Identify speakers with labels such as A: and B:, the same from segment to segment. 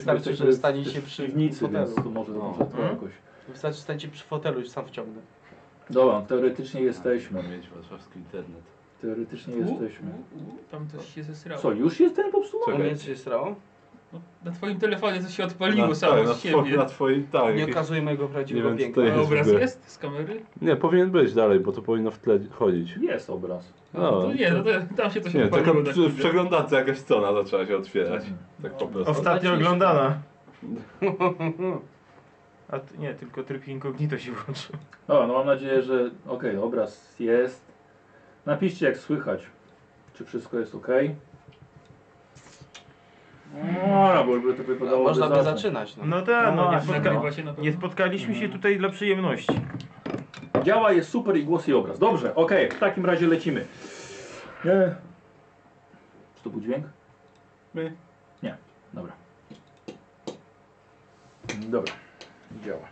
A: Wystarczy, że stanie się przy
B: Nicy,
A: fotelu.
B: więc to może
C: No.
B: dobrze to
A: Mhm.
B: jakoś.
A: Wystarczy, że stanie się przy fotelu i sam wciągnę.
B: Dobra, teoretycznie jesteśmy.
C: mieć warszawski internet.
B: Teoretycznie
D: U,
B: jesteśmy.
D: u, u, Tam coś się zesrało.
B: Co, już jest ten popsuł?
A: U
C: Czekaj.
A: mnie się srało?
D: No, na twoim telefonie coś się odpaliło
C: Na-
D: samo
C: tak, na
D: z
C: two-
D: siebie.
C: Na twoim, tak.
A: Nie
C: jakieś-
A: okazuj mojego prawdziwego
C: wiem, czy to
A: piękna.
D: A
C: jest.
D: obraz
C: zły.
D: jest z kamery?
C: Nie, powinien być dalej, bo to powinno w tle chodzić.
B: Jest obraz.
D: No,
C: No,
D: to nie, no, to, tak tam się coś
C: Nie, taka
D: odpaliło. na
C: przy, w
D: chwilę.
C: przeglądarce jakaś strona zaczęła się otwierać. Tak po prostu.
E: Ostatnio
A: Ostatnio
E: oglądana. A t- nie, tylko tryb incognito się włączył.
B: Dobra, no mam nadzieję, że okej, obraz jest. Napiszcie jak słychać, czy wszystko jest ok. No, bo jakby to
A: No,
B: wypadało.
A: można by
B: zacne.
A: zaczynać. No.
E: No tak, no, nie,
B: właśnie,
E: spotka-
D: Nagrywa się na pewno.
E: nie spotkaliśmy
F: Mhm.
E: się tutaj dla przyjemności.
B: Działa, jest super i głos i obraz. Dobrze, okej, w takim razie lecimy. Nie. Czy to był dźwięk?
D: My.
B: Nie, dobra. Dobra, działa.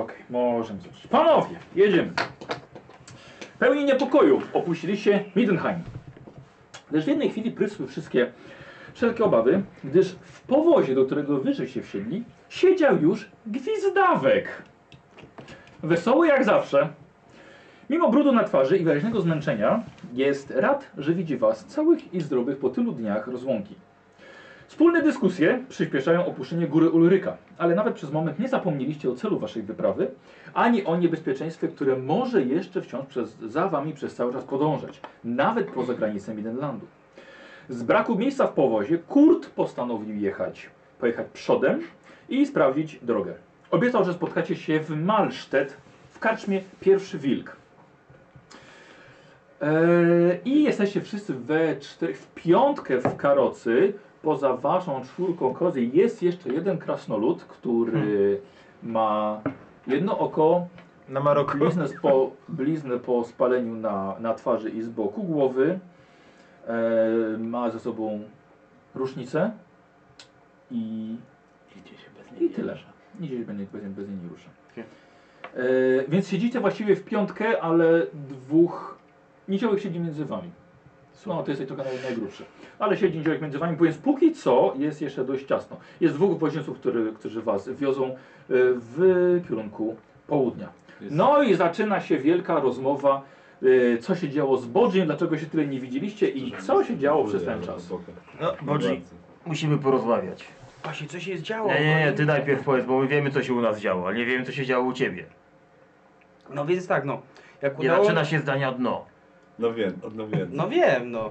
B: Okej, możemy zacząć. Panowie, jedziemy. Pełni niepokoju opuściliście Middenheim. Lecz w jednej chwili prysły wszystkie wszelkie obawy, gdyż w powozie, do którego wyżej się wsiedli, siedział już gwizdawek. Wesoły jak zawsze. Mimo brudu na twarzy i wyraźnego zmęczenia, jest rad, że widzi Was całych i zdrowych po tylu dniach rozłąki. Wspólne dyskusje przyspieszają opuszczenie góry Ulryka, ale nawet przez moment nie zapomnieliście o celu Waszej wyprawy, ani o niebezpieczeństwie, które może jeszcze wciąż przez, za Wami przez cały czas podążać, nawet poza granicą Midenlandu. Z braku miejsca w powozie, Kurt postanowił jechać, pojechać przodem i sprawdzić drogę. Obiecał, że spotkacie się w Malsztet w karczmie Pierwszy Wilk. Eee, I jesteście wszyscy we czterech, w piątkę w karocy. Poza waszą czwórką kozy jest jeszcze jeden krasnolud, który ma jedno oko,
E: Na Maroku.
B: bliznę po, bliznę po spaleniu na, na twarzy i z boku głowy. Eee, ma ze sobą różnicę i i tyle. Nigdzie się będzie bez, bez niej nie rusza.
A: Okej.
B: E, więc siedzicie właściwie w piątkę, ale dwóch niziołek siedzi między wami. No, to jest trochę naj- najgrubszy. Ale siedzi niziołek między wami, więc póki co jest jeszcze dość ciasno. Jest dwóch woźniców, który, którzy was wiozą e, w kierunku południa.
C: Jest-
B: No i zaczyna się wielka rozmowa, e, co się działo z Bodziem, dlaczego się tyle nie widzieliście i co się działo przez ten czas.
F: No, Bodzi, musimy porozmawiać.
A: Właśnie, co się działo?
F: Nie, nie, nie, ty
A: kochani?
F: najpierw powiedz, bo my wiemy, co się u nas działo, ale nie wiemy, co się działo u ciebie.
A: No więc tak, no. Jak
F: Nie
A: udało...
F: zaczyna się zdania dno.
C: No wiem, no wiem.
A: No wiem, no.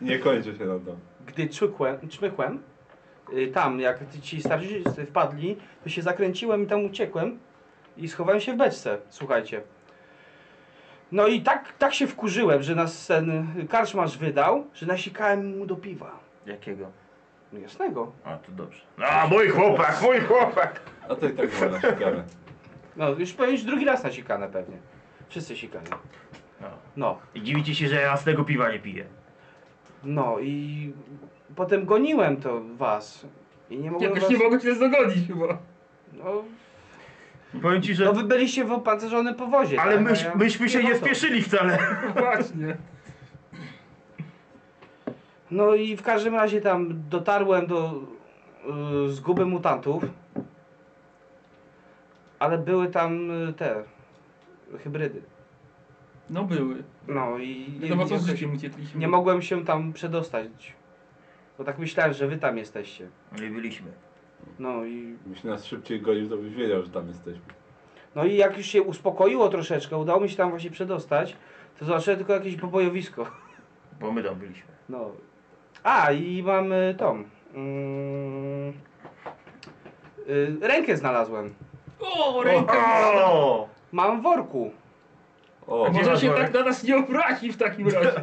C: Nie kończy się na to.
A: Gdy czykłem, czmychłem, y, tam jak ty- ci starzy wpadli, to się zakręciłem i tam uciekłem i schowałem się w beczce, słuchajcie. No i tak, tak się wkurzyłem, że nas ten karczmarz wydał, że nasikałem mu do piwa.
F: Jakiego?
A: No jasnego.
F: A, to dobrze. A, mój chłopak, mój chłopak!
C: A to i tak było na ciekawe.
A: No już, pe- już drugi raz nasikane pewnie. Wszyscy sikane.
F: No.
A: No,
F: I dziwicie się, że ja z tego piwa nie piję.
A: no i potem goniłem to was. I nie mogłem
D: Jakoś
A: was...
D: nie mogę cię dogonić chyba.
A: No,
F: Powiem ci, że...
A: no wy byliście w opancerzonym powozie.
F: Ale
A: tak? A
F: myś,
A: ja-
F: myśmy się nie
A: no to-
F: spieszyli wcale.
D: Właśnie.
A: No i w każdym razie tam dotarłem do y, zguby mutantów. Ale były tam y, te hybrydy.
D: No były.
A: No i nie,
D: Wiadomo co z
A: jakoś-
D: życiem uciekliśmy.
A: nie mogłem się tam przedostać. Bo tak myślałem, że wy tam jesteście.
F: Nie byliśmy.
A: No i,
C: Gdybyś nas szybciej gonił, to byś wiedział, że tam jesteśmy.
A: no i jak już się uspokoiło troszeczkę, udało mi się tam właśnie przedostać, to zobaczyłem tylko jakieś pobojowisko.
F: Bo my tam byliśmy.
A: No. A, i mam y, tą. Mm, y, rękę znalazłem.
D: O, ręka!
C: No!
F: O!
A: Mam w worku.
C: O,
D: Może
F: masz
D: się
F: worek?
D: tak na nas nie obrazi w takim razie.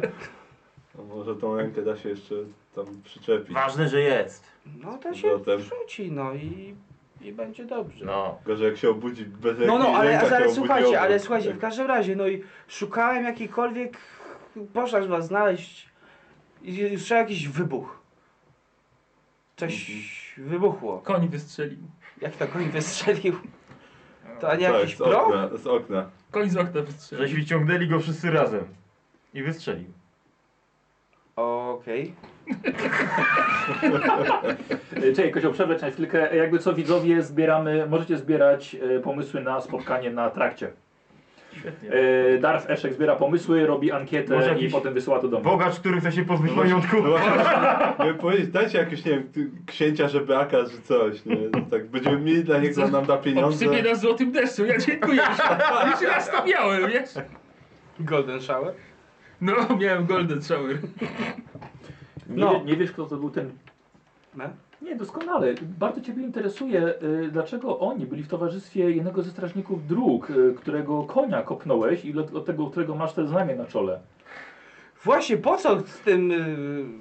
C: a no może tą rękę da się jeszcze tam przyczepić.
F: Ważne, że jest.
A: No to się
C: Zatem.
A: rzuci, no i, i będzie dobrze. No.
F: No.
C: Gorzej jak się obudzi bez
A: No,
C: ręki i
A: ale,
C: ręka
A: ale,
C: się
A: ale
C: obudzi
A: słuchajcie,
C: obok.
A: ale słuchajcie, w
C: Tak.
A: każdym razie, no i szukałem jakiejkolwiek poszarz was znaleźć i jeszcze jakiś wybuch. Coś
C: Mhm.
A: wybuchło.
D: Koń wystrzelił.
A: Jak to koń wystrzelił? To ani
C: Tak,
A: jakiś
C: z
A: proch?
C: okna, z okna.
D: Koń z okna wystrzelił.
F: Żeśmy ciągnęli go wszyscy razem. I wystrzelił.
A: Okej.
B: E, Czekaj, Kozioł, przerwę na chwilkę. E, Jakby co widzowie zbieramy, możecie zbierać e, pomysły na spotkanie na trakcie.
D: Świetnie.
B: E, Darf Eszek zbiera pomysły, robi ankietę
E: Może
B: i
E: jakiś
B: potem wysyła to do mnie.
E: Bogacz, który chce się pozbyć
C: No właśnie-
E: majątku.
C: No właśnie, miałem powiedzieć, dajcie jakieś, nie wiem, ty- księcia żebraka czy coś, nie? Tak, będziemy mieli dla niego, on nam da pieniądze.
D: Obsypie nas złotym deszczu, ja dziękuję. Już raz to miałem, wiesz?
A: Golden Shower.
D: No, miałem golden shower.
B: Nie,
A: No.
B: wie- nie wiesz, kto to był ten...
A: No.
B: Nie, doskonale. Bardzo Ciebie interesuje, e, dlaczego oni byli w towarzystwie jednego ze strażników dróg, e, którego konia kopnąłeś i od od tego, którego masz te znamie na czole.
A: Właśnie po co z tym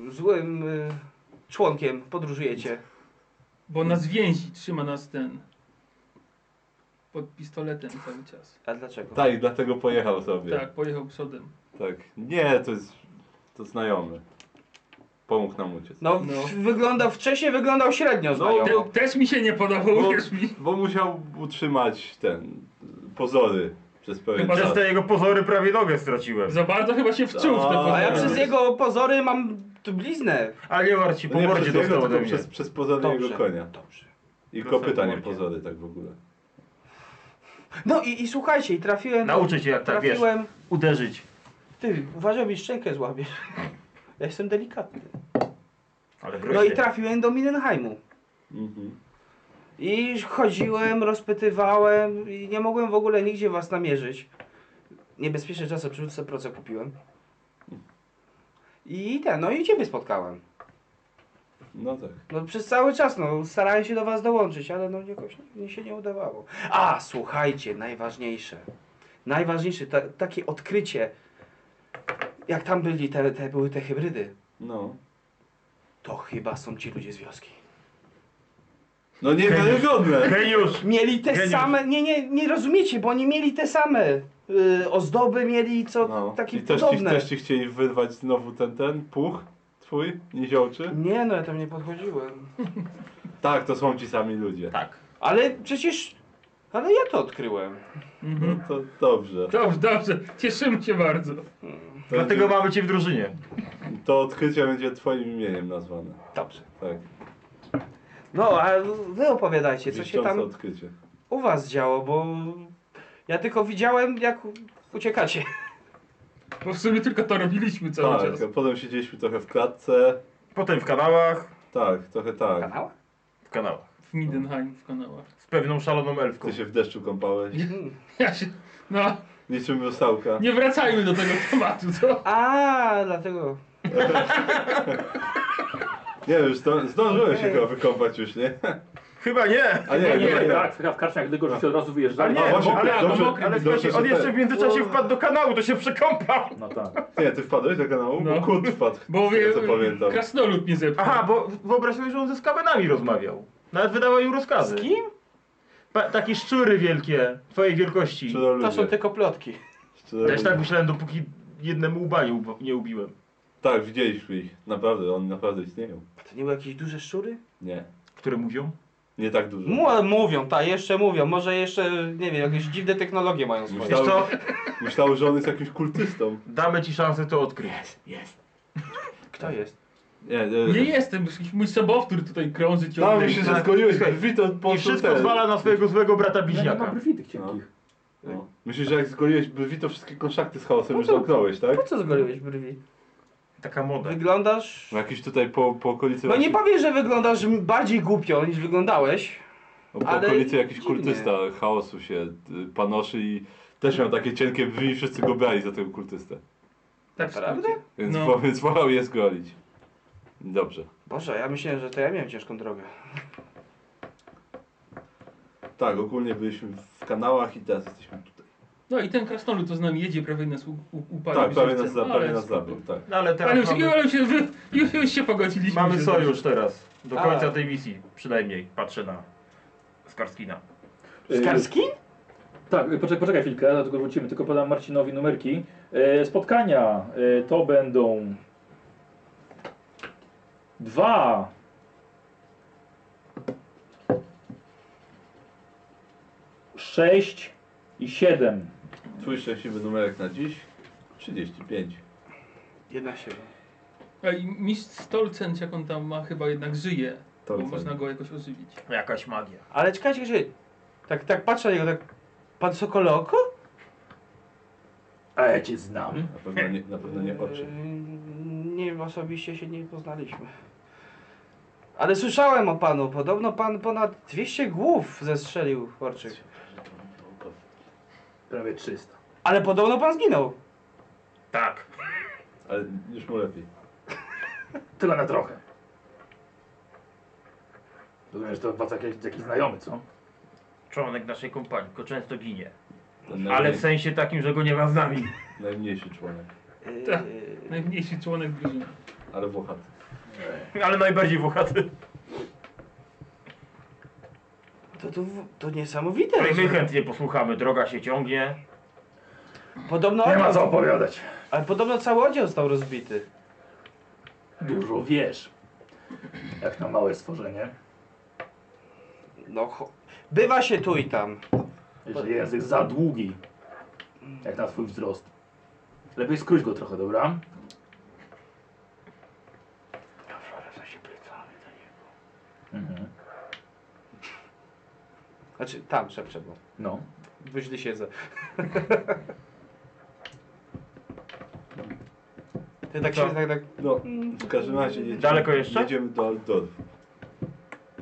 A: y, złym y, członkiem podróżujecie?
D: Bo nas więzi, trzyma nas ten. Pod pistoletem cały czas.
A: A dlaczego?
C: Tak, dlatego pojechał sobie.
D: Tak, pojechał przodem.
C: Tak. Nie, to jest, to znajomy. Pomógł nam uciec.
A: No,
D: No.
A: w- wyglądał wcześniej wyglądał średnio znajomo.
D: Te, też mi się nie podobał,
C: Bo-
D: uwierz mi.
C: Bo musiał utrzymać ten, pozory przez pewien
D: Chyba, że
E: Przez
C: czas.
E: te jego pozory prawie nogę straciłem.
D: Za bardzo chyba się wczuł w te
C: A,
A: A ja
D: pozory.
A: przez jego pozory mam tu bliznę.
E: A Leoward ci
C: No
E: po
C: nie
E: mordzie
C: przez jego,
E: dostał ode
C: tylko
E: mnie.
C: przez, przez pozory
A: Dobrze.
C: jego konia.
A: Dobrze.
C: I
E: Dostał
C: kopyta, nie
E: po mordzie.
C: pozory, tak w ogóle.
A: No i, i słuchajcie, i trafiłem.
E: Nauczę cię, jak tak wiesz,
A: trafiłem.
E: uderzyć.
A: Ty, uważaj, mi szczękę złapiesz. Ja jestem delikatny.
E: Ale groźnie.
A: No i trafiłem do Mindenheimu.
C: Mhm.
A: I chodziłem, rozpytywałem i nie mogłem w ogóle nigdzie was namierzyć. Niebezpieczne czasy, przywódcę proce kupiłem. I ten, no i ciebie spotkałem.
C: No tak.
A: No przez cały czas, no starałem się do was dołączyć, ale no jakoś mi się nie udawało. A, słuchajcie, najważniejsze. Najważniejsze, ta, takie odkrycie. Jak tam byli te, te, były te hybrydy,
C: No.
A: to chyba są ci ludzie z wioski.
C: No niewiarygodne.
E: Geniusz!
A: Mieli te
E: Geniusz.
A: same, nie, nie, nie rozumiecie, bo oni mieli te same y, ozdoby, mieli co
C: No.
A: takie
C: I też ci,
A: podobne.
C: też ci chcieli wyrwać znowu ten, ten puch twój, niziołczy?
A: Nie no, ja tam nie podchodziłem.
C: Tak, to są ci sami ludzie.
F: Tak.
A: Ale przecież, ale ja to odkryłem.
D: Mhm.
C: No to dobrze.
D: Dobrze, dobrze. Cieszymy się bardzo.
C: To,
E: Dlatego mamy cię w drużynie.
C: to odkrycie będzie twoim imieniem nazwane.
A: Dobrze.
C: Tak.
A: No, a wy opowiadajcie, co się
C: Wiszczące
A: tam
C: odkrycie.
A: u was działo, bo ja tylko widziałem, jak u- uciekacie.
D: Bo w sumie tylko to robiliśmy cały
C: Tak,
D: czas.
C: a potem siedzieliśmy trochę w klatce.
E: Potem w kanałach.
C: Tak, trochę tak.
A: Kanała?
E: W kanałach.
D: W Mindenheim w kanałach.
E: Z pewną szaloną elfką.
C: Ty się w deszczu kąpałeś.
A: Mm.
D: Ja się... No,
C: Niczym rusałka.
D: nie wracajmy do tego tematu, co?
A: A, dlatego.
C: Nie, już zdo- zdążyłem się
A: Okej.
C: chyba wykąpać już, nie?
E: Chyba nie!
C: A nie,
D: Nie,
C: nie,
D: nie,
C: nie.
B: Tak, w karczmach tylko żeście od razu No,
E: Ale
B: wyjeżdżali.
E: nie,
C: właśnie,
E: bo- ale,
C: dobrze,
E: ale, ale
C: dobrze,
E: słuchajcie,
C: że
E: on
C: tak.
E: jeszcze w międzyczasie wpadł do kanału, to się przekąpał!
B: No tak.
C: Nie, ty wpadłeś do kanału?
D: No.
C: Bo kurt wpadł,
D: Bo
C: ja
D: wie,
C: co pamiętam.
D: krasnolud nie zepchnął.
E: Aha, bo wyobraź sobie, że on ze skabenami rozmawiał. Nawet wydawał im rozkazy.
A: Z kim?
E: Pa, takie szczury wielkie, twojej wielkości.
A: To są tylko plotki.
E: Też tak myślałem, dopóki jednemu łba nie, ub- nie ubiłem.
C: Tak, widzieliśmy ich. Naprawdę, oni naprawdę istnieją.
A: To nie były jakieś duże szczury?
C: Nie,
E: Które mówią?
C: nie tak dużo.
A: Mu- mówią, ta jeszcze mówią, może jeszcze, nie wiem, jakieś dziwne technologie mają swoje.
E: Wiesz co,
C: Myślałem, że on jest jakimś kultystą.
E: damy ci szansę to odkryć.
A: Kto jest?
C: Nie, e,
D: Nie jestem, mój sobowtór tutaj krąży
C: Dałem
D: ciągle.
C: się, że
E: tak.
C: zgoliłeś
E: Słuchaj,
C: brwi, to po
E: I wszystko
C: ten-
E: zwala na swojego złego brata
B: Ja nie mam
E: bliźniaka.
B: brwi tych cienkich.
C: No. Myślisz, że jak zgoliłeś brwi, to wszystkie konszakty z chaosem już zamknąłeś, tak?
A: Po co zgoliłeś brwi?
E: Taka moda.
A: Wyglądasz...
C: No jakiś tutaj po, po okolicy...
A: No nie
C: jakiś-
A: powiem, że wyglądasz bardziej głupio niż wyglądałeś.
C: No, po
A: ale
C: okolicy jakiś
A: dziwnie.
C: kultysta chaosu się y, panoszy i też miał takie cienkie brwi i wszyscy go brali za tego kultystę.
D: Tak,
A: Naprawdę?
C: Więc,
D: No.
C: wo- więc wolał je zgolić. Dobrze.
A: Boże, ja myślałem, że to ja miałem ciężką drogę.
C: Tak, ogólnie byliśmy w kanałach i teraz jesteśmy tutaj.
D: No i ten krasnolud to z nami jedzie, prawie nas u- u- upalił.
C: tak, prawie nas,
D: żywcem,
C: za,
D: ale
C: prawie nas
D: spoko.
C: zabił, tak.
E: No
D: Ale
E: ale
D: już,
E: teraz mamy,
D: ale już, się wy- już, już się pogodziliśmy.
E: mamy
D: że-
E: sojusz teraz. Do
A: A.
E: końca tej misji, przynajmniej. Patrzę na Skarskina.
C: Y,
A: Skarski?
B: Tak, poczekaj, poczekaj chwilkę, dlatego wrócimy, tylko podam Marcinowi numerki. E, spotkania e, to będą dwa. Sześć i siedem.
C: Twój szczęśliwy numerek na dziś 35.
A: Jedna siła.
D: Ej, mistrz Stolcent, jak on tam ma, chyba jednak żyje. Bo
C: Tolcent.
D: można go jakoś ożywić.
E: Jakaś magia.
A: Ale czekajcie, czekajcie. Tak, tak patrzę na niego, tak... Pan Sokole Oko?
B: A ja cię znam.
C: Na pewno nie, na pewno nie oczy.
A: Yy, Y, Nie wiem, osobiście się nie poznaliśmy. Ale słyszałem o panu. Podobno pan ponad 200 głów zestrzelił w Orczyk.
B: Prawie 300.
A: Ale podobno pan zginął.
E: Tak.
C: Ale już mu lepiej.
B: Tyle na trochę. Rozumiem, że to od was jakiś, jakiś znajomy, co?
E: Członek naszej kompanii, tylko często ginie.
C: Ten najmniej-
E: Ale w sensie takim, że go nie ma z nami.
C: Najmniejszy członek,
A: Yy,
D: Tak. Najmniejszy członek drużyny.
C: ale włochaty.
E: Ale najbardziej włochaty.
A: To, to, to niesamowite.
E: No i my chętnie posłuchamy, droga się ciągnie.
A: Podobno
B: Nie ma
A: oddział,
B: co opowiadać.
A: ale podobno cały oddział został rozbity.
B: Dużo wiesz. Jak na małe stworzenie.
A: No, cho- bywa się tu i tam.
B: Jeżeli język za długi, jak na twój wzrost. Lepiej skróć go trochę, dobra? Mhm.
A: Znaczy, tam szepczę, bo
B: No.
A: bo źle siedzę. Ty tak
E: Co?
A: siedzę, tak, tak.
C: No, w każdym razie jedziemy,
E: Daleko jeszcze?
C: jedziemy do Aldorf.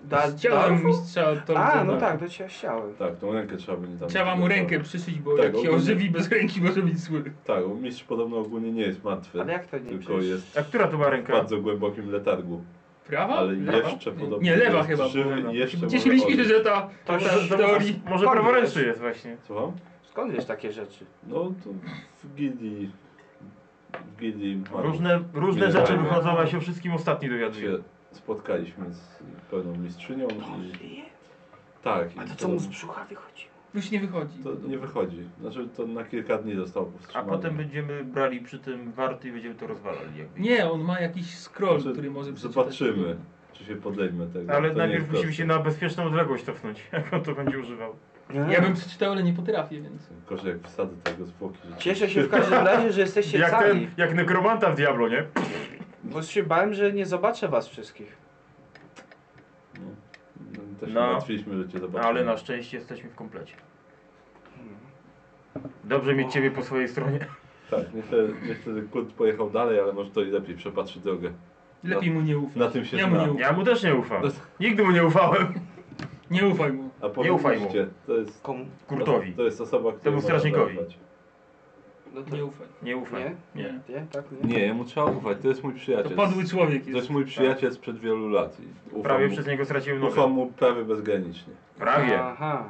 A: Da,
D: Z ciałem
A: da-
D: mistrza Tolcenta.
A: tak- A, no tak, to cię chciałem.
C: Tak, tą rękę trzeba będzie tam...
D: Trzeba mu rękę przyszyć, bo
C: Tak,
D: jak się
C: ogólnie.
D: ożywi bez ręki może być zły.
C: Tak, bo mistrz podobno ogólnie nie jest martwy,
A: Ale jak to nie?
C: tylko
A: Przecież-
C: jest
E: A która to była
C: w
E: ręka?
C: bardzo głębokim letargu.
D: Prawa?
C: Ale
D: lewa?
C: jeszcze podobno...
D: Nie, lewa
C: jest
D: chyba. no.
C: Żywy,
E: była.
C: i jeszcze może
D: Cieszyliśmy się,
C: odejść.
D: że ta,
A: To
D: ta,
A: już-
D: ta
A: to
D: w teorii...
E: Może
A: Korwin
E: praworęczy
A: też.
E: jest właśnie.
C: Słucham?
A: Skąd wiesz takie rzeczy?
C: No, to w gildii... W gildii... magów
E: Różne, różne
C: Nie
E: rzeczy
C: wiem.
E: wychodzą, a się wszystkim ostatni dowiaduje.
C: się spotkaliśmy z pewną mistrzynią
A: No,
C: i... Tak. i
A: A to co
C: podobno-
A: mu z brzucha wychodzi?
D: Już nie wychodzi.
C: To nie wychodzi. Znaczy, to na kilka dni został
E: A
C: powstrzymany.
E: potem będziemy brali przy tym warty i będziemy to rozwalali. Jak wyjdzie.
D: Nie, on ma jakiś scroll,
C: Znaczy,
D: który może przeczytać.
C: Zobaczymy, czy się podejmę tego.
E: Ale
C: To nie
E: najpierw
C: jest
E: musimy się
C: proste.
E: na bezpieczną odległość cofnąć, jak on to będzie używał.
D: Ja bym przeczytał, ale nie potrafię, więc...
C: Gorzej jak wsadzę tego zwłoki. że-
A: Cieszę się w każdym razie, że jesteście
E: Jak,
A: cali.
E: ten, jak nekromanta w Diablo, nie?
A: Bo się bałem, że nie zobaczę was wszystkich.
C: No, no, też
E: No.
C: no. martwiliśmy, że cię zobaczymy.
E: Ale na szczęście jesteśmy w komplecie.
A: Hmm.
E: Dobrze mieć ciebie po swojej stronie.
C: Tak, niestety, niestety Kurt pojechał dalej, ale może to i lepiej przepatrzy drogę.
D: Lepiej mu nie ufać.
C: Na tym się
D: ja mu
C: zna.
D: nie ufam.
E: Ja mu też nie ufam. Nigdy mu nie ufałem.
D: Nie ufaj mu.
C: A
E: ufaj mu.
C: powinniście, to jest...
A: Komu?
E: Kurtowi.
C: To jest osoba, która...
E: Temu strażnikowi.
A: No to...
D: Nie ufaj.
E: Nie ufaj.
A: Nie?
D: Nie.
A: Nie? Tak? Nie?
C: Nie, jemu trzeba ufać, to jest mój
D: To
C: przyjaciel.
D: padły człowiek
C: To jest
D: jest.
C: mój przyjaciel sprzed wielu lat. i Ufam
E: Prawie
C: mu,
E: przez niego straciłem
C: ufam
E: nogę.
C: mu prawie bezgranicznie.
E: Prawie.
A: Aha.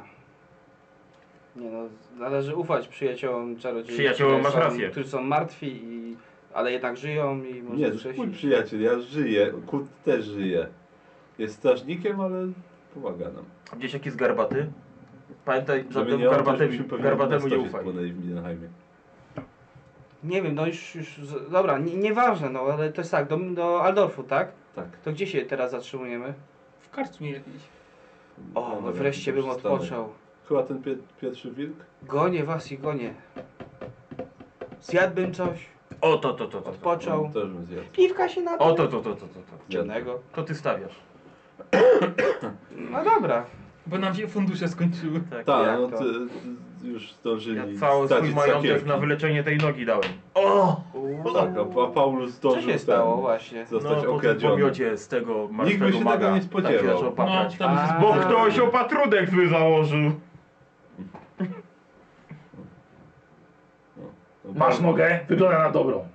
A: Nie no, należy ufać przyjaciołom czarodziejów.
E: Przyjaciołom
A: którzy
E: masz
A: są-
E: rację.
A: Którzy są martwi, i, ale jednak żyją i może
C: Nie, to jest mój
A: wcześniej.
C: przyjaciel, ja żyję, Kurt też żyje. Jest strażnikiem, ale pomaga nam.
E: A Gdzieś jakiś garbaty? Pamiętaj,
C: Żeby
E: żadnemu
C: nie oddać,
E: garbatemu,
C: byśmy pewnie
E: garbatemu nie
C: na stosie
E: ufaj.
C: spłynęli w Mindenheimie.
A: Nie wiem, no już, już z- dobra, nie- nieważne, no ale to jest tak, do, do Aldorfu, tak?
C: Tak.
A: To gdzie się teraz zatrzymujemy?
D: W karczmie jakiejś.
A: O, no
C: Dobra,
A: wreszcie bym
C: przystanę.
A: odpoczął.
C: Chyba ten pie pierwszy wilk?
A: Gonię was i gonię. Zjadłbym coś,
E: O to, to, to, to. to.
A: odpoczął.
C: On też bym zjadł.
A: Piwka się na
E: O to, to, to, to, to. to.
A: ciemnego.
E: To ty stawiasz.
A: No dobra.
D: Bo nam się fundusze skończyły.
E: Tak.
C: Tak,
A: Jak
C: no
A: to?
C: ty, ty już zdążyli
E: Ja cały swój
C: stracić
E: majątek
C: sakiewki.
E: na wyleczenie tej nogi dałem. O!
C: Tak, a, a Paulus
A: Co
C: zdążył
A: się
C: ten-
A: stało właśnie?
C: zostać
E: no, po tym
C: okradziony.
E: pomiocie z tego martwego
C: Nikt by się
E: maga.
C: tego nie
E: Tak się
C: spodziewał.
E: zaczął Eee. patrzeć.
D: No, tam-
E: Bo ktoś opatrudek zły założył.
C: No,
B: Masz nogę? Wygląda na dobrą.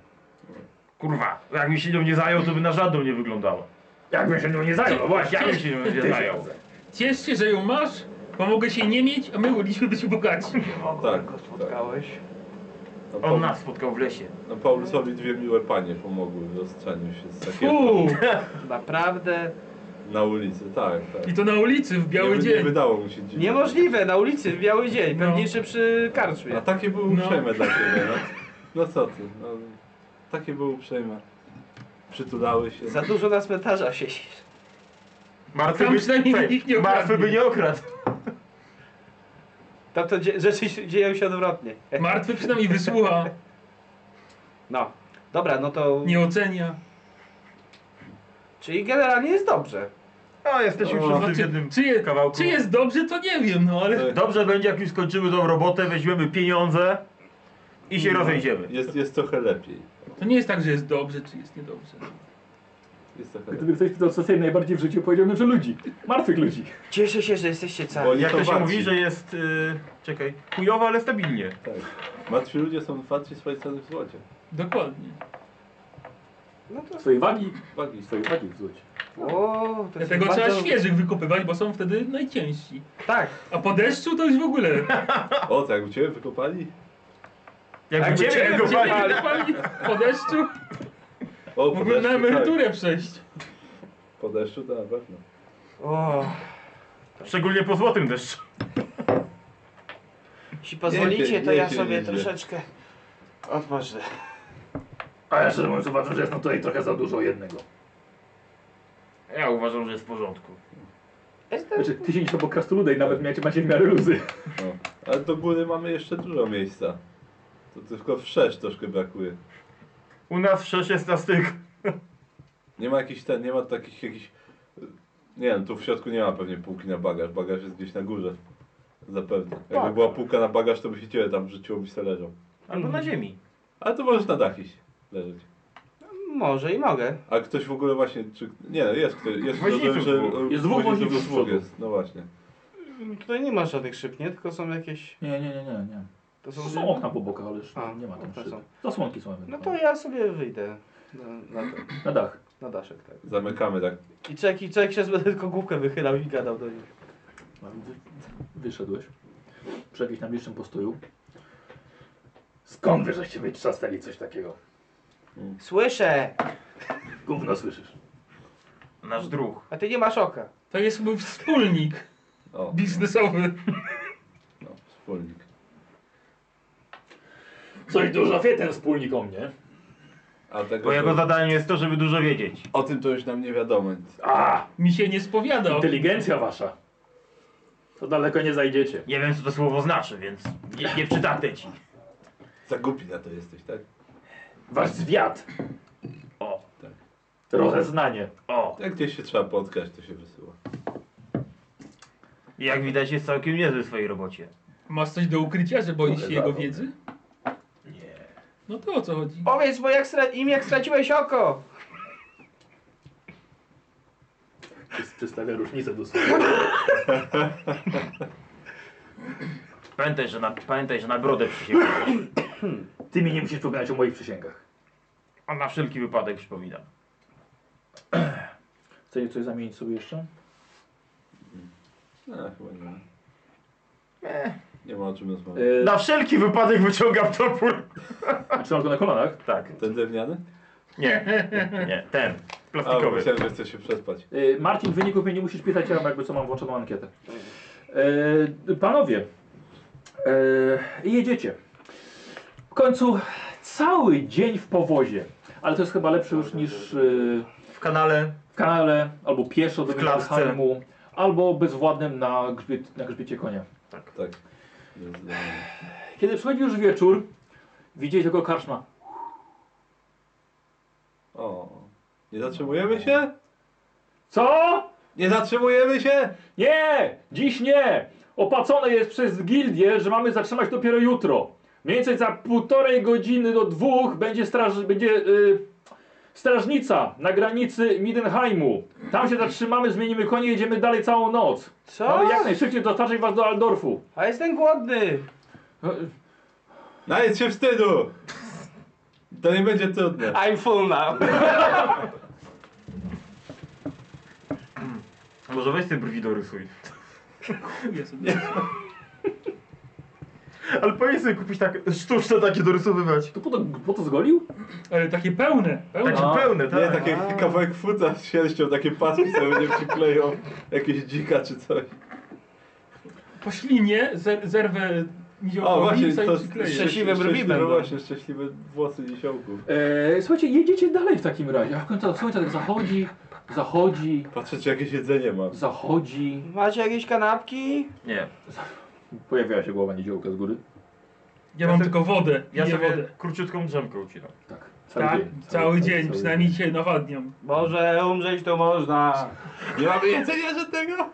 E: Kurwa, jakbym się nią nie zajął, to by na żadną nie wyglądała.
B: Jakbym się nią nie zajął, właśnie.
E: Jakbym się nią nie
B: Ty się
E: zajął.
B: ją zaj-
D: Ciesz się, że ją masz, bo mogę się nie mieć, a my mogliśmy być bogaci.
C: Tak,
A: Go
C: tak.
A: spotkałeś.
C: No,
E: On
C: Paul,
E: nas spotkał w lesie.
C: no Paulusowi dwie miłe panie pomogły w rozstrzaniu się z sakiewką
D: Fuu!
A: Naprawdę
C: na ulicy, tak, tak.
D: I to na ulicy, w biały
C: nie, Nie
D: dzień.
C: wydało mu się dziwnie.
A: niemożliwe na ulicy w biały dzień,
D: No.
A: pewnie jeszcze przy
C: A
A: karczmie.
C: takie były
D: No.
C: uprzejme dla ciebie, no. No co ty, no. Takie były uprzejme. Przytulały się.
A: Za dużo na cmentarza siedzisz.
E: Martwy
D: Tam
E: by,
D: przynajmniej
E: Ej,
D: nikt nie okradnie.
E: martwy by nie okradł.
A: Tam to dzie- rzeczy się- dzieją się odwrotnie.
D: Martwy przynajmniej wysłucha,
A: No. Dobra, no to
D: nie ocenia.
A: Czyli generalnie jest dobrze.
E: No, jesteśmy
C: O,
E: wszyscy w
D: Znaczy,
E: jednym
D: czy, je,
E: kawałku.
D: czy jest dobrze, to nie wiem, no ale...
C: Tak.
E: Dobrze będzie, jak już skończymy tą robotę, weźmiemy pieniądze i się
C: No.
E: rozejdziemy.
C: Jest, jest trochę lepiej.
D: To nie jest tak, że jest dobrze, czy jest niedobrze.
C: Jest trochę lepiej.
B: Gdyby ktoś pytał, co sobie najbardziej w życiu powiedziałbym, że ludzi. Martwych ludzi.
A: Cieszę się, że jesteście
C: Bo
A: cali.
C: nie
E: Jak to się
C: warci.
E: mówi, że jest... Yy, czekaj, chujowo, ale stabilnie.
C: Tak. Martwi ludzie są warci swojej ceny w złocie.
D: Dokładnie.
A: No to...
B: Swojej wagi
C: Wagi.
B: i swojej wagi w złocie.
A: O, to jest
D: Dlatego
A: bardzo-
D: trzeba świeżych wykopywać, bo są wtedy najciężsi.
A: Tak.
D: A po deszczu to już w ogóle.
C: O, tak, u Ciebie wykopali?
E: Jakby
A: Jakby
E: ciebie
A: ciebie
E: go
D: Ciebie
E: pali.
D: wykopali po deszczu
C: O,
D: w ogóle na
C: tak.
D: emeryturę przejść.
C: Po deszczu, tak, na pewno.
A: O,
E: Szczególnie po złotym deszczu.
A: jeśli pozwolicie, to
C: nie
A: ja
C: się
A: sobie
C: nieźle.
A: troszeczkę odpocznę.
G: A ja szczerze mówiąc uważam, że jest nam tutaj trochę za dużo jednego.
E: Ja uważam, że jest w porządku.
A: Jestem...
B: Znaczy, ty siedzisz obok krastoludej, nawet macie, macie w miarę luzy.
C: No. Ale do góry mamy jeszcze dużo miejsca. To tylko wszerz troszkę brakuje.
E: U nas 6 jest na styk.
C: Nie ma jakiś ten, nie ma takich jakichś... y, Nie wiem, tu w środku nie ma pewnie półki na bagaż. Bagaż jest gdzieś na górze. Zapewne. Jakby
A: Tak.
C: była półka na bagaż, to by się ciebie tam rzuciło, byś to leżał.
E: Albo na ziemi.
C: Ale to możesz na dach iść leżeć.
A: Może i mogę.
C: A ktoś w ogóle właśnie, czy... Nie, no, jest ktoś, jest...
E: Woźniców
C: że-
E: dwóch.
C: że-
B: Jest dwóch
C: woźniców
B: woźniców z
C: dwóch
B: przodu.
C: jest, No właśnie.
A: Tutaj nie ma żadnych szyb, nie? Tylko są jakieś...
B: Nie, nie, nie, nie. nie.
A: To są,
B: Są okna po bokach, ale już
A: A,
B: nie ma tam
A: okna
B: szyb.
A: są.
B: Zasłonki są
A: No to
B: ewentualnie.
A: ja sobie wyjdę na, na, ten,
B: Na dach.
A: na daszek, tak.
C: Zamykamy tak.
A: I czek, i czek się będę tylko główkę wychylał i gadał do nich.
B: A, wy- Wyszedłeś. Przy jakimś tam bliższym postoju.
G: Skąd wy żeście wytrzasnęli coś takiego?
A: Słyszę!
G: Gówno słyszysz.
E: Nasz druh.
A: A ty nie masz oka.
D: To jest mój wspólnik
C: O,
D: biznesowy.
C: no, wspólnik.
G: Coś dużo wie ten wspólnik o mnie.
C: A tego,
E: Bo jego
C: to-
E: zadanie jest to, żeby dużo wiedzieć.
C: O tym to już nam nie wiadomo. Nic.
G: A,
D: Mi się nie spowiadał.
G: inteligencja wasza. To daleko nie zajdziecie.
E: Nie wiem, co to słowo znaczy, więc nie, nie przydatę ci.
C: Za głupi na to jesteś, tak?
G: Wasz zwiat.
E: O,
G: Rozeznanie.
E: o.
C: Jak gdzieś się trzeba spotkać, to się wysyła.
E: I Jak widać, jest całkiem niezły w swojej robocie.
D: Masz coś do ukrycia, że boisz się
G: Ale
D: jego
G: zabaw.
D: wiedzy? No to o co chodzi?
A: Powiedz mu jak stra- im jak straciłeś oko!
G: Przy- Przystawia różnicę do słowa.
E: Pamiętaj, że na, pamiętaj, że na brodę przysięgłeś.
G: Ty mi nie musisz przypominać o moich przysięgach.
E: A na wszelki wypadek przypominam.
B: Chcecie coś zamienić sobie jeszcze?
C: No, chyba nie. Nie ma o czym rozmawiać.
B: Yy,
G: E,
E: Na wszelki wypadek wyciągam topór.
B: Trzymasz go na kolanach.
E: Tak.
C: Ten drewniany?
E: Nie, nie, ten.
C: A, bo
E: Plastikowy.
C: myślałem, że chcesz się przespać.
B: E, Marcin, wyników mnie nie musisz pisać, ja mam jakby co mam włączoną ankietę. E, Panowie, e, jedziecie. W końcu cały dzień w powozie, ale to jest chyba lepsze już niż e,
E: W kanale.
B: w kanale, albo pieszo do
E: W klatce.
B: Wielkanheimu, albo bezwładnym na, grzbiet, na grzbiecie konia.
C: Tak. Zdecydowanie.
B: Kiedy przychodzi już wieczór, widzicie tylko karczma.
C: O. Nie zatrzymujemy się?
B: Co?
C: Nie zatrzymujemy się?
B: Nie! Dziś nie! Opłacone jest przez gildię, że mamy zatrzymać dopiero jutro. Mniej więcej za półtorej godziny do dwóch będzie, straż, będzie y, strażnica na granicy Midenheimu. Tam się zatrzymamy, zmienimy konie i jedziemy dalej całą noc.
A: Co?
B: Mamy jak najszybciej dostarczyć was do Aldorfu.
A: A jestem głodny!
B: E,
C: Najedz się wstydu! To nie będzie trudne.
A: I'm full now.
E: Może weź te brwi dorysuj.
D: Chuję sobie.
E: Ale powinien sobie kupić tak sztuczne takie dorysowywać.
B: To po to, po to zgolił?
D: Ale takie pełne, pełne.
E: Takie
B: A.
E: pełne,
C: Nie,
E: tak?
C: takie kawałek futa z sierścią, takie paski sobie nie przykleją. Jakieś dzika czy coś.
D: Po ślinie zer- zerwę
C: O,
D: niziołkowi
C: właśnie,
D: i
C: to
D: sobie
C: szczęśliwe,
D: przykleję.
A: szczęśliwe brwi
C: szczęśliwe,
A: będą.
C: właśnie, szczęśliwe włosy dzisiołków.
B: E, słuchajcie, jedziecie dalej w takim razie. A w końcu słońce tak zachodzi, zachodzi,
C: Patrzę, czy jakieś jedzenie mam.
B: zachodzi.
A: Macie jakieś kanapki?
E: Nie.
B: Pojawiła się głowa niedziałka z góry.
D: Ja mam tylko wodę.
F: Ja
D: piję
F: sobie
D: wodę.
F: króciutką drzemkę ucinam.
B: Tak.
D: Tak, cały dzień, przynajmniej dzisiaj nawadniam.
A: Boże, umrzeć to można.
C: Nie mamy jedzenia żadnego?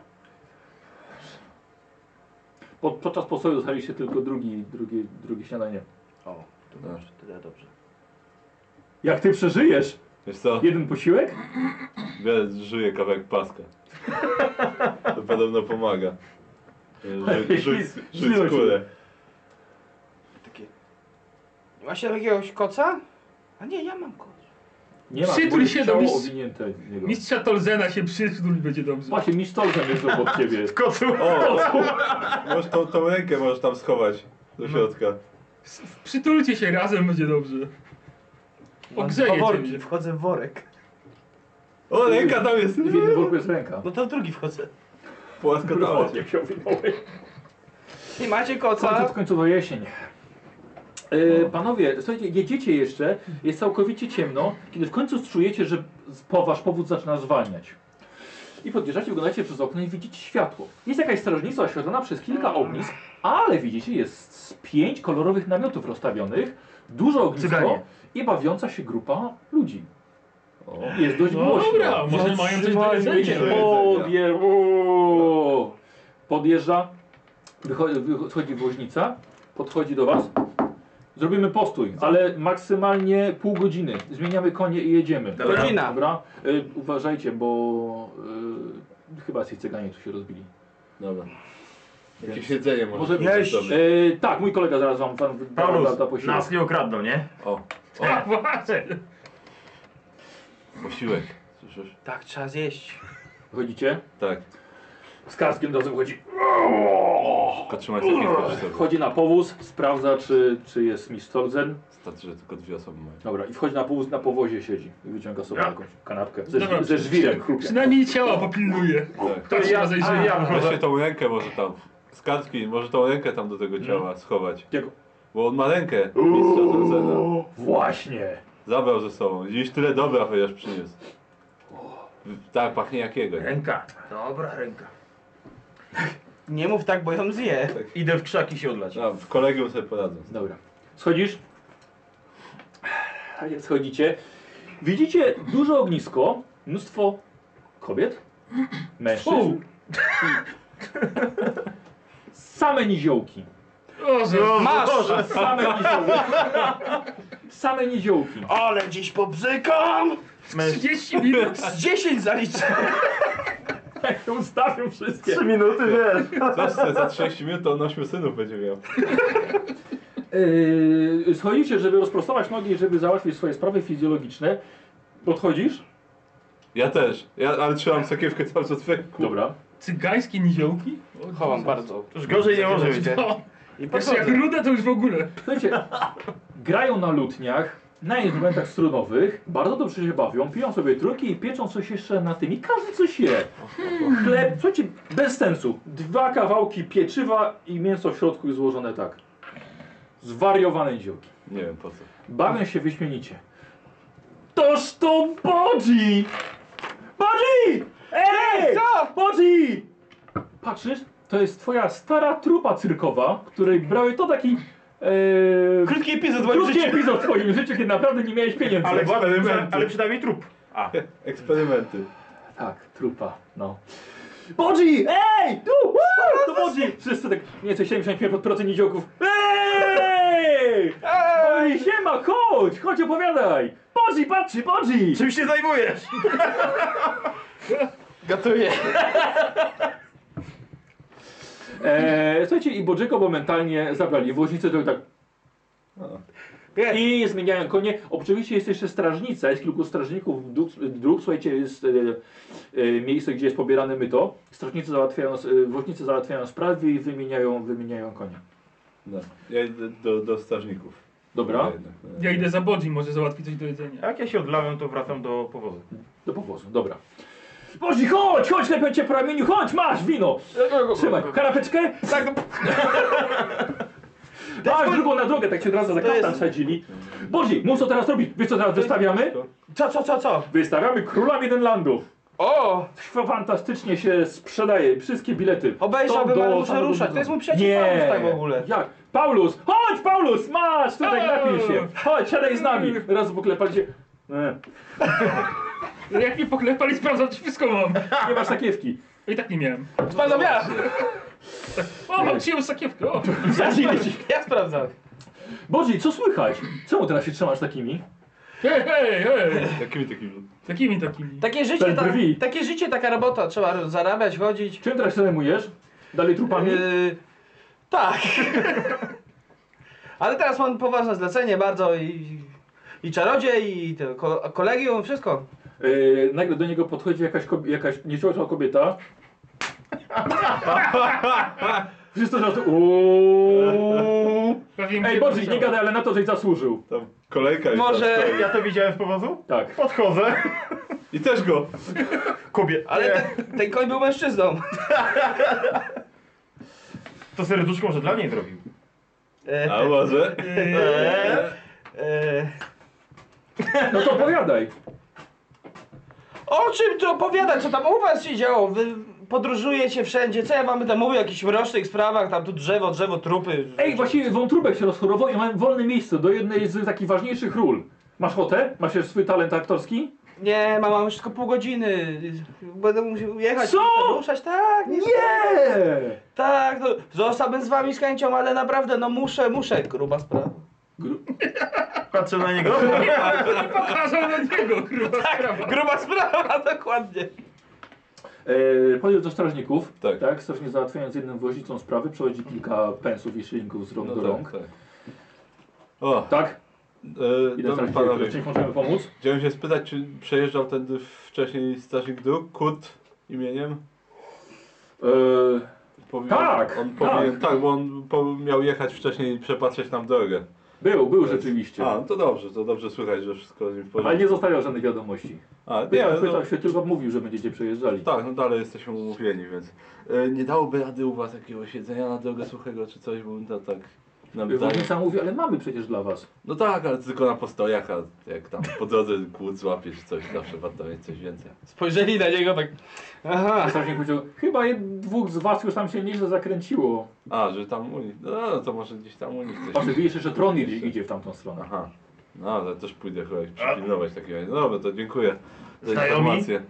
B: Po, podczas postoju zaliście tylko drugi, drugi, drugie śniadanie.
A: O, to
C: No.
A: dobrze, tyle dobrze.
B: Jak ty przeżyjesz?
C: Wiesz co?
B: Jeden posiłek?
C: Ja żyję kawałek paska. To podobno pomaga. Rzuć, rzuć, rzuć kulę.
A: Takie... Nie macie jakiegoś koca? A nie, ja mam koc.
B: Nie ma.
D: Przytul
B: bo jest
D: się do
B: ciało
D: mistrz-
B: owinięte w niego.
D: Mistrza Tolzena się przytulć będzie dobrze.
B: Właśnie, mistrz Tolzen jest obok ciebie.
F: Kocu!
C: O! Możesz tą, tą rękę możesz tam schować do środka.
D: S- Przytulcie się razem, będzie dobrze. Ogrzeje
A: Worki,
D: cię.
A: wchodzę w worek.
C: O, ręka tam jest!
B: W jednym worku jest ręka.
A: No to w drugi wchodzę.
C: Płaska
B: Kurwa,
C: dała
B: jak się owinąłeś.
A: Nie macie
B: Końcu,
A: koca?
B: w końcu do jesień. E, panowie, słuchajcie, jedziecie jeszcze, jest całkowicie ciemno, kiedy w końcu czujecie, że z- po, wasz powód zaczyna zwalniać. I podjeżdżacie, wyglądacie przez okno i widzicie światło. Jest jakaś strażnica oświetlona przez kilka ognisk, ale widzicie, jest z pięć kolorowych namiotów rozstawionych, dużo ognisko
F: Cyganie.
B: i bawiąca się grupa ludzi.
C: O.
B: Jest dość
D: No
B: głośno.
D: dobra, może mają coś do
B: Zatrzymajmy się.
D: jedzenia.
B: Podje... uuu. Podjeżdża, wychodzi, wychodzi woźnica, podchodzi do was. Zrobimy postój, ale maksymalnie pół godziny. Zmieniamy konie i jedziemy.
F: Dobra.
A: Godzina.
B: Dobra? Y, uważajcie, bo y, chyba ci cyganie tu się rozbili.
C: Dobra. Jakieś jedzenie
B: Może-
C: może.
A: Jeść.
C: Dobra.
B: Y, tak, mój kolega zaraz wam, wam da- da, da
F: Paulus,
B: posiłek.
F: nas nie okradną, nie?
C: O, o,
D: A, właśnie.
C: posiłek. Słyszysz?
A: Tak, trzeba zjeść.
B: Wychodzicie?
C: Tak.
B: Z kaskiem razem chodzi.
C: Tylko trzymaj sobie kilka przy sobie.
B: Chodzi na powóz, sprawdza czy, czy jest mistrz Tolzen.
C: Wystarczy, że tylko dwie osoby mają.
B: Dobra, i wchodzi na powóz, na powozie siedzi i wyciąga sobie
F: Ja.
B: jakąś kanapkę ze,
D: Dobra,
B: żwi, ze żwirem chrupie.
D: Przynajmniej ciała popilnuje.
C: Tak.
D: To ja zajrzyję.
F: ja
C: Weźcie
F: wychodzę.
C: tą rękę może tam. Z kartki, może tą rękę tam do tego ciała schować.
B: Jakiego?
C: Bo on ma rękę. Mistrza Tolzena.
B: Właśnie!
C: Zabrał ze sobą. Dziś tyle dobra chociaż przyniósł. Tak, pachnie jak jego. nie?
F: Ręka. Dobra, ręka.
A: Nie mów tak, bo ją zje.
F: Idę w krzaki się odlać.
C: No, w kolegium sobie poradzą.
B: Dobra. Schodzisz? Tak jak schodzicie, widzicie duże ognisko, mnóstwo kobiet, mężczyzn. i Same niziołki.
D: Boże,
A: Masz!
B: Same niziołki. Same niziołki.
A: Ale dziś pobrzykam!
D: 30 minut.
A: Z 10 zaliczę.
B: Jak ją stawią wszystkie.
E: Trzy minuty, wiesz.
C: Coś se za 6 minut to on 8 synów będzie miał.
B: Yy, schodzicie, żeby rozprostować nogi i żeby załatwić swoje sprawy fizjologiczne. Podchodzisz?
C: Ja też. Ja, ale trzymam sakiewkę cały czas w ręku.
B: Dobra.
D: Cygańskie niziołki? O,
A: Chowam
D: Jezus.
A: bardzo.
F: Już gorzej nie może być. nie?
D: No,
A: I
D: jeszcze jak
A: podchodzę.
D: ruda to już w ogóle.
B: Słuchajcie, grają na lutniach, na instrumentach strunowych, bardzo dobrze się bawią, piją sobie trójki i pieczą coś jeszcze na tym i każdy coś je. Chleb, słuchajcie, bez sensu. Dwa kawałki pieczywa i mięso w środku jest złożone tak. Zwariowane dziołki.
C: Nie wiem po co.
B: Bawią się wyśmienicie. Toż to Bodzi! Bodzi! Ej!
A: Co?
B: Bodzi! Patrzysz, to jest twoja stara trupa cyrkowa, której brały to taki... Yy,
A: Krótki epizod w moim
B: Krótki
A: życiu.
B: epizod w twoim życiu, kiedy naprawdę nie miałeś pieniędzy.
F: Ale,
C: Eksperymenty.
F: ale przynajmniej trup. A.
C: Eksperymenty.
B: Tak, trupa, no. Bodzi! Ej! Tu! uuu, To Bodzi! Wszyscy tak, nie chcę 75% niziołków. Ej! Ej! Siema, chodź! Chodź, opowiadaj! Bodzi, patrzy, Bodzi!
F: Czym się zajmujesz?
A: Gotuję.
B: Eee, słuchajcie, i Bodziego momentalnie zabrali. Woźnicy to tak...
A: Nie.
B: I zmieniają konie. Oczywiście jest jeszcze strażnica, jest kilku strażników dróg, dróg słuchajcie, jest e, e, miejsce, gdzie jest pobierane myto. Strażnicy załatwiają, s- e, woźnicy załatwiają sprawy i wymieniają, wymieniają konie.
C: No. Ja idę do, do strażników.
B: Dobra?
C: Jednak, no.
D: Ja idę za Bodzi, może załatwi coś do jedzenia.
F: Jak ja się odlałem, to wracam do powozu.
B: Do powozu, dobra. Boże, chodź, chodź, lepiej cię po ramieniu, chodź, masz wino! Trzymaj, kanapeczkę?
A: Tak,
B: Masz drugą na drogę, tak się od razu za
A: To jest-
B: kaftan sadzili. Boże, mów co teraz robić, wiesz co teraz wystawiamy?
A: co, co, co, co?
B: Wystawiamy Króla Midenlandów.
A: O!
B: Fantastycznie się sprzedaje, wszystkie bilety.
A: Obejrzałbym,
B: Stąd do
A: ale muszę
B: samego
A: ruszać. To jest mój przyjaciel
B: Nie.
A: Paulus tak w ogóle.
B: Jak? Paulus, chodź! Chodź, Paulus, masz, tutaj napij się. Chodź, siadaj z nami. Raz poklepali się. E,
D: No Jak mnie poklepali, sprawdzam, czy wszystko mam.
B: nie masz sakiewki.
D: I tak nie miałem.
A: Sprawdzam ja!
D: O, mam cię sakiewkę. O.
A: No
B: Zacięli ci.
A: Ja sprawdzam.
B: Boże, co słychać? Czemu teraz się trzymasz takimi?
D: Hej, hej, hej.
C: Jakimi takimi?
D: Takimi, takimi.
A: Takie życie, ta,
B: brwi.
A: takie życie, taka robota. Trzeba zarabiać, chodzić.
B: Czym teraz się zajmujesz? Dalej trupami? E,
A: Yy, tak. Ale teraz mam poważne zlecenie bardzo i, i czarodziej, i to, ko, kolegium, wszystko.
B: Yy, nagle do niego podchodzi jakaś, kob- jakaś nieśmiała kobieta. Wszyscy na to. Uuuu.
D: Pewnie mi
B: Ej,
D: się
B: Boże, nie
D: pomyślało.
B: gadaj, ale na to, żeś zasłużył.
C: Tam kolejka jest.
A: Może
C: tam stoi.
E: Ja to widziałem w powozu?
B: Tak.
E: Podchodzę.
C: I też go.
E: Kubie,
A: Ale
E: ale
A: ten, ten koń był mężczyzną.
E: to serduszko może dla mnie zrobił.
A: Yy,
C: A może?
E: E,
A: yy.
B: No to opowiadaj.
A: O czym tu opowiadać? Co tam u was się działo? Wy podróżujecie wszędzie. Co ja wam tam mówię o jakichś mrocznych sprawach? Tam tu drzewo, drzewo, trupy.
B: Ej, właściwie wątróbek się rozchorował i mam wolne miejsce do jednej z takich ważniejszych ról. Masz ochotę? Masz jeszcze swój talent aktorski?
A: Nie, mam, mam już tylko pół godziny. Będę musiał jechać.
B: Co?
A: Ruszać, tak. Nie.
B: Nie!
A: Tak, no, zostałbym z wami z chęcią, ale naprawdę, no muszę, muszę. Gruba sprawa.
E: Patrzę na niego.
D: Nie pokażę na niego, kurwa. sprawa.
A: Gruba sprawa, dokładnie.
B: Eee, Podjął do strażników,
C: Tak.
B: tak? Strażnik załatwiając jednym woźnicą sprawy, przechodzi kilka pensów i szylingów z rąk do rąk.
C: tak. O,
B: Tak?
C: e,
B: Ile
C: dobry
B: strażników?
C: panowie.
B: Czy możemy pomóc?
C: Chciałem się spytać, czy przejeżdżał tędy wcześniej strażnik dróg, Kurt imieniem?
B: Eee,
C: Powinien-
B: Tak,
C: On
B: tak.
C: powinien, tak, bo on po, miał jechać wcześniej i przepatrzeć nam drogę.
B: był, był rzeczywiście.
C: A, no to dobrze, to dobrze słychać, że wszystko z nim w
B: Ale
C: porządku.
B: nie tak. zostawiał żadnych wiadomości.
C: A, nie,
B: Pytał,
C: no,
B: pytał się, tylko mówił, że będziecie przejeżdżali.
C: tak, no dalej jesteśmy umówieni, więc. E, nie dałoby rady u was jakiegoś jedzenia na drogę suchego czy coś, bo bym tam tak nam daje.
B: Woźnica mówi, ale mamy przecież dla was.
C: No tak, ale tylko na postojach, a jak tam po drodze kłód złapie czy coś, zawsze warto mieć coś więcej.
A: Spojrzeli na niego tak. Aha.
B: Strażnik powiedział, chyba jed- dwóch z was już tam się nieźle zakręciło.
C: A, że tam u nich, no, no to może gdzieś tam u nich coś.
B: Oczywiście, że tron idzie, idzie w tamtą stronę.
C: Aha. No, ale też pójdę chyba ich przypilnować takiego. No dobra, to dziękuję za
E: Znajomi?
C: informację.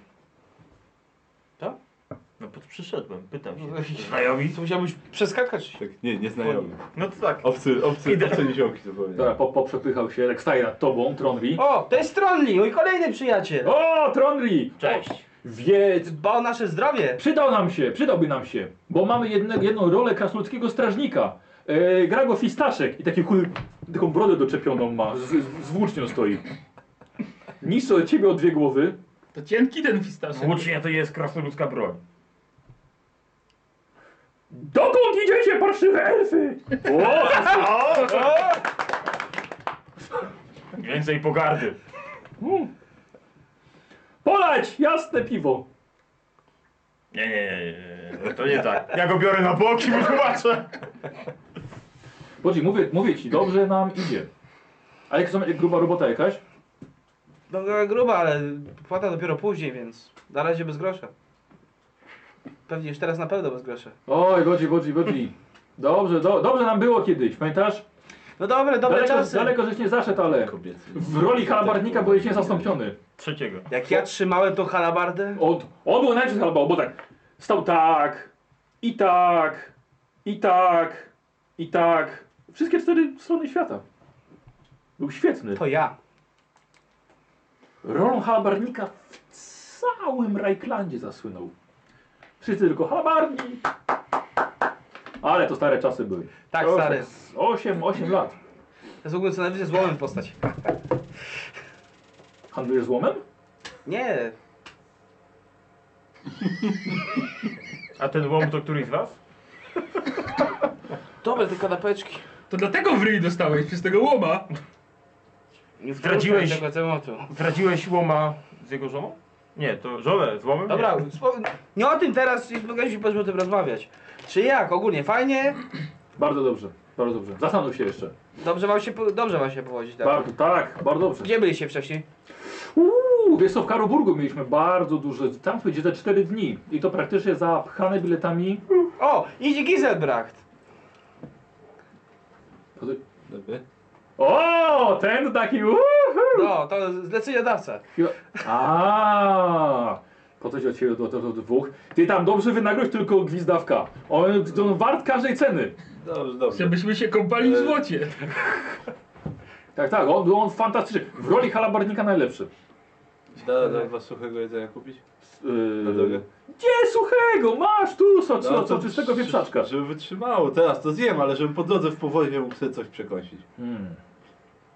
F: No pod przyszedłem, pytam
E: No
F: się.
E: Znajomi?
A: Tu musiałbyś przeskakać.
C: Tak, nie, nieznajomi.
E: No to tak.
C: Obcy, obcy, obcy niziołki zupełnie.
B: Dobra, po, poprzepychał się, jak staje nad tobą, Tronri.
A: O, to jest Tronli, mój kolejny przyjaciel.
B: O, Tronri!
F: Cześć.
B: Wie,
A: Dba o nasze zdrowie.
B: przydał nam się, przydałby nam się, bo mamy jedne, jedną rolę krasnoludzkiego strażnika. E, gra go Fistaszek i taki chuj, taką brodę doczepioną ma, z, z, z włócznią stoi. Niższy od ciebie o dwie głowy.
D: To cienki ten fistaszek.
F: Włócznia to jest krasnoludzka broń.
B: Dokąd idziecie, parszywe elfy? O,
F: Więcej pogardy.
B: Hmm. polać jasne piwo.
F: Nie, nie, nie, nie, nie, to nie tak.
E: Ja go biorę na boki, bo zobaczę.
B: Bodzi, mówię, mówię ci, dobrze nam idzie. A jak, są, jak gruba robota jakaś?
A: No no, gruba, ale płata dopiero później, więc na razie bez grosza. Pewnie już teraz na pewno bez grosza.
B: Oj, Bodzi, Bodzi, Bodzi. Dobrze, do, dobrze nam było kiedyś, pamiętasz?
A: No dobre, dobre
B: daleko,
A: czasy.
B: daleko żeś nie zaszedł, ale
C: Kobiecy.
B: w roli halabarnika byłeś niezastąpiony.
F: Trzeciego.
A: Jak ja trzymałem tą halabardę,
B: On, on był najlepszy halabar, bo tak stał tak, i tak, i tak, i tak. Wszystkie cztery strony świata. Był świetny.
A: to ja.
B: Rolą halabarnika w całym Rajklandzie zasłynął. Wszyscy tylko halabarni. Ale to stare czasy były.
A: Tak,
B: Proszę,
A: stary.
B: z 8, 8 lat.
A: Ja z ogóle co najwyżej złomem postać.
B: Handlujesz złomem?
A: Nie,
E: A ten łom to któryś z was?
A: dobre te kanapeczki.
D: To dlatego w ryj dostałeś, przez tego łoma.
A: Nie
E: Zdradziłeś-
A: wtrącaj tego tematu.
E: Zdradziłeś łoma z jego żoną? Nie, to żonę z łomem?
A: Dobra,
E: Nie.
A: spo- nie o tym teraz, mogliśmy powiedzmy o tym rozmawiać. Czy jak? Ogólnie fajnie?
B: Bardzo dobrze, bardzo dobrze. Zastanów się jeszcze.
A: Dobrze wam się, po- dobrze wam się powodzi, tak?
B: Bardzo, tak, bardzo dobrze.
A: Gdzie byliście wcześniej?
B: Uuu, wiesz co, w Karoburgu mieliśmy bardzo duże, tam będzie te 4 dni i to praktycznie zapchane biletami.
A: O, idzie Giselbracht.
B: To-
C: Dobry.
B: O, ten taki. Uhu!
A: No, to zleceniodawca.
B: Chwila- A, po coś od ciebie do, do, do dwóch. Ty tam dobrze wynagrodź tylko gwizdawka. On, on wart każdej ceny.
C: Dobrze, dobrze.
D: Żebyśmy się kąpali w złocie.
B: Tak, tak, on, on fantastyczny. W roli halabardnika najlepszy.
C: Da, da was suchego jedzenia kupić? Na drogę. No,
B: Yy, gdzie suchego? Masz tu, so, so,
C: to
B: so, czystego
C: ż-
B: pieprzaczka.
C: Żeby wytrzymało, teraz to zjem, ale żeby po drodze w powoli mógł sobie coś przekąsić.
B: Hmm.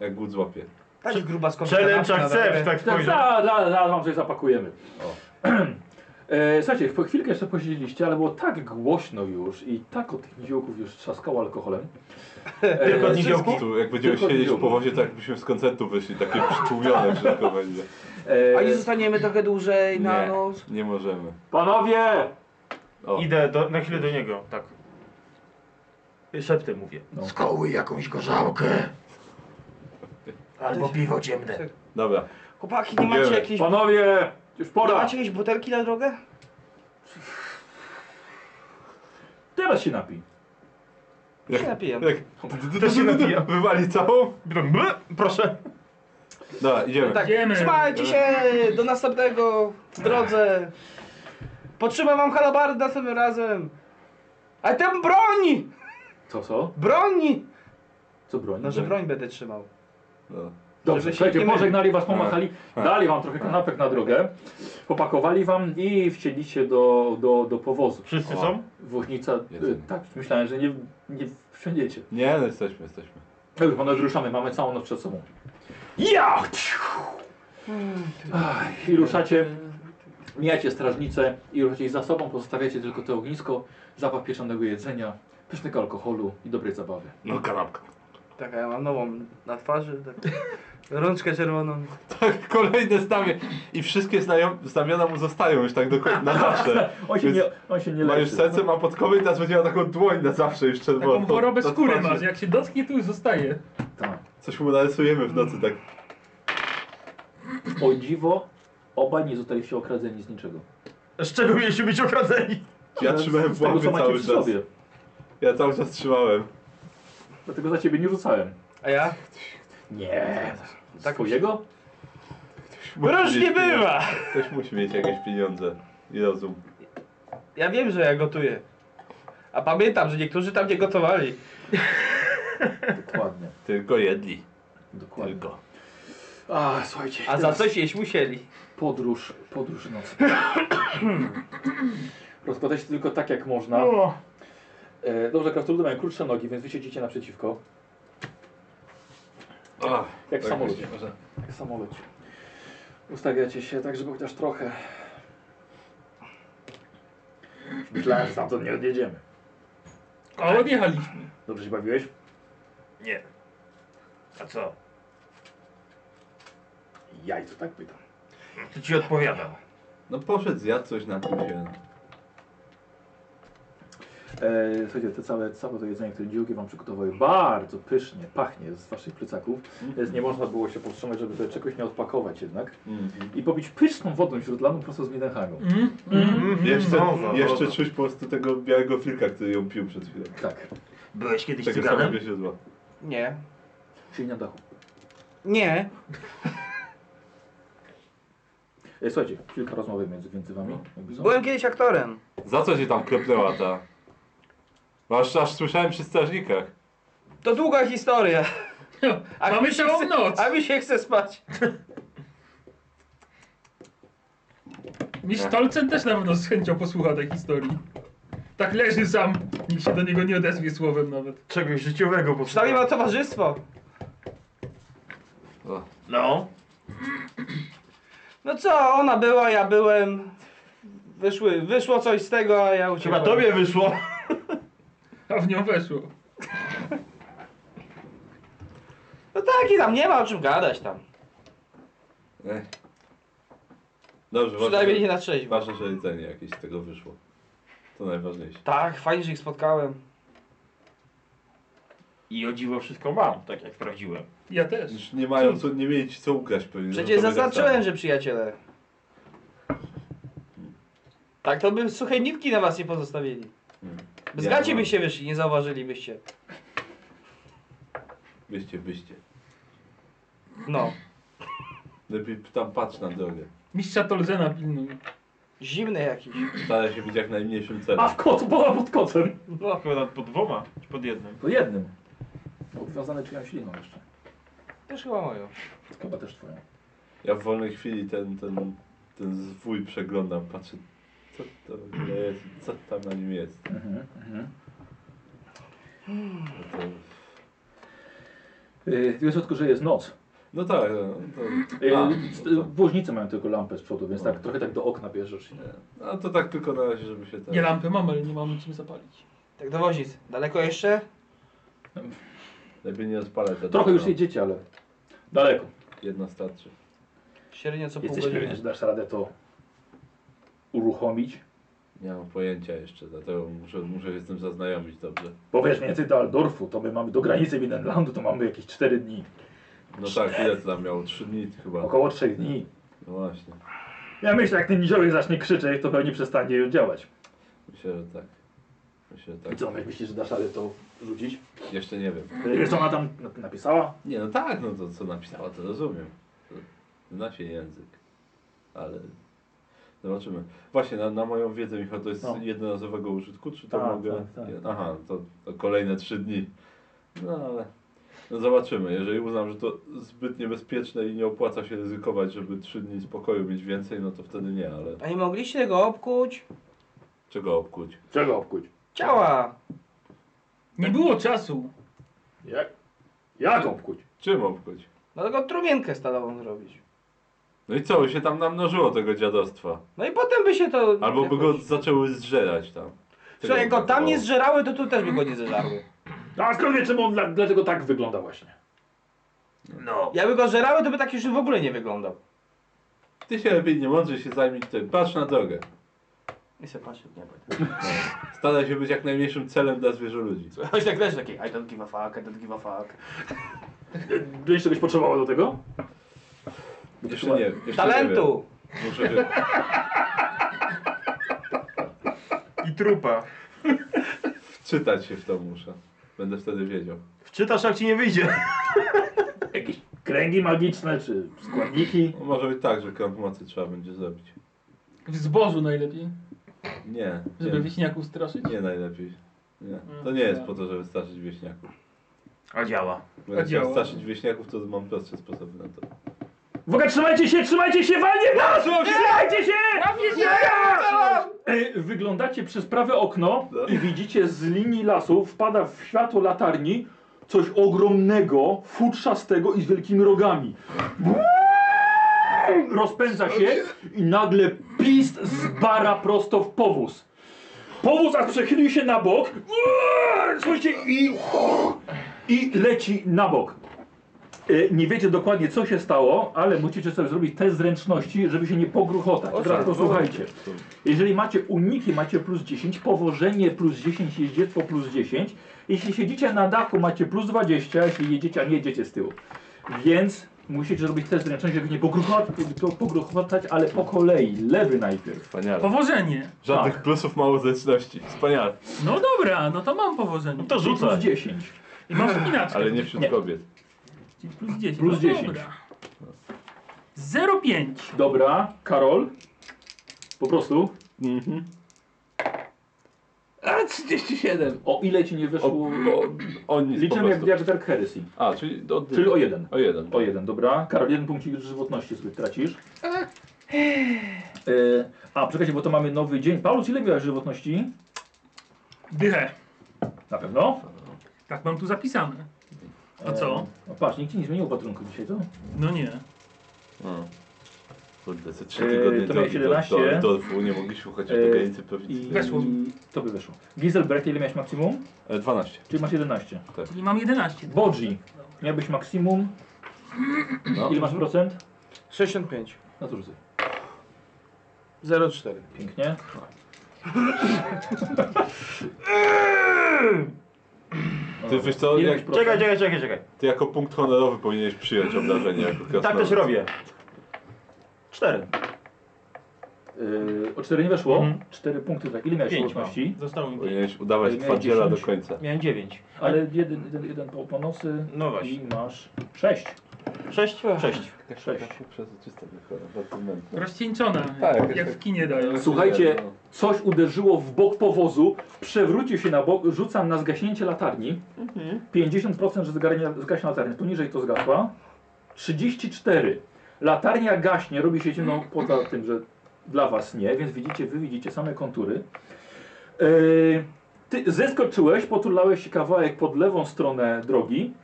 C: Jak głód złapie.
A: Tak gruba skąd
E: Challenge accept, tak
B: Tak,
E: spojrzał.
B: za, za, za, wam coś zapakujemy.
C: O.
B: E, słuchajcie, po chwilkę jeszcze posiedzieliście, ale było tak głośno już i tak od tych niziołków już trzaskało alkoholem.
E: Tylko
B: E,
E: z niziołków?
C: Tu, jak będziemy
B: Tylko
C: siedzieć w
B: niziołków.
C: powozie, to jakbyśmy z koncertu wyszli, takie przytłumione wszystko będzie.
B: e,
E: tak.
A: A nie zostaniemy trochę dłużej na
C: Nie.
A: noc.
C: Nie możemy.
B: Panowie!
C: O.
E: Idę do, na chwilę do niego, tak. Szeptem mówię.
F: Skoły jakąś gorzałkę. Albo piwo ciemne.
C: Dobra.
A: Chłopaki, nie macie
C: Idziemy.
A: jakiejś...
B: Panowie! Już
A: Nie
B: pora!
A: macie jakiejś butelki na drogę?
B: Teraz się napij.
A: się napiję.
C: Jak,
E: Też się napija.
C: Wywali całą?
E: Proszę.
C: Dobra, idziemy.
A: Tak,
D: Idziemy.
A: trzymajcie się, do następnego w drodze. Potrzymam wam halabardę następnym razem. Ale tam broń!
B: Co, co?
A: Broń!
B: Co broń?
A: No, że broń będę trzymał.
C: No.
B: Dobrze,
A: żeby się
B: słuchajcie,
A: nie Tak. mylić.
B: pożegnali was, pomachali, dali wam trochę kanapek na drogę, popakowali wam i wcieliście do, do, do powozu.
E: Wszyscy
C: O.
E: są?
B: Włochnica,
C: Jedzenie.
B: y, tak, myślałem, że nie, nie wsiądziecie.
C: Nie, no jesteśmy, jesteśmy.
B: Dobrze, panowie, ruszamy, mamy całą noc przed sobą. Ja!
A: Hmm.
B: Ach, I ruszacie, mijacie strażnicę i ruszacie ich za sobą, pozostawiacie tylko to ognisko, zapach pieczonego jedzenia, pysznego alkoholu i dobrej zabawy.
C: No kanapka.
A: Tak, a ja mam nową na twarzy, tak. rączkę czerwoną.
C: Tak, kolejne znamie. I wszystkie znajom- znamiona mu zostają już tak do końca, na zawsze.
B: On się
C: Więc
B: nie, on się nie
C: Ma już
B: leczy.
C: serce, ma podkowy i teraz będzie miał taką dłoń na zawsze już czerwoną.
D: Taką chorobę
C: To- to
D: skóry
C: twarzy.
D: masz. Jak się dotknie, to już zostaje.
B: Tak.
C: Coś mu narysujemy w nocy tak.
B: O dziwo, obaj nie zostaliście okradzeni z niczego.
E: Z czego mieliśmy być okradzeni?
C: Ja trzymałem
B: Z
C: w
B: tego,
C: łapie
B: co macie
C: cały
B: przy
C: czas.
B: sobie.
C: Ja cały czas trzymałem.
B: Dlatego za ciebie nie rzucałem.
A: A ja?
B: Nie.
A: Tak
B: Swojego?
A: Różnie
C: mieć pieniądze.
A: bywa!
C: Ktoś musi mieć jakieś pieniądze i rozum.
A: Ja wiem, że ja gotuję. A pamiętam, że niektórzy tam nie gotowali.
B: Dokładnie.
C: Tylko jedli.
B: Dokładnie.
C: Tylko.
B: A, słuchajcie.
A: A za coś jeść musieli.
B: Podróż, podróż noc. Rozkłada się tylko tak jak można. E, dobrze, krasnoludy mają krótsze nogi, więc wy siedzicie naprzeciwko.
C: Ach,
B: Jak w samolocie.
C: właśnie, może.
B: Jak w samolocie. Ustawiacie się tak, żeby chociaż trochę. Myślałem, że stamtąd nie odjedziemy.
D: A
C: Tak.
D: odjechaliśmy.
B: Dobrze się bawiłeś?
F: Nie. A co?
B: Jajco, tak pytam.
F: To ci odpowiadam.
C: No poszedł, zjadł coś, napił się.
B: E, słuchajcie, te całe, całe to jedzenie, które dziółki wam przygotowały, bardzo pysznie pachnie z waszych plecaków, więc nie można było się powstrzymać, żeby tutaj czegoś nie odpakować jednak
C: Mhm.
B: i popić pyszną wodą źródlaną prosto z Midenhagu.
D: Mm? Mm?
C: Jeszcze,
E: Dobra,
C: jeszcze
E: dobra.
C: czuć po prostu tego białego filka, który ją pił przed chwilą.
B: Tak,
F: Byłeś kiedyś
C: Tego
F: cyganem?
C: samego źródła.
A: Nie.
B: czyli na dachu.
A: Nie.
B: E, słuchajcie, kilka rozmowy między, między wami. jakby są.
A: Byłem kiedyś aktorem.
C: Za co się tam klepnęła ta? No Aż, aż słyszałem przy strażnikach.
A: To długa historia. A
D: No, Mamy
A: mi się
D: całą
A: chce-
D: noc.
A: A mi się chce spać.
D: Mistrz Tolcen też na pewno z chęcią posłucha tej historii. Tak leży sam, nikt się do niego nie odezwie słowem nawet.
E: Czegoś życiowego
A: Przynajmniej
E: potrzeba.
A: ma towarzystwo.
E: No.
A: No co, ona była, ja byłem. Wyszły, wyszło coś z tego, a ja
E: Chyba
A: uciekłem.
E: tobie wyszło.
D: A w nią weszło.
A: No tak i tam nie ma o czym gadać tam.
C: Ech. Dobrze,
A: Przynajmniej nie
C: ważne,
A: na trzeźwo.
C: ważne, że jedzenie jakieś z tego wyszło. To najważniejsze.
A: Tak, fajnie, że ich spotkałem.
F: I o dziwo wszystko mam, tak jak sprawdziłem.
D: Ja też.
C: Już nie mają co, nie mieli ci co ukraść pewnie.
A: Przecież
C: to będzie
A: zaznaczyłem,
C: samo.
A: że przyjaciele. Tak to by suchej nitki na was nie pozostawili.
C: Mm.
A: Bez
C: Ja
A: gaci
C: mam.
A: byście wyszli, nie zauważylibyście.
C: Wyście, wyście.
A: No.
C: Lepiej tam patrz na drogę.
D: Mistrza Tolzena pilnuj.
A: Zimny jakiś.
C: Staraj się być jak najmniejszym celem.
B: A w kocu, bola pod kocem.
A: No.
E: Chyba nad- pod dwoma, czy pod jednym.
B: Po jednym. Obwiązane czyjąś śliną jeszcze.
A: Też chyba moją.
B: Chyba też twoją.
C: Ja w wolnej chwili ten, ten, ten zwój przeglądam, patrzę, co to w ogóle jest, i co tam na nim jest.
B: Mhm, mhm.
C: No, to,
B: Yy, Wiesz, Otku, że jest noc.
C: no tak, no, to,
B: Yy,
C: a,
B: c-
C: no, to,
B: Woźnice mają tylko lampę z przodu, więc
C: O.
B: tak trochę tak do okna bierzesz.
C: no to tak tylko na razie, żeby się tak...
D: Ja lampy mam, ale nie mamy czym zapalić.
A: Tak dowozic. Daleko jeszcze?
C: Lepiej nie rozpalać za
B: Trochę już
C: dużo.
B: jedziecie, ale daleko.
C: Jedna starczy.
A: Średnio co pół
B: Jesteś pewien,
A: godziny.
B: że dasz radę to uruchomić?
C: Nie mam pojęcia jeszcze, dlatego muszę, muszę się z tym zaznajomić dobrze.
B: Bo wiesz, więcej do Aldorfu, to my mamy do granicy Winelandu, to mamy jakieś 4 dni,
C: No tak, ile to tam miało? Trzy dni chyba.
B: około 3 dni.
C: No właśnie,
B: Ja myślę, jak ten niziołek zacznie krzyczeć, to pewnie przestanie już działać.
C: myślę, że tak. Myślę, że
B: No I
C: tak.
B: co, jak myślisz, że dasz radę to rzucić?
C: Jeszcze nie wiem.
B: Wiesz, co ona tam na- napisała?
C: Nie, no tak, no to co napisała, to rozumiem. Zna się język. Ale zobaczymy. Właśnie, na, na moją wiedzę, Michał, to jest
B: No.
C: jednorazowego użytku, czy to
B: Tak,
C: mogę...
B: tak, tak.
C: Aha, to, to kolejne trzy dni. No ale... No zobaczymy, jeżeli uznam, że to zbyt niebezpieczne i nie opłaca się ryzykować, żeby trzy dni spokoju mieć więcej, no to wtedy nie, ale
A: A nie mogliście tego obkuć?
C: czego obkuć?
B: Czego obkuć?
A: Ciała!
C: Tak.
D: Nie było czasu.
B: Jak? Jak obkuć?
C: Czym obkuć?
A: No tylko trumienkę stalową zrobić.
C: No i co, by się tam namnożyło tego dziadostwa?
A: No i potem by się to...
C: Albo by go
A: jakoś-
C: zaczęły zżerać tam.
A: Słuchaj, jak go tam
C: brakowało.
A: nie zżerały, to tu też by go nie zżarły.
B: No, A skąd wie, czemu on dla, dlatego tak wygląda właśnie?
F: No.
A: Jakby go zżerały, to by tak już w ogóle nie wyglądał.
C: Ty się lepiej nie mądrze się zajmij tym. Patrz na drogę.
A: I se patrzę, nie będę.
C: Staraj się być jak najmniejszym celem dla zwierzę ludzi.
A: Chodź tak leży taki, I don't give a fuck, I don't give a fuck.
B: Będziesz czegoś potrzebował do tego?
C: Jeszcze nie, jeszcze Nie
A: Talentu!
C: wiem. Muszę się...
E: I trupa.
C: wczytać się w to muszę. Będę wtedy wiedział.
E: Wczytasz, jak ci nie wyjdzie.
B: Jakieś kręgi magiczne czy składniki?
C: No, może być tak, że krąg mocy trzeba będzie zrobić.
D: W zbożu najlepiej,
C: Nie.
D: żeby
C: Nie,
D: wieśniaków straszyć.
C: nie najlepiej. Nie. To nie jest po to, żeby straszyć wieśniaków.
F: A działa.
C: Bo
D: A
C: jak chciał
D: działa.
C: straszyć wieśniaków, to mam prostsze sposoby na to.
B: W ogóle trzymajcie się, trzymajcie się, walnie nas! Trzymajcie się! Y, Wyglądacie przez prawe okno
C: No.
B: i widzicie z linii lasu, wpada w światło latarni coś ogromnego, futrzastego i z wielkimi rogami. Bum! Rozpędza się i nagle pist zbara prosto w powóz. Powóz aż przechylił się na bok. Uaa! Słuchajcie, i, i leci na bok. Y, Nie wiecie dokładnie co się stało, ale musicie sobie zrobić test zręczności, żeby się nie pogruchotać. Teraz posłuchajcie. Jeżeli macie uniki, macie plus 10, powożenie plus 10, jeździectwo plus 10. Jeśli siedzicie na dachu, macie plus 20, jeśli jedziecie, a nie jedziecie z tyłu. Więc musicie zrobić test zręczności, żeby nie pogruchotać, pogruchotać, ale po kolei. Lewy najpierw.
C: Wspaniale.
D: Powożenie.
C: Żadnych
B: Tak.
C: plusów, mało zręczności. Wspaniale.
D: No dobra, no to mam powożenie.
E: To
B: Plus
E: rzucaj.
B: 10.
D: I mam wspinaczkę.
C: Ale nie wśród
B: Nie.
C: kobiet.
D: Plus 10.
B: Plus
D: no
B: 10.
D: Dobra. 0,5.
B: Dobra, Karol. Po prostu.
C: A 37!
B: O ile ci nie
C: O,
B: wyszło.
C: o, o nic po
B: Liczymy jak,
C: prostu.
B: jak Dark Heresy.
C: A, czyli o,
B: Czyli o jeden.
C: O jeden.
B: O jeden, dobra. Karol, jeden punkt już żywotności sobie tracisz. E, a, czekajcie, bo to mamy nowy dzień. Paulus, ile miałeś żywotności?
D: Dychę.
B: Na pewno.
D: Tak mam tu zapisane. A co?
B: E, o, patrz, nikt ci nie zmienił patrunku dzisiaj, co?
D: No nie.
C: No. Kurde, te trzy
B: Eee,
C: tygodnie
B: to
C: drogi
B: miałeś
C: do,
B: 11.
C: do, do Dorfu nie mogliśmy chociaż
B: Eee,
C: do granicy prowincji.
D: Weszło.
B: To by weszło. Giselbrecht, ile miałeś maksimum?
C: E, 12.
B: Czyli masz 11.
D: Czyli mam 11.
B: Bodzi, miałbyś maksimum.
C: No.
B: Ile masz procent?
A: 65.
B: No to rzucę.
A: 0,4.
B: Pięknie.
C: Ty
B: No.
C: wiesz co,
B: Ile
C: jak,
B: miałeś procent?
E: Czekaj, czekaj, czekaj, czekaj.
C: ty jako punkt honorowy powinieneś
B: Tak
C: przyjąć obdarzenie jako
E: Tak
C: krasnolud.
E: też robię. Cztery.
B: Yy, o 4 nie weszło.
E: Mhm.
B: 4 punkty tak. Ile miałeś
E: Pięć
B: łączności?
E: mam. Zostało mi pięć.
C: Powinieneś udawać
B: Miałem
C: twardziela do
B: 10.
C: końca.
E: Miałem dziewięć.
B: Ale jeden, jeden, jeden po, po nosy
E: No
B: i
E: właśnie.
B: masz 6.
E: Sześć? Sześć.
B: Sześć.
C: Przezroczysta Tak, tylko, bardzo mętna.
D: Rozcieńczona,
C: Tak,
D: jak
C: tak.
D: w kinie dają.
B: Słuchajcie,
C: No.
B: coś uderzyło w bok powozu, przewrócił się na bok, rzucam na zgaśnięcie latarni. 50% że zgarnie, zgaśnie latarnię, poniżej to zgasła. 34. Latarnia gaśnie, robi się ciemno poza tym, że dla was nie, więc widzicie, wy widzicie same kontury. Yy, ty zeskoczyłeś, poturlałeś się kawałek pod lewą stronę drogi.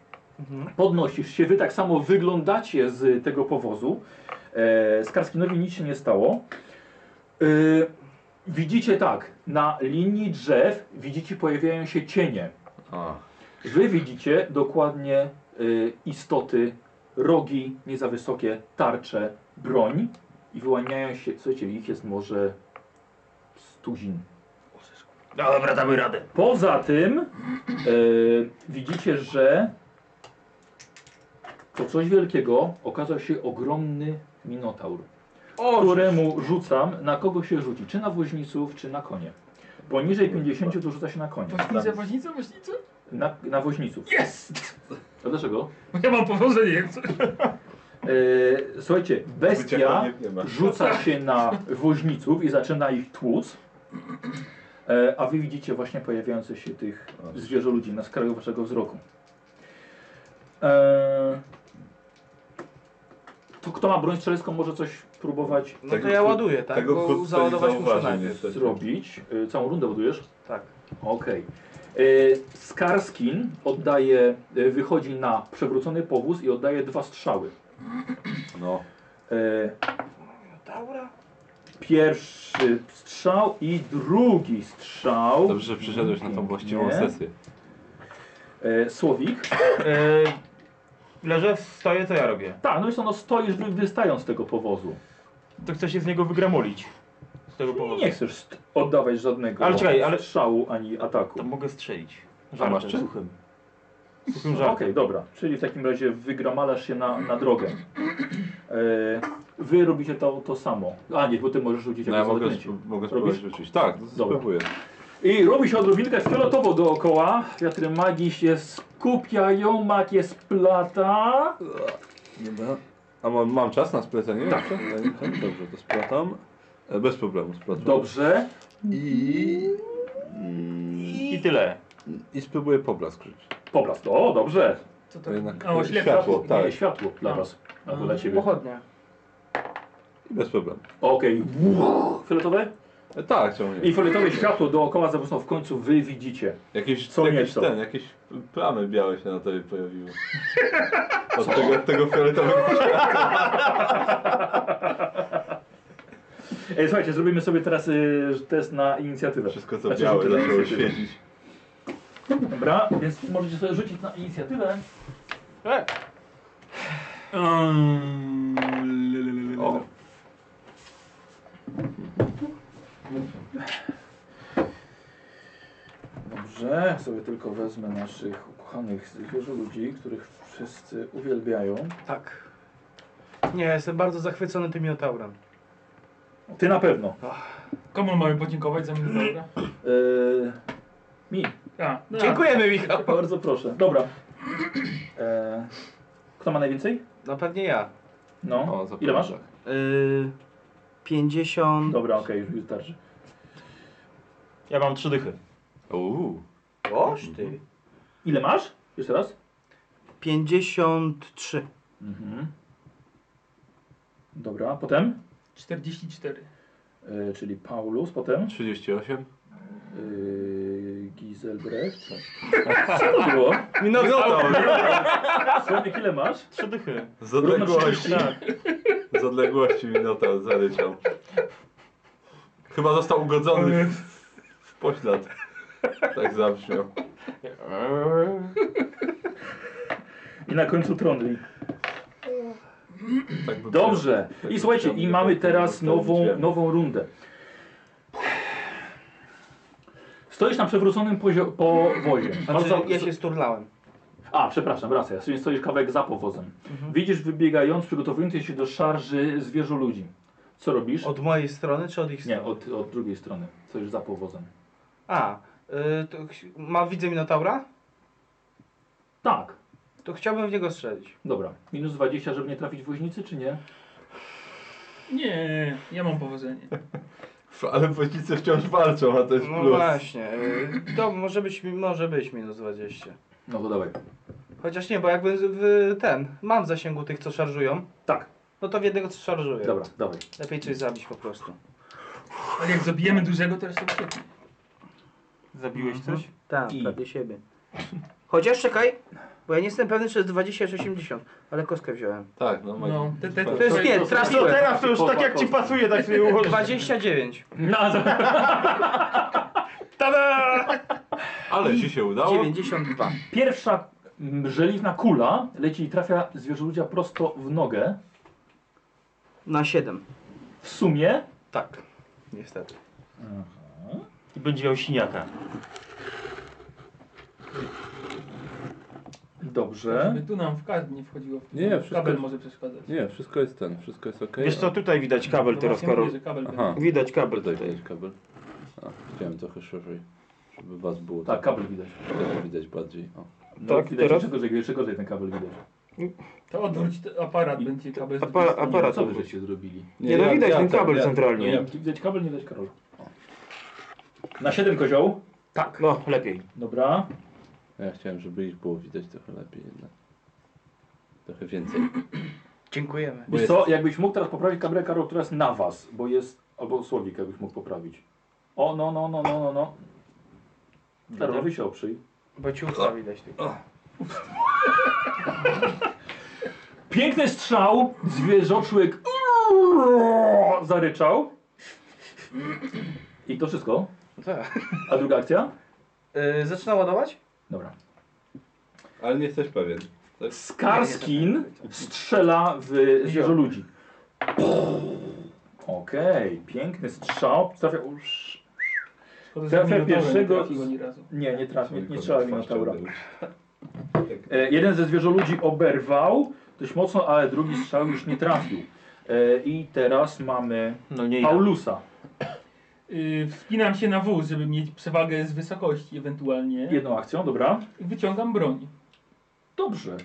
B: Podnosisz się, wy tak samo wyglądacie z tego powozu. E, Skarskinowi nic się nie stało. Y, widzicie tak, na linii drzew widzicie pojawiają się cienie.
C: A,
B: Wy widzicie dokładnie y, istoty, rogi, nie za wysokie, tarcze, broń i wyłaniają się, słuchajcie, ich jest może z tuzin.
F: No dobra, damy radę.
B: Poza tym y, widzicie, że to coś wielkiego okazał się ogromny minotaur. któremu rzucam, na kogo się rzuci, czy na woźniców, czy na konie. Poniżej 50 to rzuca się na konie.
D: Woźnica, woźnica, woźnica?
B: Na, na woźniców.
D: Jest!
B: A dlaczego?
D: Bo ja mam powodzenie, jak coś.
B: E, słuchajcie,
C: Wycieka
B: bestia
C: nie- nie ma.
B: rzuca się na woźniców i zaczyna ich tłuc. E, a wy widzicie właśnie pojawiających się tych zwierzoludzi na skraju waszego wzroku. E, to kto ma broń strzelecką może coś próbować
A: No
C: Tego
A: to ja
C: wkrót-
A: ładuję, tak?
C: tego
A: bo
C: wkrótce nie
A: załadować muszę
C: zauważy,
A: najpierw.
C: niestety.
B: zrobić. E, całą rundę budujesz?
A: Tak.
B: Okej. Y, Skarskin oddaje, y, wychodzi na przewrócony powóz i oddaje dwa strzały.
C: No.
B: Y,
A: Taura?
B: Pierwszy strzał i drugi strzał.
C: Dobrze, że przyszedłeś na tą właściwą
B: Pięknie.
C: sesję.
B: Y, Słowik.
E: E,
F: Leżę, stoję, co ja robię?
B: Tak, no i no stoisz wy- wystając z tego powozu.
E: to chcę się z niego wygramolić. Z tego
B: I
E: powodu.
B: nie chcesz st- oddawać żadnego
E: Ale czekaj, ale-
B: strzału ani ataku.
E: To mogę strzelić.
C: A masz
E: Żartem,
C: czym?
E: suchym.
B: No,
E: Suchym
B: Okej,
E: żartem.
B: dobra. Czyli w takim razie wygramalasz się na, na drogę. Y, Wy robicie to, to samo. A nie, bo ty możesz rzucić
C: No ja
B: jako
C: mogę,
B: zaklęcie.
C: sp- mogę spróbować rzucić. Tak, no,
B: Dobra.
C: spróbuję.
B: I robi się odrobinkę fioletowo dookoła. Wiatry magii się skupiają, mak jest plata.
C: Dobra. A mam, mam czas na splecenie? Tak. Dobrze, to splatam. E, Bez problemu splatam.
B: Dobrze.
C: I...
E: I tyle.
C: I spróbuję poblask rzucić.
B: Poblask to, o, dobrze.
D: Co to?
C: To jednak
D: A, oślepia.
C: światło,
B: Nie,
C: tak.
B: światło dla
D: A.
B: was.
D: A,
B: Albo dla ciebie.
A: Pochodnia.
C: I bez problemu.
B: Okej. Wow. Fioletowe?
C: E, Tak, czemu nie?
B: I fioletowe światło dookoła zarówno w końcu wy widzicie.
C: Jakieś,
B: Co
C: jakieś
B: nieco.
C: ten, jakieś plamy białe się na tobie pojawiły. Od tego, od tego fioletowego
B: E, słuchajcie, zrobimy sobie teraz y, test na inicjatywę.
C: wszystko co
B: Znaczy,
C: białe
B: rzuty na
C: zaczęło
B: inicjatywę.
C: świecić.
B: Dobra, więc możecie sobie rzucić na inicjatywę.
C: E! O,
B: Dobrze, sobie tylko wezmę naszych ukochanych zwierzę ludzi, których wszyscy uwielbiają.
A: Tak. Nie, jestem bardzo zachwycony tym miotaurem.
B: Ty na pewno.
D: Komu mamy podziękować za minutę?
B: Eee, mi.
D: A, no,
A: Dziękujemy, Michał.
B: Bardzo proszę. Dobra. Eee, kto ma najwięcej?
A: No pewnie ja.
B: No.
C: o, zapomniałem.
B: Ile masz?
A: Yy, 50.
B: Dobra, okej, już wystarczy.
E: Ja mam trzy dychy.
C: Uuu.
A: No, Oż ty.
B: Ile masz? Jeszcze raz.
A: 53.
B: Mhm. Dobra, potem.
D: 44.
B: Eee, czyli Paulus, potem.
C: 38.
B: Eee, Giselbrecht. Co to było?
A: Minotaur.
B: Słowik, ile masz?
E: Trzy dychy.
C: Z odległości,
E: Tak.
C: z odległości minota zaleciał. Chyba został ugodzony w, w poślad. Tak zabrzmiał.
B: I na końcu Tronli.
C: Tak by
B: Dobrze.
C: Tak
B: I
C: by
B: słuchajcie,
C: chciał
B: i
C: mnie
B: mamy
C: tak
B: teraz
C: postawić
B: nową,
C: drzwiami.
B: nową rundę. Stoisz na przewróconym pozio- powozie.
A: Znaczy,
B: Bardzo-
A: ja się sturlałem.
B: A, przepraszam, racja. Stoisz- Stoisz kawałek za powozem. Widzisz wybiegając, przygotowujących się do szarży zwierzoludzi. Co robisz?
A: Od mojej strony czy od ich strony?
B: Nie, od, od drugiej strony. Co już za powozem.
A: A, y, to ch- ma, widzę Minotaura?
B: Tak.
A: To chciałbym w niego strzelić.
B: Dobra. Minus 20, żeby nie trafić w woźnicy, czy nie?
D: Nie, ja mam powodzenie.
C: Ale woźnicy wciąż walczą, a to jest
A: No
C: plus.
A: właśnie, y, to może być, mi- może być minus 20.
B: No to dawaj.
A: Chociaż nie, bo jakby z- w, ten, mam w zasięgu tych, co szarżują.
B: Tak.
A: No to w jednego co szarżuje.
B: Dobra, dawaj.
A: Lepiej coś zabić po prostu.
D: Ale jak zabijemy dużego, to jeszcze ucieknie.
E: Zabiłeś coś?
A: Tak,
B: I-
A: pewnie siebie. Chociaż czekaj, bo ja nie jestem pewny, czy jest 20 czy 80, ale kostkę wziąłem.
C: Tak, no. ma-
D: No, te, te,
C: To
A: To jest nie,
E: A co
A: trafiłem.
E: teraz to już tak jak ci pasuje, tak sobie ułożyć.
A: 29.
B: No, za...
C: Ale ci się udało.
A: 92.
B: Pierwsza mm, żeliwna kula leci i trafia zwierzęcia prosto w nogę.
A: Na 7.
B: W sumie
A: Tak. Niestety.
E: I będzie miał siniaka.
B: Dobrze.
D: Żeby tu nam w każdy nie wchodziło. w to.
C: Nie, wszystko-
D: Kabel może przeszkadzać.
C: Nie, wszystko jest ten, wszystko jest ok.
E: Wiesz co, tutaj widać kabel
D: No
E: teraz,
D: właśnie mówię,
E: Karol.
D: że kabel
C: Aha,
E: Widać kabel
C: tutaj
E: tutaj.
C: widać kabel. A, chciałem trochę szerzej, żeby was było
B: Tak, kabel widać.
C: trochę widać bardziej. O.
B: No,
E: Tak,
B: widać
E: teraz?
B: jeszcze gorzej, jeszcze gorzej ten kabel widać.
D: będzie. To odwróć ten aparat, będzie kabel z
E: apa-
D: drugiej strony.
E: aparat.
B: Co wy żeście zrobili?
E: Nie, no
C: ja-
E: widać
C: ja
E: ten
C: tak,
E: kabel
C: ja-
E: centralny.
B: Nie, nie widać kabel, nie widać Karol. Na 7 kozioł.
E: Tak. No, lepiej.
B: Dobra.
C: Ja chciałem, żeby ich było widać trochę lepiej jednak. Trochę więcej.
A: Dziękujemy.
C: Bo
B: Wiesz co, jakbyś mógł teraz poprawić kamerę Karol, która jest na was, bo jest, albo Słowik jakbyś mógł poprawić. O, no, no, no, no, no, no. Karolowi się oprzyj.
A: Bo ci usta widać tylko.
B: Piękny strzał, zwierzoczłyk zaryczał. I to wszystko.
A: No Tak.
B: A druga akcja?
A: Yy, zaczyna ładować?
B: Dobra.
C: Ale nie jesteś pewien. Tak?
B: Skarskin strzela w zwierzę ludzi. Okej, piękny strzał. Trafia... uż.
D: Szkoda, że
B: Trafia
D: minotaurem nie
B: pierwszego-
D: trafiło ani razu.
B: Nie, nie trafia, nie, nie
C: Tylko
B: strzela
C: twarz
B: Minotaura.
C: czarny.
B: E, jeden ze zwierzę ludzi oberwał dość mocno, ale drugi strzał już nie trafił. E, I teraz mamy
E: No nie ja.
B: Paulusa.
D: Yy, wspinam się na wóz, żeby mieć przewagę z wysokości ewentualnie.
B: Jedną akcją, dobra.
D: I wyciągam broń.
B: Dobrze.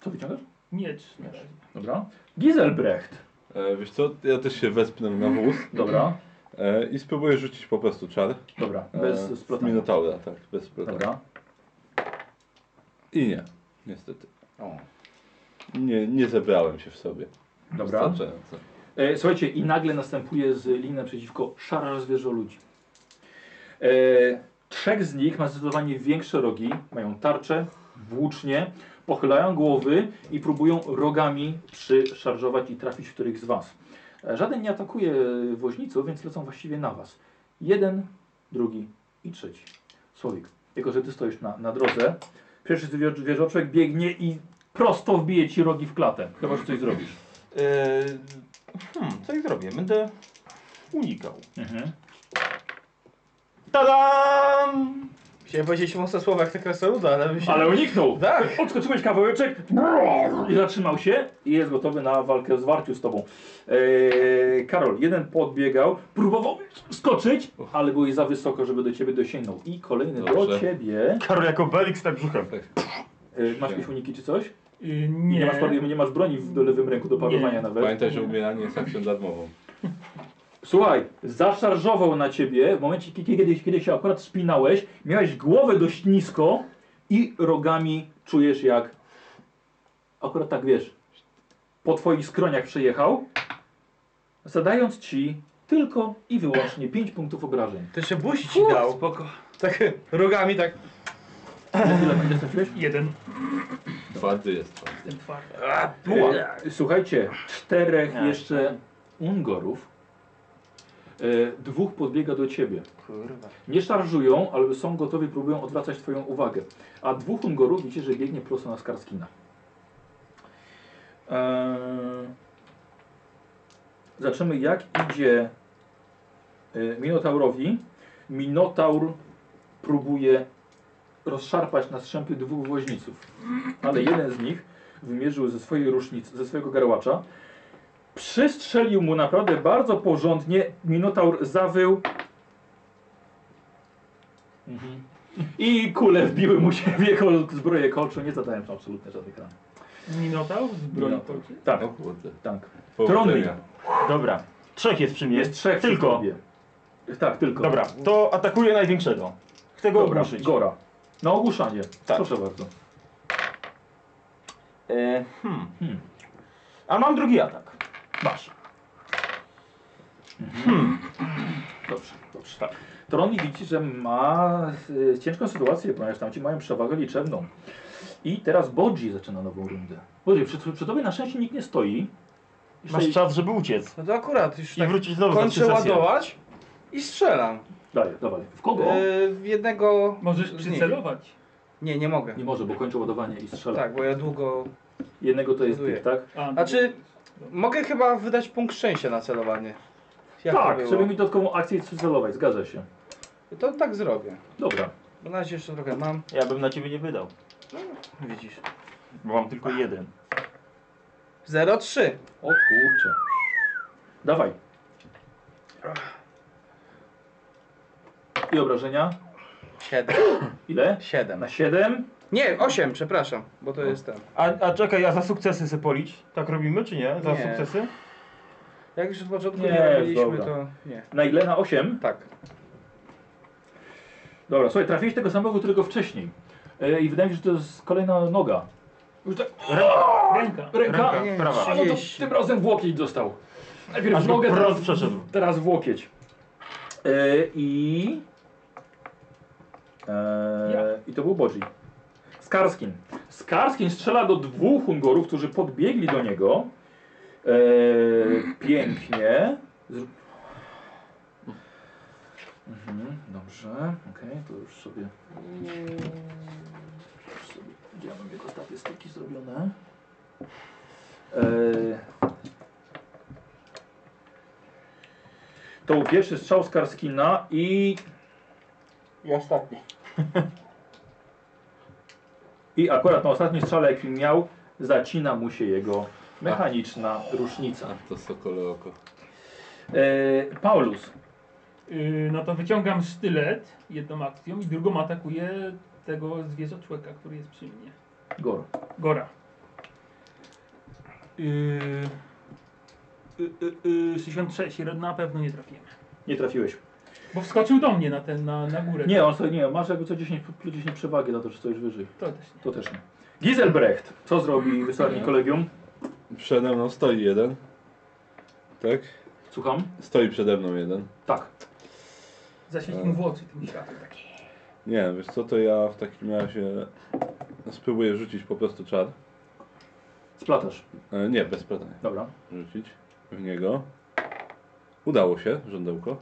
B: Co wyciągasz?
D: Miecz na razie.
B: Dobra. Giselbrecht.
C: E, wiesz co, ja też się wespnę na wóz
B: Dobra,
C: e, i spróbuję rzucić po prostu czar.
B: dobra. Bez
C: z
B: splotania.
C: Minotaura, tak, bez splotania.
B: Dobra.
C: I nie, niestety.
B: O.
C: Nie, nie zebrałem się w sobie.
B: Dobra.
C: Wystarczająco.
B: E, słuchajcie, i nagle następuje z linii naprzeciwko szara zwierzę ludzi. E, trzech z nich ma zdecydowanie większe rogi, mają tarcze, włócznie, pochylają głowy i próbują rogami przyszarżować i trafić w których z was. E, żaden nie atakuje woźniców, więc lecą właściwie na was. Jeden, drugi i trzeci. Słowik, jako że ty stoisz na, na drodze, pierwszy zwier- zwierzoczek biegnie i prosto wbije ci rogi w klatę. Chyba, że coś zrobisz.
E: Yy, hmm, co ich zrobię? Będę unikał.
B: Mhm.
E: Tadam!
A: Chciałem powiedzieć mocne słowa jak ta krasnoluda, ale myślę...
B: Ale uniknął!
A: Tak.
B: Odskoczyłeś kawałeczek i zatrzymał się i jest gotowy na walkę z warciu z tobą. Eee, Karol, jeden podbiegał, próbował skoczyć, ale był jej za wysoko, żeby do ciebie dosięgnął. I kolejny do
C: Dobrze.
B: ciebie.
E: Karol jako Belix tak brzuchem.
B: Eee, masz jakieś uniki czy coś?
D: Yy, nie.
B: Nie masz, pary- nie masz broni w do lewym ręku do parowania
D: Nie.
B: nawet.
C: Pamiętaj, że umieranie jest akcją darmową.
B: Słuchaj, zaszarżował na ciebie w momencie, kiedy, kiedy, kiedy się akurat spinałeś, miałeś głowę dość nisko i rogami czujesz jak, akurat tak wiesz, po twoich skroniach przejechał, zadając ci tylko i wyłącznie 5 punktów obrażeń.
A: To jeszcze buzi ci dał. Spoko. Tak rogami tak...
B: Ile będzie straciłeś?
D: Jeden.
C: Twardy jest twardy.
D: Ten twardy.
B: Buła. No, Słuchajcie, czterech jeszcze Ungorów, e, dwóch podbiega do ciebie.
A: Kurwa.
B: Nie szarżują, ale są gotowi, próbują odwracać Twoją uwagę. A dwóch Ungorów widzicie, że biegnie prosto na Skarskina. Eee... Zobaczymy, jak idzie e, Minotaurowi. Minotaur próbuje rozszarpać na strzępy dwóch woźniców, ale jeden z nich wymierzył ze swojej rusznicy, ze swojego garłacza Przystrzelił mu naprawdę bardzo porządnie. Minotaur zawył. Mhm. I kule wbiły mu się w jego zbroję kolczą. Nie zadałem tam absolutnie żadnych ran.
D: Minotaur z broni
B: Minotaur.
D: kocie?
B: Tak,
C: O kurde.
B: tak.
C: Powodzenia.
A: tak-
F: Dobra. Trzech jest przy mnie.
B: Jest trzech przy
F: Tylko.
B: tobie. Tak, tylko.
F: Dobra, to atakuje największego. Chcę go
B: Dobra,
F: ogłuszyć.
B: Gora. Na ogłuszanie.
F: Tak.
B: Proszę bardzo.
F: E, hmm. A mam drugi atak. Masz.
B: Dobrze, dobrze. Tak. Troni widzi, że ma y, ciężką sytuację, ponieważ tamci mają przewagę liczebną. I teraz Bodzi zaczyna nową rundę. Bodzi, przy, przy tobie na szczęście nikt nie stoi.
F: Masz czas, żeby uciec.
A: No to akurat już
F: I
A: tak
F: wrócić znowu za trzy
A: kończę
F: sesje.
A: ładować i strzelam.
B: Daję, dawaj. W kogo?
A: Yy, w jednego...
D: Możesz
A: z nich.
D: przycelować.
A: Nie, nie mogę.
B: Nie może, bo kończy ładowanie i strzela.
A: Tak, bo ja długo...
B: Jednego to jest
A: Ładuję.
B: tych, tak?
D: A,
A: Znaczy, mogę chyba wydać punkt szczęścia na celowanie. Jak to
B: tak,
A: było?
B: żeby mi dodatkową akcję celować, zgadza się.
A: To tak zrobię.
B: Dobra.
A: Bo na razie jeszcze trochę mam.
F: Ja bym na ciebie nie wydał,
A: Widzisz.
F: bo mam tylko jeden.
A: 0,3.
B: O kurczę. Dawaj. I obrażenia?
A: 7.
B: Ile?
A: 7.
B: Na 7?
A: Nie, 8, przepraszam, bo
B: No.
A: to jest ten.
F: A, a czekaj, a za sukcesy se policz? Tak robimy, czy nie? Za
A: Nie.
F: sukcesy?
A: Jak już od początku
B: Nie,
A: nie, robiliśmy,
B: dobra.
A: to nie.
B: Na ile? Na 8?
A: Tak.
B: Dobra, słuchaj, trafiłeś tego samego, którego wcześniej. E, I wydaje mi się, że to jest kolejna noga. Już tak,
D: Ręka.
B: ręka,
A: Nie,
F: prawa.
B: a no to
A: 30.
B: tym razem w łokieć dostał. Najpierw
F: Aż
B: w
F: go
B: nogę,
F: prąd
B: teraz,
F: przeszedł.
B: teraz w łokieć. E, I... E, I to był Bodzi. Skarskin. Skarskin strzela do dwóch Hungorów, którzy podbiegli do niego. E, pięknie. Zró- Mhm, dobrze, okej, to już sobie... Już sobie... Gdzie ja mam jego statystyki zrobione? E, To był pierwszy strzał z Karskina i...
A: I ostatni.
B: I akurat na ostatni strzale, jaki miał, zacina mu się
A: Tak.
B: jego mechaniczna różnica.
C: A Tak, to sokole oko.
B: E, Paulus.
D: Yy, no to wyciągam sztylet jedną akcją i drugą atakuję tego zwierzę człowieka, który jest przy mnie.
B: Gor.
D: Gora. Yy, yy, yy, 66, na pewno nie trafiłem.
B: Nie trafiłeś.
D: Bo wskoczył do mnie na ten, na, na górę.
B: Nie, on sobie nie, masz jakby co 10, plus 10 przewagi za to, że stoisz wyżej.
D: To też nie.
B: To też nie. Giselbrecht. Co zrobi wysłannik
C: Nie.
B: kolegium?
C: Przede mną stoi jeden. Tak?
B: Słucham?
C: Stoi przede mną jeden.
B: Tak.
D: Zaświeć mu w oczy tym światłem takim.
C: Nie, wiesz co, to ja w takim razie spróbuję rzucić po prostu czar.
B: Splatasz.
C: E, nie, bez pytań.
B: Dobra.
C: Rzucić w niego. Udało się, żądełko.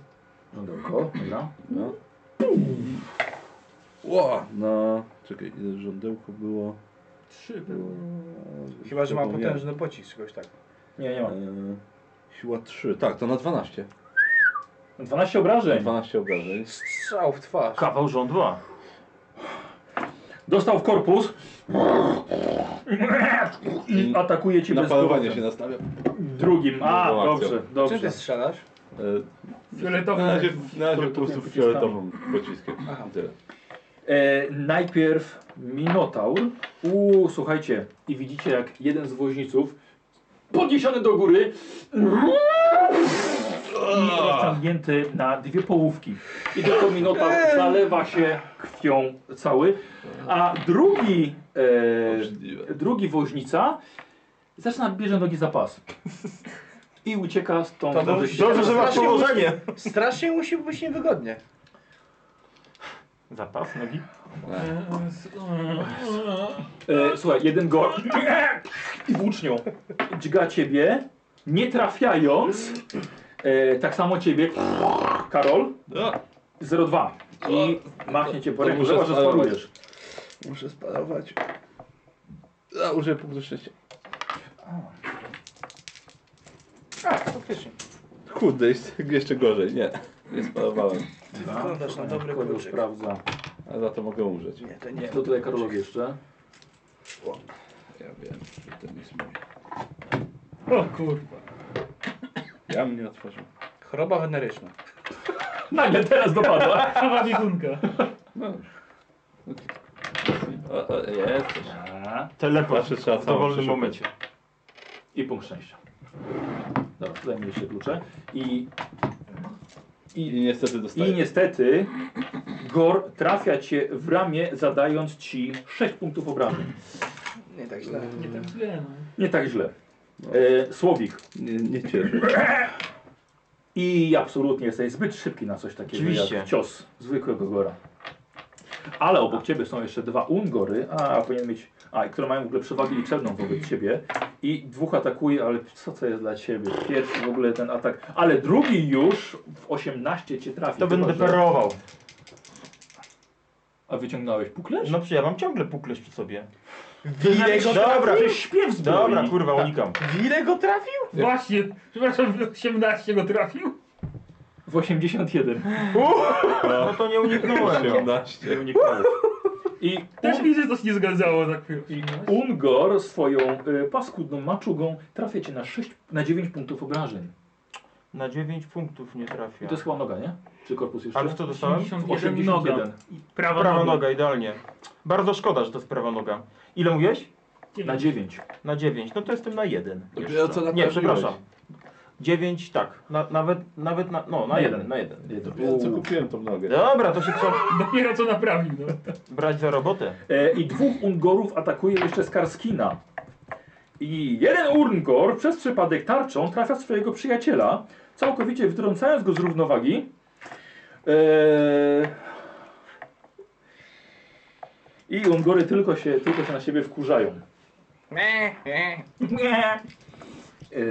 B: Rządełko. Dobra.
C: No. Ło, no, czekaj, ile żądełko było?
D: Trzy było.
A: Chyba, że ma
C: Zapomniałem.
A: potężny pocisk, czegoś tak.
B: Nie, nie mam.
C: E, siła 3, tak, to na 12.
B: 12
C: Na
B: obrażeń.
C: 12 obrażeń.
A: Strzał w twarz.
F: Kawał rządła.
B: Dostał w korpus. I atakuje cię
C: Na palowanie
B: bezpowrotem.
C: się nastawiam.
B: Drugim. A,
C: Drugą akcją.
B: dobrze,
A: Czym
B: dobrze.
A: ty strzelasz?
C: E,
D: Fioletowy.
C: Na razie, na razie po prostu
B: Fioletowymi
C: fioletową pociskiem.
A: Aha.
C: Tyle.
B: E, najpierw Minotaur. Uuu, słuchajcie, i widzicie jak jeden z woźniców podniesiony do góry i rozciągnięty na dwie połówki. I tylko Minotaur zalewa się krwią cały. A drugi, e,
C: Obrzydliwe.
B: drugi woźnica zaczyna bierze nogi za pas. I ucieka z tą
A: To dobrze,
F: Dobrze, że masz
A: Strasznie mu-
F: położenie.
A: Strasznie musi być niewygodnie.
F: Zapas nogi?
B: E, słuchaj, jeden go i włócznią dźga ciebie, nie trafiając. E, tak samo ciebie, Karol,
C: A,
B: 02. I machnie cię po
C: To
B: ręku,
C: muszę
B: chyba że
C: sparować.
B: sparujesz.
C: muszę sparować. A, użyję punktu szczęścia.
A: A, Tak, faktycznie.
C: Kurde, jest jeszcze gorzej. Nie, nie sparowałem.
A: Ty wyglądasz na dobry
B: Karol
A: kluczyk.
B: sprawdza.
C: A za to mogę umrzeć.
A: Nie, to
B: Nie,
A: nie.
B: to tutaj Karolowi jeszcze.
C: Ja wiem, że to nie jest moje.
D: O kurwa.
C: Ja bym nie otworzył.
A: Choroba weneryczna.
B: Nagle teraz dopadła.
D: Kawa biegunka.
C: No. O, o, jesteś.
E: Teleport
C: Zawsze trzeba
E: w
C: samo
E: dowolnym
C: przeszukać.
E: momencie.
B: I punkt szczęścia. Dobra, daj mi jeszcze klucze. I,
C: I niestety dostaję.
B: I niestety Gor trafia cię w ramię, zadając ci 6 punktów obrażeń.
A: Nie tak źle.
D: Nie tak źle, no.
B: Nie tak źle.
E: No.
B: E, Słowik.
C: nie, nie cieszę.
B: I absolutnie jesteś zbyt szybki na coś takiego
E: Oczywiście.
B: jak cios zwykłego Gora. Ale obok ciebie są jeszcze dwa Ungory, a powinien mieć. A, i które mają w ogóle przewagę liczebną wobec ciebie. I dwóch atakuje, ale co to jest dla ciebie? Pierwszy w ogóle ten atak. Ale drugi już w 18 cię trafi.
E: To
B: chyba,
E: będę
B: że-
E: perował.
B: A wyciągnąłeś puklerz?
E: No przecież ja mam ciągle puklesz przy sobie.
A: Wilek go
E: Dobra,
A: trafił?
B: Przecież śpiew Tak. zbroi.
E: Dobra, kurwa, unikam.
A: Wilek go trafił?
D: Właśnie, przepraszam, w 18 go trafił?
B: W 81.
E: No to nie uniknąłem. no.
C: 18.
E: Nie uniknąłem.
B: I,
D: Też
B: un...
D: mi się coś nie zgadzało tak
B: I
D: pierwszy.
B: Ungor swoją y, paskudną maczugą trafia cię na, 6, na 9 punktów obrażeń.
E: Na 9 punktów nie
B: I
E: trafia.
B: to jest chyba noga, nie? Czy korpus jeszcze?
E: Ale w co dostałem?
D: 81
B: 81.
D: Prawa,
E: Prawa noga, idealnie. Bardzo szkoda, że to jest prawa noga. Ile mówiłeś?
B: Na 9.
E: Na 9, no to jestem na 1.
C: To ty o co
E: Nie,
C: natrafiłeś?
E: przepraszam. 9, tak. Na, nawet, nawet na. No, na
B: Nie.
E: 1, na 1.
C: Ja co kupiłem tą nogę?
E: Dobra, to się trzeba
D: Dopiero co naprawił, no.
E: brać za robotę.
B: E, I dwóch Ungorów atakuje jeszcze Skarskina. I jeden Ungor przez przypadek tarczą trafia swojego przyjaciela, całkowicie wytrącając go z równowagi. E, I Ungory tylko się, tylko się na siebie wkurzają. Eee, E,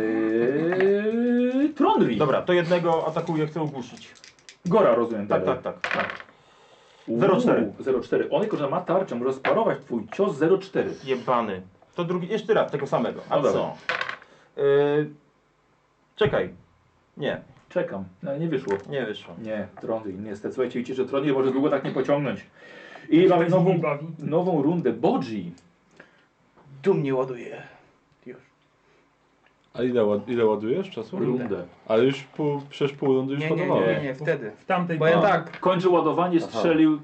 B: Tronri.
E: Dobra, to jednego atakuję, chcę ogłuszyć.
B: Gora rozumiem.
E: Tak,
B: dalej.
E: tak, tak.
B: Uuu,
E: 04.
B: 04. On tylko, że ma tarczę, może sparować twój cios 04.
E: Jebany. To drugi, jeszcze raz tego samego. A
B: No dobra.
E: co? Yy, czekaj. Nie,
B: Czekam. No, nie wyszło.
E: nie wyszło.
B: Nie, Tronry, niestety. Słuchajcie, widzicie, że Tronry może długo tak nie pociągnąć. I mamy
D: Tak z
B: nową,
D: nim bawi.
B: nową rundę. Bodzi.
A: Dumnie ładuje. Już.
C: A ile, ład- ile ładujesz czasu?
B: Rundę.
C: Ale już pół, przecież pół rundy już
A: Nie, nie,
C: ładowałem.
A: nie, nie, wtedy.
D: W tamtej
A: Bo ja
D: bawi.
A: tak,
B: Kończy ładowanie, strzelił.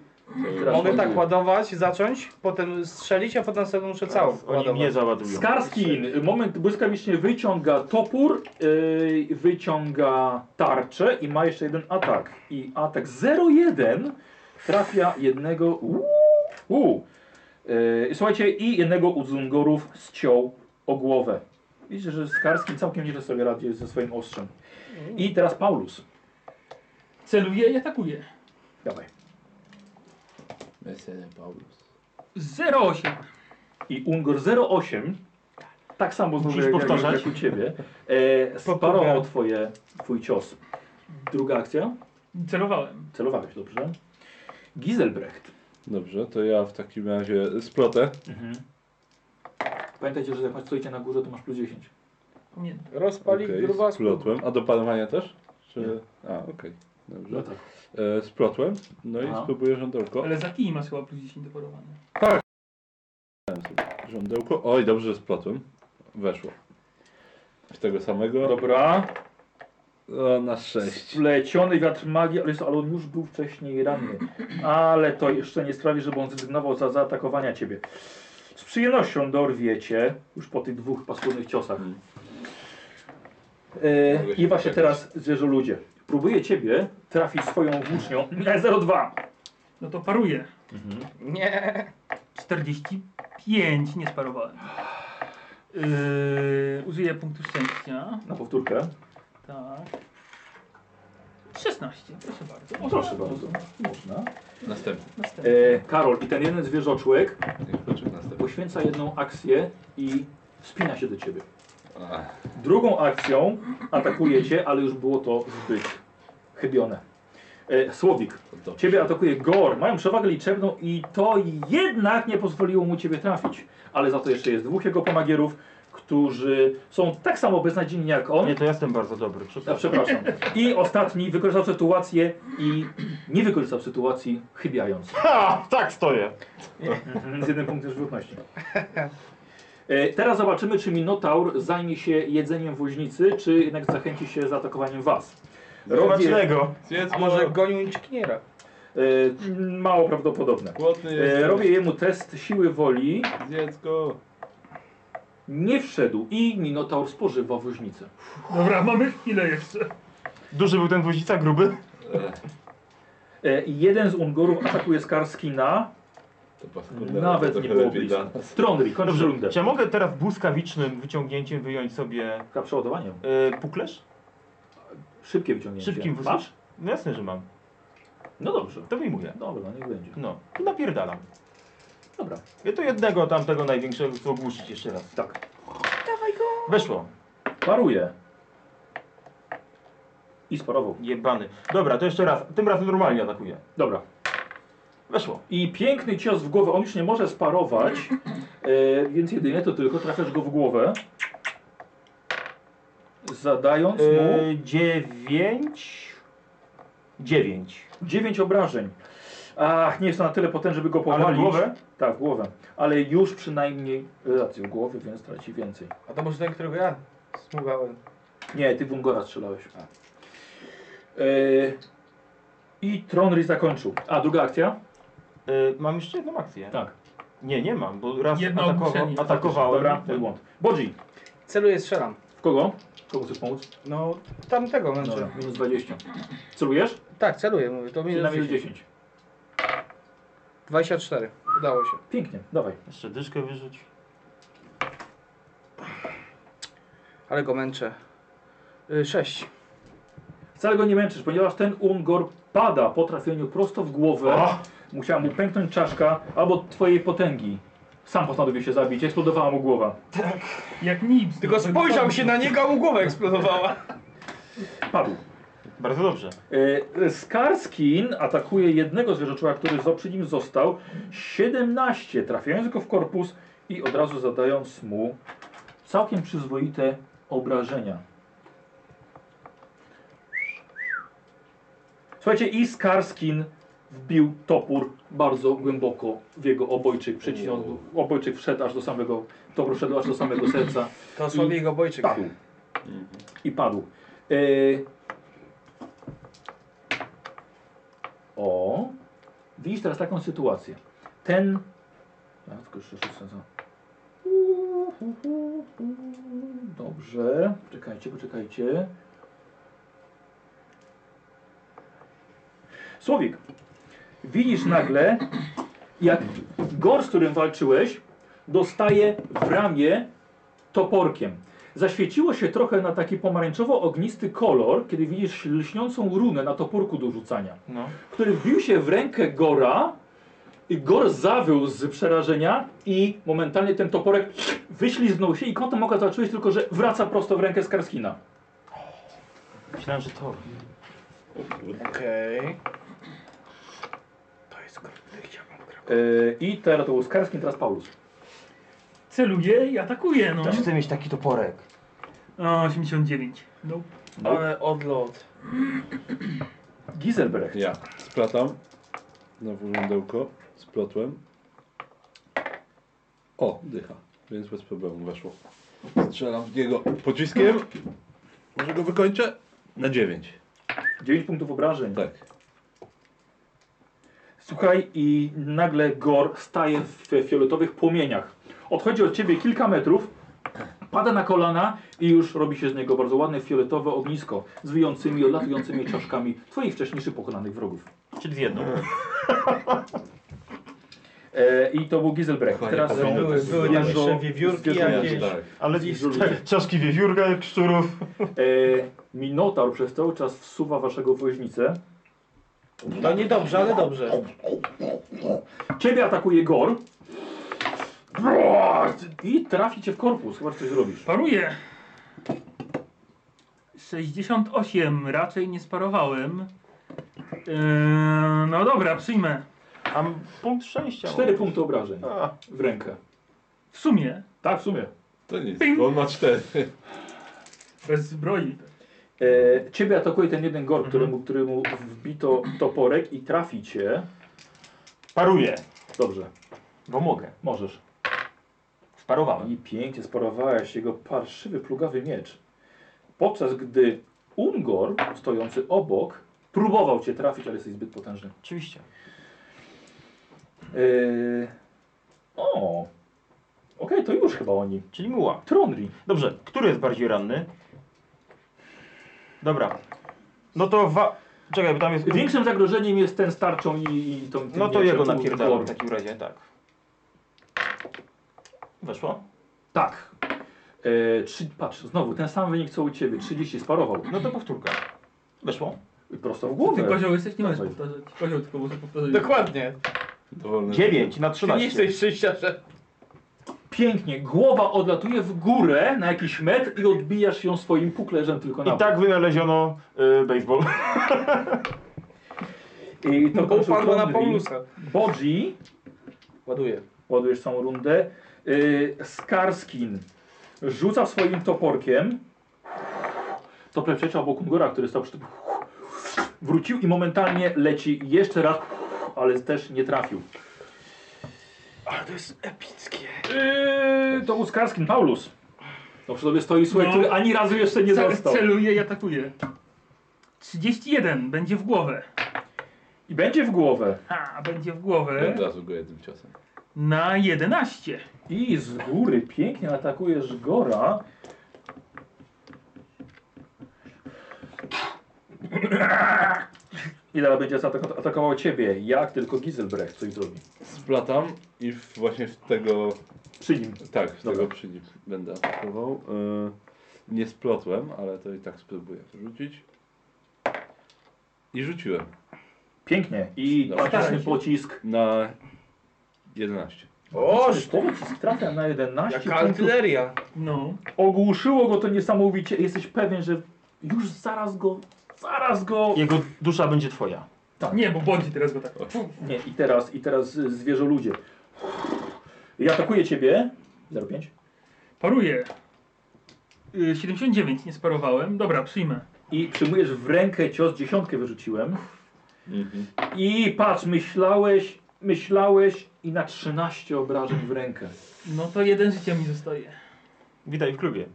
B: Teraz
A: mogę tak
B: ładuje.
A: ładować, zacząć, potem strzelić, a potem sobie muszę całą
E: Oni mnie
A: ładować.
E: załadują.
B: Skarskin, moment błyskawicznie wyciąga topór, yy, wyciąga tarczę i ma jeszcze jeden atak. I atak 0-1 trafia jednego. Uuu, uuu. Yy, słuchajcie, i jednego Uzungorów ściął o głowę. Widzicie, że Skarskin całkiem nieźle sobie radzi ze swoim ostrzem. I teraz Paulus.
D: Celuje i atakuje.
B: Dawaj.
C: Mesele Paulus.
D: 08.
B: I Ungor 08. Tak samo znowu
E: Musisz
B: jak, jak,
E: powtarzać.
B: jak u ciebie. E, sparował twoje, twój cios. Druga akcja.
D: Celowałem.
B: Celowałeś, dobrze? Giselbrecht.
C: Dobrze, to ja w takim razie splotę.
B: Pamiętajcie, że jak masz stoicie na górze, to masz plus 10.
D: Nie.
A: Rozpali
C: Okej,
A: gruba
C: splotłem. A do panowania też? Czy... A, okej. Dobrze.
B: tak.
C: E, splotłem. No i
B: Aha.
C: spróbuję rządełko.
D: Ale za kij masz chyba plus 10 doporowane.
C: Rządełko. Oj, dobrze, że splotłem. Weszło. Z tego samego.
B: Dobra.
C: O, na sześć.
B: Spleciony wiatr magii, ale, jest- ale on już był wcześniej ranny. Ale to jeszcze nie sprawi, żeby on zrezygnował za zaatakowania ciebie. Z przyjemnością dorwiecie już po tych dwóch paskudnych ciosach.
C: Mm.
B: E,
C: Mogę się
B: I właśnie
C: poczekać.
B: teraz zwierzę ludzie. Próbuje ciebie trafić swoją włócznią. Nie, 02.
D: No to paruję.
A: Nie.
D: 45 nie sparowałem. Yy, użyję punktu szczęścia.
B: Na powtórkę.
D: Tak. 16, proszę bardzo. Można?
B: Proszę bardzo. Można.
C: Następny.
D: Następny.
B: E, Karol i ten jeden zwierzoczłek
C: Niech poczeka następny.
B: poświęca jedną akcję i wspina się do ciebie.
C: A,
B: Drugą akcją atakuje cię, ale już było to zbyt chybione. E, Słowik,
C: to dobrze.
B: ciebie atakuje Gor. Mają przewagę liczebną i to jednak nie pozwoliło mu ciebie trafić. Ale za to jeszcze jest dwóch jego pomagierów, którzy są tak samo beznadziejni jak on.
E: Nie, to ja jestem bardzo dobry. Przepraszam.
B: A, przepraszam. I ostatni wykorzystał sytuację i nie wykorzystał sytuacji chybiając.
E: Ha! Tak stoję.
B: Z jednym punktem żywotności. E, teraz zobaczymy, czy Minotaur zajmie się jedzeniem woźnicy, czy jednak zachęci się zaatakowaniem was. E, Robię,
F: Smacznego.
C: Zjedz
A: A
C: go.
A: może gonił inczkiniera?
B: e, mało prawdopodobne.
C: Głodny jest.
B: E, robię jemu test siły woli.
C: Zjedz go.
B: Nie wszedł i Minotaur spożywa woźnicę.
D: Dobra, mamy chwilę jeszcze.
F: Duży był ten wozica, gruby.
C: Ech,
B: E, jeden z Ungorów atakuje Skarskina.
C: to paskudne.
B: Nawet
C: to
B: nie
C: trochę
B: było
C: lepiej
B: blisko.
C: dla nas.
B: Tronry, kończ
F: Dobrze,
B: rundę.
F: czy ja mogę teraz błyskawicznym wyciągnięciem wyjąć sobie
B: Za przeładowaniem.
F: yy, puklerz?
B: Szybkie wyciągnięcie.
F: Szybkim wysy-
B: Masz?
F: No jasne, że mam.
B: No dobrze.
F: To wyjmuję.
B: Dobra, niech będzie.
F: No, to napierdalam.
B: Dobra.
F: Ja to jednego tamtego największego chcę ogłuszyć jeszcze raz.
B: Tak.
F: Weszło.
B: Paruje. I sparował.
F: Jebany. Dobra, to jeszcze raz. Tym razem normalnie atakuję.
B: Dobra.
F: Weszło.
B: I piękny cios w głowę. On już nie może sparować, e, więc jedynie to tylko trafiasz go w głowę. Zadając mu
F: Yy, dziewięć. Dziewięć.
B: 9 obrażeń. Ach, nie jest to na tyle potem, żeby go powalić.
F: Ale w głowę?
B: Tak, w głowę. Ale już przynajmniej e, rację głowy, więc traci więcej.
A: A to może ten, którego ja smugałem.
B: Nie, ty w Ungora strzelałeś. Yy, I Tronry zakończył. A, druga akcja?
F: Yy, mam jeszcze jedną akcję.
B: Tak.
F: Nie, nie mam, bo raz
D: Jedno
F: atakowa-
D: ogłuszenie.
F: atakowałem.
B: Dobra, mój błąd. Bodzi,
A: Celuję, strzelam.
B: w kogo? Kogo chcesz pomóc?
A: No, tamtego męczę.
B: Dobra, minus 20. Celujesz?
A: Tak, celuję, mówię. To
B: Czyli na
A: minus
B: minus
A: 10.
B: 10.
A: 24. Udało się.
B: Pięknie, dawaj.
F: Jeszcze dyszkę wyrzuć.
A: Ale go męczę. Y, 6.
B: Wcale go nie męczysz, ponieważ ten Ungor pada po trafieniu prosto w głowę.
F: O!
B: Musiała mu pęknąć czaszka albo twojej potęgi. Sam postanowił się zabić, eksplodowała mu głowa.
D: Jak nic.
A: Tylko spojrzał się na niego, a mu głowa eksplodowała.
B: Padł.
F: Bardzo dobrze.
B: E, Skarskin atakuje jednego zwierzoczła, który zo- przy nim został. 17, trafiając go w korpus i od razu zadając mu całkiem przyzwoite obrażenia. Słuchajcie, i Skarskin wbił topór bardzo głęboko w jego obojczyk. Przecinał, obojczyk wszedł aż do samego, topór wszedł aż do samego serca.
A: To słabiej go Bojczyk.
B: Padł. I padł. Y... O. Widzisz teraz taką sytuację. Ten. A, tylko jeszcze szósta za- Dobrze. Czekajcie, poczekajcie. Słowik. Widzisz nagle, jak gor, z którym walczyłeś, dostaje w ramię toporkiem. Zaświeciło się trochę na taki pomarańczowo-ognisty kolor, kiedy widzisz lśniącą runę na toporku do rzucania,
F: No.
B: który wbił się w rękę Gora i Gor zawył z przerażenia i momentalnie ten toporek wyśliznął się i kątem oka zobaczyłeś tylko, że wraca prosto w rękę Skarskina.
F: Myślałem, że to.
C: O kurde.
A: Okej. To jest kurde, chciałbym grać.
B: Yy, I teraz to był Skarskin, teraz Paulus.
D: Celuje i atakuje, no.
E: Chcę mieć taki toporek.
D: O, 89. No.
A: Ale odlot.
B: Giselbrecht.
C: Ja splatam. Znowu żądełko. Splotłem. O, dycha. Więc bez problemu weszło. Strzelam w niego pociskiem. Może go wykończę? Na 9.
B: 9 punktów obrażeń.
C: Tak.
B: Słuchaj, i nagle Gor staje w fioletowych płomieniach. Odchodzi od ciebie kilka metrów, pada na kolana i już robi się z niego bardzo ładne fioletowe ognisko z wyjącymi, odlatującymi czaszkami twoich wcześniejszych pokonanych wrogów.
F: Czyli z jedną.
B: E, I to był Giselbrecht.
C: Kochanie,
B: Teraz
C: powinno
A: Były,
C: to
A: były
C: zrobić.
A: tam jeszcze wiewiórki
B: zwierzę-
A: jakieś.
C: Tak.
E: Ale
B: I żółwi.
E: cza- czaszki wiewiórka jak szczurów.
B: e, Minotaur przez cały czas wsuwa waszego woźnicę.
A: No niedobrze, ale dobrze.
B: Ciebie atakuje Gor. Brrr! I trafi cię w korpus, chyba że coś zrobisz.
D: Paruje. 68. Raczej nie sparowałem. Yy, no dobra, przyjmę.
E: Mam punkt no. szczęścia.
B: Cztery punkty obrażeń
E: A.
B: w rękę.
D: W sumie.
B: Tak, w sumie.
C: To nic.
D: Ping.
C: Bo on ma 4.
D: Bez zbroi.
B: E, ciebie atakuje ten jeden gor, któremu, któremu wbito toporek i trafi cię.
E: Paruję,
B: Dobrze,
E: bo mogę.
B: możesz.
E: Parowałem.
B: I pięknie sparowałeś jego parszywy, plugawy miecz. Podczas gdy Ungor, stojący obok, próbował cię trafić, ale jesteś zbyt potężny.
A: Oczywiście.
B: Yy... O! Okej, to już chyba oni.
E: Czyli muła.
B: Tronri.
E: Dobrze, który jest bardziej ranny? Dobra. No to wa... Czekaj, bo tam jest...
B: Większym zagrożeniem jest ten starczą i, i tą tym
E: No to
B: mieczem,
E: jego
B: Ungor.
E: napierdalam w takim razie, tak. Weszło?
B: Tak. E, trzy, patrz, znowu ten sam wynik co u ciebie. 30 sparował.
E: No to powtórka. Weszło?
B: Prosto w
D: Ty
B: głowę.
D: kozioł jesteś, nie możesz
B: Dawaj.
D: powtarzać. Kozioł tylko może powtarzać.
F: Dokładnie.
E: No,
C: Dowolny.
E: 9 na
F: Ty nie
E: 13.
F: jesteś szczęściarzem.
B: Pięknie. Głowa odlatuje w górę na jakiś metr i odbijasz ją swoim puklerzem tylko na
E: I tak wynaleziono y, baseball.
B: bok. I to
F: To upadło na
B: Tronri.
F: Paulusa.
B: Bodzi.
F: Ładuję.
B: Ładujesz całą rundę. Y, Skarskin rzuca swoim toporkiem. Tople przeciął obok Ungora, który stał przy tym. Wrócił i momentalnie leci jeszcze raz, ale też nie trafił.
F: Ale to jest epickie.
B: Yy, to był Skarskin, Paulus. To przy tobie stoi słuchaj,
D: No.
B: który ani razu jeszcze nie
D: Ca-
B: dostał.
D: Celuję i atakuję. 31, będzie w głowę.
B: I będzie w głowę.
D: Ha, będzie w głowę.
C: Od razu go jednym ciosem.
D: Na 11.
B: I z góry pięknie atakujesz Gora. I teraz będzie atak- atakował ciebie, jak tylko Giselbrecht coś zrobi.
C: Splatam i w, właśnie w tego.
B: Przy nim.
C: Tak, w
B: Dobra.
C: tego przy nim będę atakował. Y, nie splotłem, ale to i tak spróbuję rzucić. I rzuciłem.
B: Pięknie. I
C: Dobra.
B: klasyczny pocisk.
C: Na 11.
F: Oż,
B: Pocisk trafia na 11
F: jaka
B: punktów.
F: artyleria.
D: No.
B: Ogłuszyło go to niesamowicie. Jesteś pewien, że już zaraz go, zaraz go
E: Jego dusza będzie twoja.
D: Nie, bo bodzi teraz go tak.
B: Nie, i teraz, i teraz zwierzę ludzie. I atakuje ciebie. 05.
D: Paruję. Y, 79, nie sparowałem. Dobra, przyjmę.
B: I przyjmujesz w rękę cios, dziesiątkę wyrzuciłem.
C: Mhm.
B: I patrz, myślałeś, myślałeś i na 13 obrażeń w rękę.
D: No to jeden życia mi zostaje.
E: Witaj w klubie.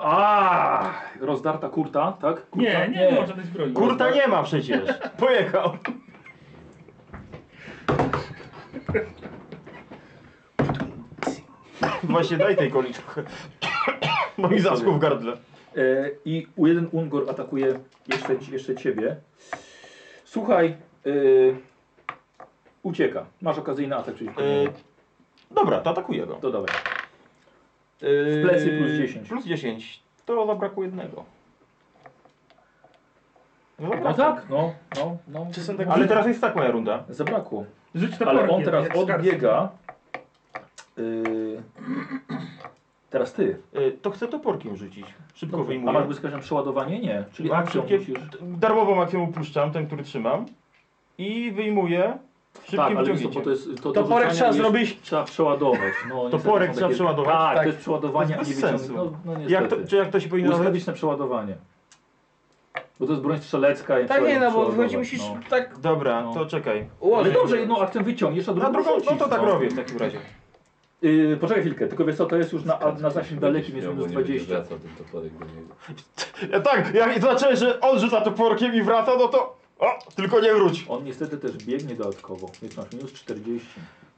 B: A, rozdarta kurta, tak? Kurta?
D: Nie, nie, nie mam żadnej zbroi.
E: Kurta nie ma przecież. Pojechał. Właśnie daj tej koli trochę. Bo mi zaschł w gardle.
B: E, I u- jeden Ungor atakuje jeszcze, jeszcze ciebie. Słuchaj, e, ucieka. Masz okazyjny atak przeciwko
E: E,
B: niemu.
E: dobra, to atakuję go.
B: To dawaj.
E: Yy,
B: plecy plus 10.
E: Plus 10. To zabrakło jednego.
B: No
E: No, zabrakło.
B: tak, no, no, no.
A: Czasem tak
E: Ale teraz jest tak moja runda.
B: Zabrakło.
D: Rzuć to
B: Ale on teraz odbiega. Y, Teraz ty.
E: Y, to chcę toporkiem rzucić. Szybko
B: A masz
E: wyjmuję.
B: błyskawiczne przeładowanie? Nie. Czyli
E: Mam
B: akcją
E: szybkie,
B: musisz.
E: darmowo akcją puszczam, ten, który trzymam. I wyjmuję szybkim
B: Tak, ale wiesz co,
E: wyciągnięciem.
B: bo to jest... To, to
F: Toporek
B: rzucanie
F: trzeba
B: jest-
F: zrobić.
B: Trzeba przeładować. No, niestety
E: Toporek
B: są
E: trzeba
B: takie-
E: przeładować?
B: Tak,
E: Tak.
B: to jest przeładowanie,
E: To jest
B: a nie
E: bez
B: wyciągnięcie.
E: sensu.
B: No, no niestety.
E: jak to, czy jak to się powinno nazywać?
B: Błyskawiczne przeładowanie. Bo to jest broń strzelecka. i
F: Tak
B: trzeba
F: nie,
B: ją
F: no bo
B: przeładować,
F: wychodzi musisz
B: no.
F: tak
E: Dobra,
B: No.
E: to czekaj.
B: Ale
F: ułożyć.
A: no.
B: dobrze, jedną akcją wyciągniesz, a drugą
E: Na drugą, no
B: rzucisz,
E: to tak robię w takim razie.
B: Yy, poczekaj chwilkę, tylko wiesz co, to jest już na, na zasięg dalekim, jest minus 20.
C: Wraca ten toporek do niego.
E: Ja tak, jak zobaczyłem, że on rzuca toporkiem i wraca, no to... O, tylko nie wróć.
B: On niestety też biegnie dodatkowo, więc masz minus 40.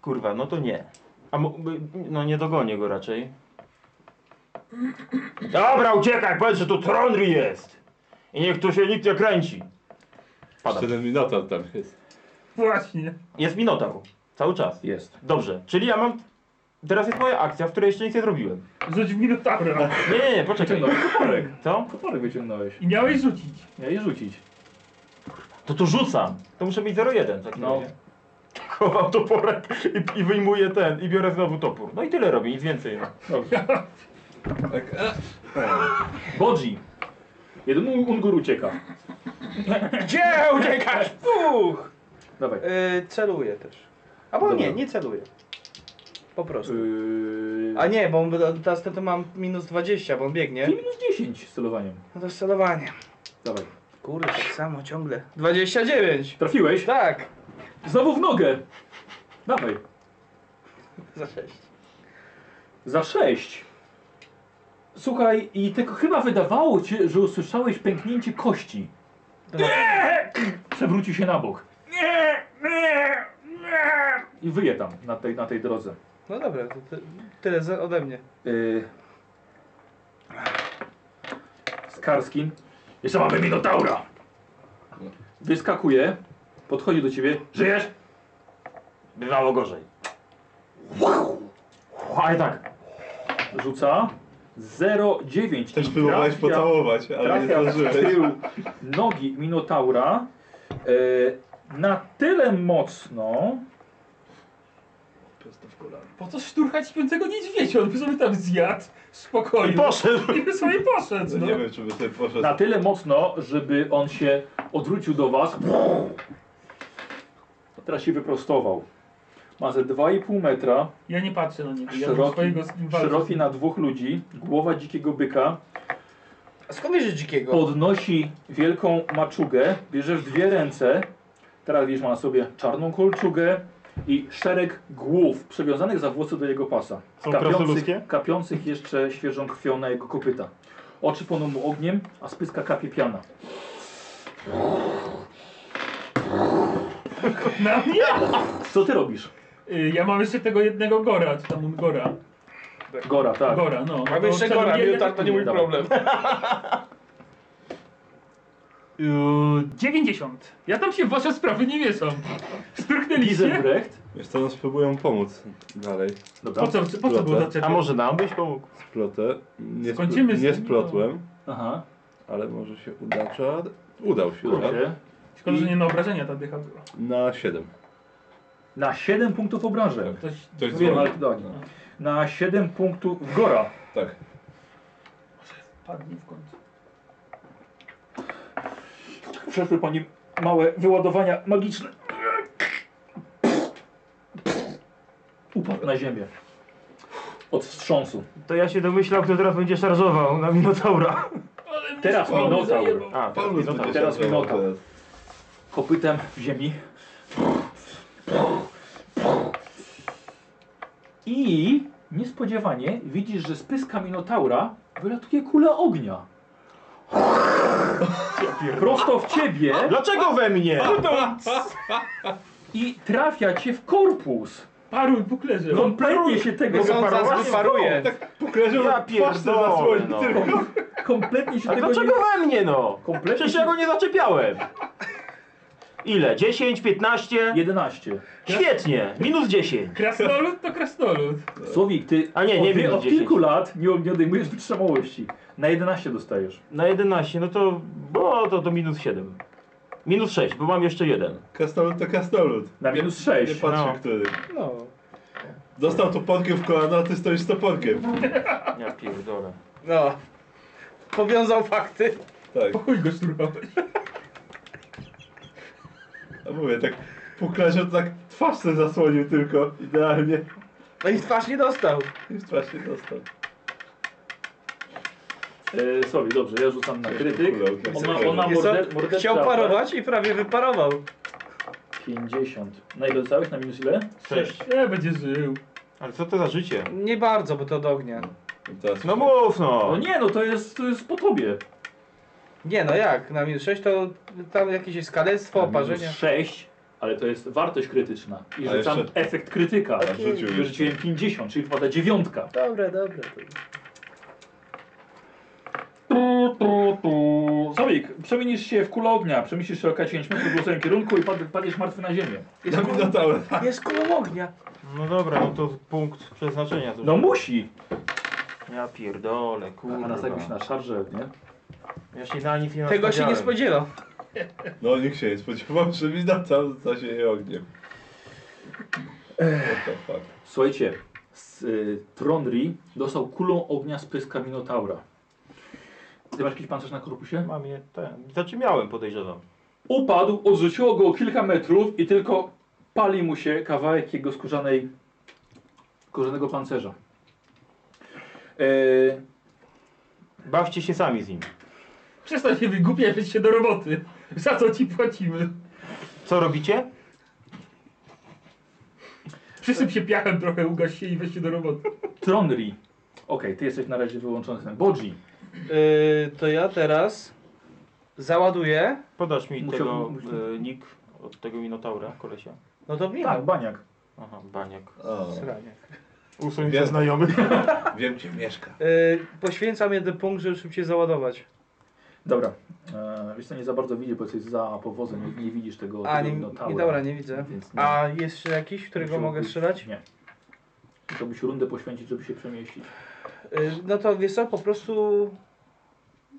E: Kurwa, no to nie. A mo- by- no nie dogonię go raczej. Dobra, uciekaj, powiedz, że tu Tronry jest! I niech tu się nikt nie kręci. Pada.
C: Jeszcze ten minotaur tam jest.
D: Właśnie.
E: Jest Minotaur. Cały czas.
B: Jest.
E: Dobrze, czyli ja mam... Teraz jest moja akcja, w której jeszcze nic nie zrobiłem.
D: Rzuć w minotaura.
E: Nie, nie, nie, poczekaj.
B: Wyciągnąłeś toporek.
E: Co?
B: Toporek wyciągnąłeś.
D: I miałeś rzucić.
B: Miałeś rzucić.
E: To tu rzucam. To muszę mieć 0,1 w takim
B: No.
E: razie. Chowam toporek i, i wyjmuję ten i biorę znowu topór. No i tyle robię, nic więcej. No.
B: Dobrze.
C: Tak, a,
B: Bodzi. Jeden Ungur ucieka.
A: Gdzie uciekasz? Puch!
B: Dawaj.
A: Yy, celuję też. Albo
B: Dobra.
A: nie, nie celuję. Po prostu.
B: Yy...
A: A nie, bo on- teraz ten to mam minus 20, bo on biegnie.
B: Ty minus 10 z celowaniem.
A: No to z celowaniem.
B: Dawaj.
A: Kurde, tak samo ciągle. 29!
B: Trafiłeś?
A: Tak!
B: Znowu w nogę. Dawaj.
A: Za 6.
B: Za sześć. Słuchaj, i tylko chyba wydawało ci, że usłyszałeś pęknięcie kości.
A: No,
B: Przewrócił się na bok. I wyje tam, na tej, na tej drodze.
A: No dobra, to ty, tyle za- ode mnie.
B: Yy... Skarski
F: Jeszcze mamy Minotaura.
B: wyskakuje, podchodzi do ciebie.
F: Żyjesz? Bywało gorzej. Ale tak.
B: Rzuca 0,9.
C: Też
B: i
C: próbowałeś
B: trafia-
C: pocałować, ale nie
B: Trafia w
C: zdążyłeś.
B: tył nogi Minotaura e, na tyle mocno,
D: Prosto w kolano. Po co szturchać śpiącego niedźwiedzia? On by sobie tam zjadł w spokoju.
E: I poszedł.
D: I by sobie poszedł, no.
C: Nie wiem, czy by sobie poszedł.
B: na tyle mocno, żeby on się odwrócił do was. A teraz się wyprostował. Ma ze 2,5 metra,
D: Ja nie patrzę na niego. Ja mam
B: szeroki,
D: swojego z nim walczę.
B: szeroki na dwóch ludzi, głowa dzikiego byka,
A: A skąd wiesz, że dzikiego?
B: podnosi wielką maczugę, bierze w dwie ręce. Teraz widzisz, ma na sobie czarną kolczugę i szereg głów przywiązanych za włosy do jego pasa.
E: Są krasoludzkie?
B: kapiących jeszcze świeżą krwią na jego kopyta. Oczy płoną mu ogniem, a z pyska kapie piana.
D: Na mnie?
B: Co ty robisz?
D: Y, Ja mam jeszcze tego jednego Gora, czy tam Ungora.
B: Gora, tak.
D: Gora, no.
A: Mam jeszcze
D: To
A: gora,
D: celuje-
A: Miotar, to nie mój
B: Dobra.
A: problem.
D: Y, 90. Ja tam się w wasze sprawy nie mieszam. Szturchnęliście?
B: Giselbrecht.
C: Wiesz co, no spróbują pomóc dalej.
D: Po co, po co było
C: Dobra.
D: zaczepić?
E: A może nam byś pomógł?
C: Splotę. Nie,
D: Skończymy
C: spl-
D: z
C: nie
D: tym, no.
C: splotłem,
B: Aha,
C: ale może się uda. Czad. Udał się. czad.
B: kurczę.
D: Szkoda, że nie na obrażenia ta dycha była.
C: Na 7.
B: Na 7 punktów obrażeń.
D: Ktoś...
C: Coś
B: Wiem, ale
C: zrobił.
B: to do niej. Na 7 punktów Gora.
C: Tak.
D: Padnie w końcu.
B: Przeszły po nim małe wyładowania magiczne. Upadł na ziemię. Od wstrząsu.
F: To ja się domyślał, kto teraz będzie szarżował na Minotaura.
D: Ale mnie
B: Teraz
D: słabo
B: Minotaur.
D: zajebał.
E: A, teraz
C: Paulus
E: minota.
C: będzie
B: teraz
C: szarżował
B: minota.
C: teraz.
B: Kopytem w ziemi. I niespodziewanie widzisz, że z pyska Minotaura wylatuje kula ognia. Prosto w ciebie
E: Dlaczego we mnie?
B: i trafia cię w korpus.
D: Paruj, buklerze.
B: Kompletnie się tego
A: Bo on
B: zaparowało.
A: zaraz wyparuje.
C: Pokleżę
E: Ja
C: na twarz na
E: pierdolę,
C: słoń
E: no.
C: tylko.
B: Kompletnie się
E: A
B: tego nie...
E: dlaczego we mnie no?
B: Kompletnie
E: Przecież ja
B: się...
E: go nie zaczepiałem. Ile? 10, 15?
B: 11.
E: Świetnie. Minus 10.
D: Krasnolud to krasnolud.
B: Słowik, ty
E: A nie, nie
B: od,
E: minus
B: od
E: 10.
B: kilku lat nie, nie odejmujesz wytrzymałości. Na 11 dostajesz.
E: Na 11, no to... Bo to, to minus 7. Minus 6, bo mam jeszcze jeden.
C: Krasnolud to krasnolud.
B: Na minus
C: Nie
B: 6.
C: patrzę,
E: No.
C: który.
A: No.
C: Dostał to podkiem w kolano, a ty stoisz z toporkiem.
E: Ja pierdolę.
A: No. Powiązał fakty.
C: Tak.
D: Po chuj go szturchałeś.
C: A mówię, tak puklerze to tak twarz sobie zasłonił tylko. Idealnie.
A: No i w twarz nie dostał.
C: I w twarz się dostał.
B: E, Słowik, dobrze, ja rzucam na
C: Coś
B: krytyk.
C: tu kulał, tak
B: On ma,
C: sobie.
B: on ma
A: Jest on-
B: morder, morderczy
A: Chciał
B: atak.
A: parować i prawie wyparował.
B: 50. Na ile No dostałeś? Na minus ile?
E: 6.
D: Nie, będzie żył.
E: Ale co to za życie?
A: Nie bardzo, bo to od ognia.
C: I teraz
E: No mów no.
B: No nie, no to jest, to jest po tobie.
A: Nie no jak, na minus 6 to tam jakieś skalectwo, oparzenia.
B: 6, ale to jest wartość krytyczna. I
C: A
B: rzucam
C: jeszcze-
B: efekt krytyka.
C: A rzucił jeszcze.
B: Wyrzuciłem 50, czyli wypada dziewiątka.
A: Dobre, dobre.
B: Tu, tu, tu. Słowik, przemienisz się w kulę ognia, przemieścisz się o K10 metrów w losowym kierunku i pad- padniesz martwy na ziemię.
A: Jest,
C: Na minotaurę.
A: ku- jest koło ognia.
E: No dobra, no to punkt przeznaczenia. To
B: No musi!
E: Ja pierdolę,
B: A nas jakbyś
E: kurwa.
B: na szarże, nie?
E: Ja się na nic nie
A: Tego się nie
E: nastawiałem.
A: spodziewa.
C: No nikt się nie spodziewał, że minotaur zasieje ogniem. What the fuck.
B: Słuchajcie, z, y, Tronri dostał kulą ognia z pyska Minotaura. Ty masz jakiś pancerz na korpusie?
E: Mam je ten. Znaczy miałem, podejrzewam.
B: Upadł, odrzuciło go o kilka metrów i tylko pali mu się kawałek jego skórzanej, skórzanego pancerza. E,
E: Bawcie się sami z nim.
D: Przestań się wygłupiać się do roboty. Za co ci płacimy?
E: Co robicie?
D: Przysyp się piachem trochę, ugaś się i weź się do roboty.
B: Tronri. Okej, ty jesteś na razie wyłączony z tym. Bodzi.
A: Yy, to ja teraz załaduję.
E: Podasz mi
B: Musiał-
E: tego
B: musiał-
E: e, nick od tego Minotaura, kolesia.
A: No to miło.
B: Tak, baniak.
E: Aha, baniak.
C: O,
A: Sranie.
B: Tak.
E: Usuń
C: Ja-
E: znajomy.
C: wiem gdzie mieszka.
A: Yy, poświęcam jeden punkt, żeby szybciej załadować.
B: Dobra. E, wiesz co, nie za bardzo widzę, bo jesteś za powozem, nie, nie widzisz tego,
A: A,
B: tego
A: nie,
B: minotaura.
A: nie dobra, nie widzę.
B: Więc nie.
A: A jest jeszcze jakiś, którego
B: Musiałbyś-
A: mogę strzelać?
B: Nie. Musiałbyś rundę poświęcić, żeby się przemieścić.
A: Yy, no to wiesz co, po prostu...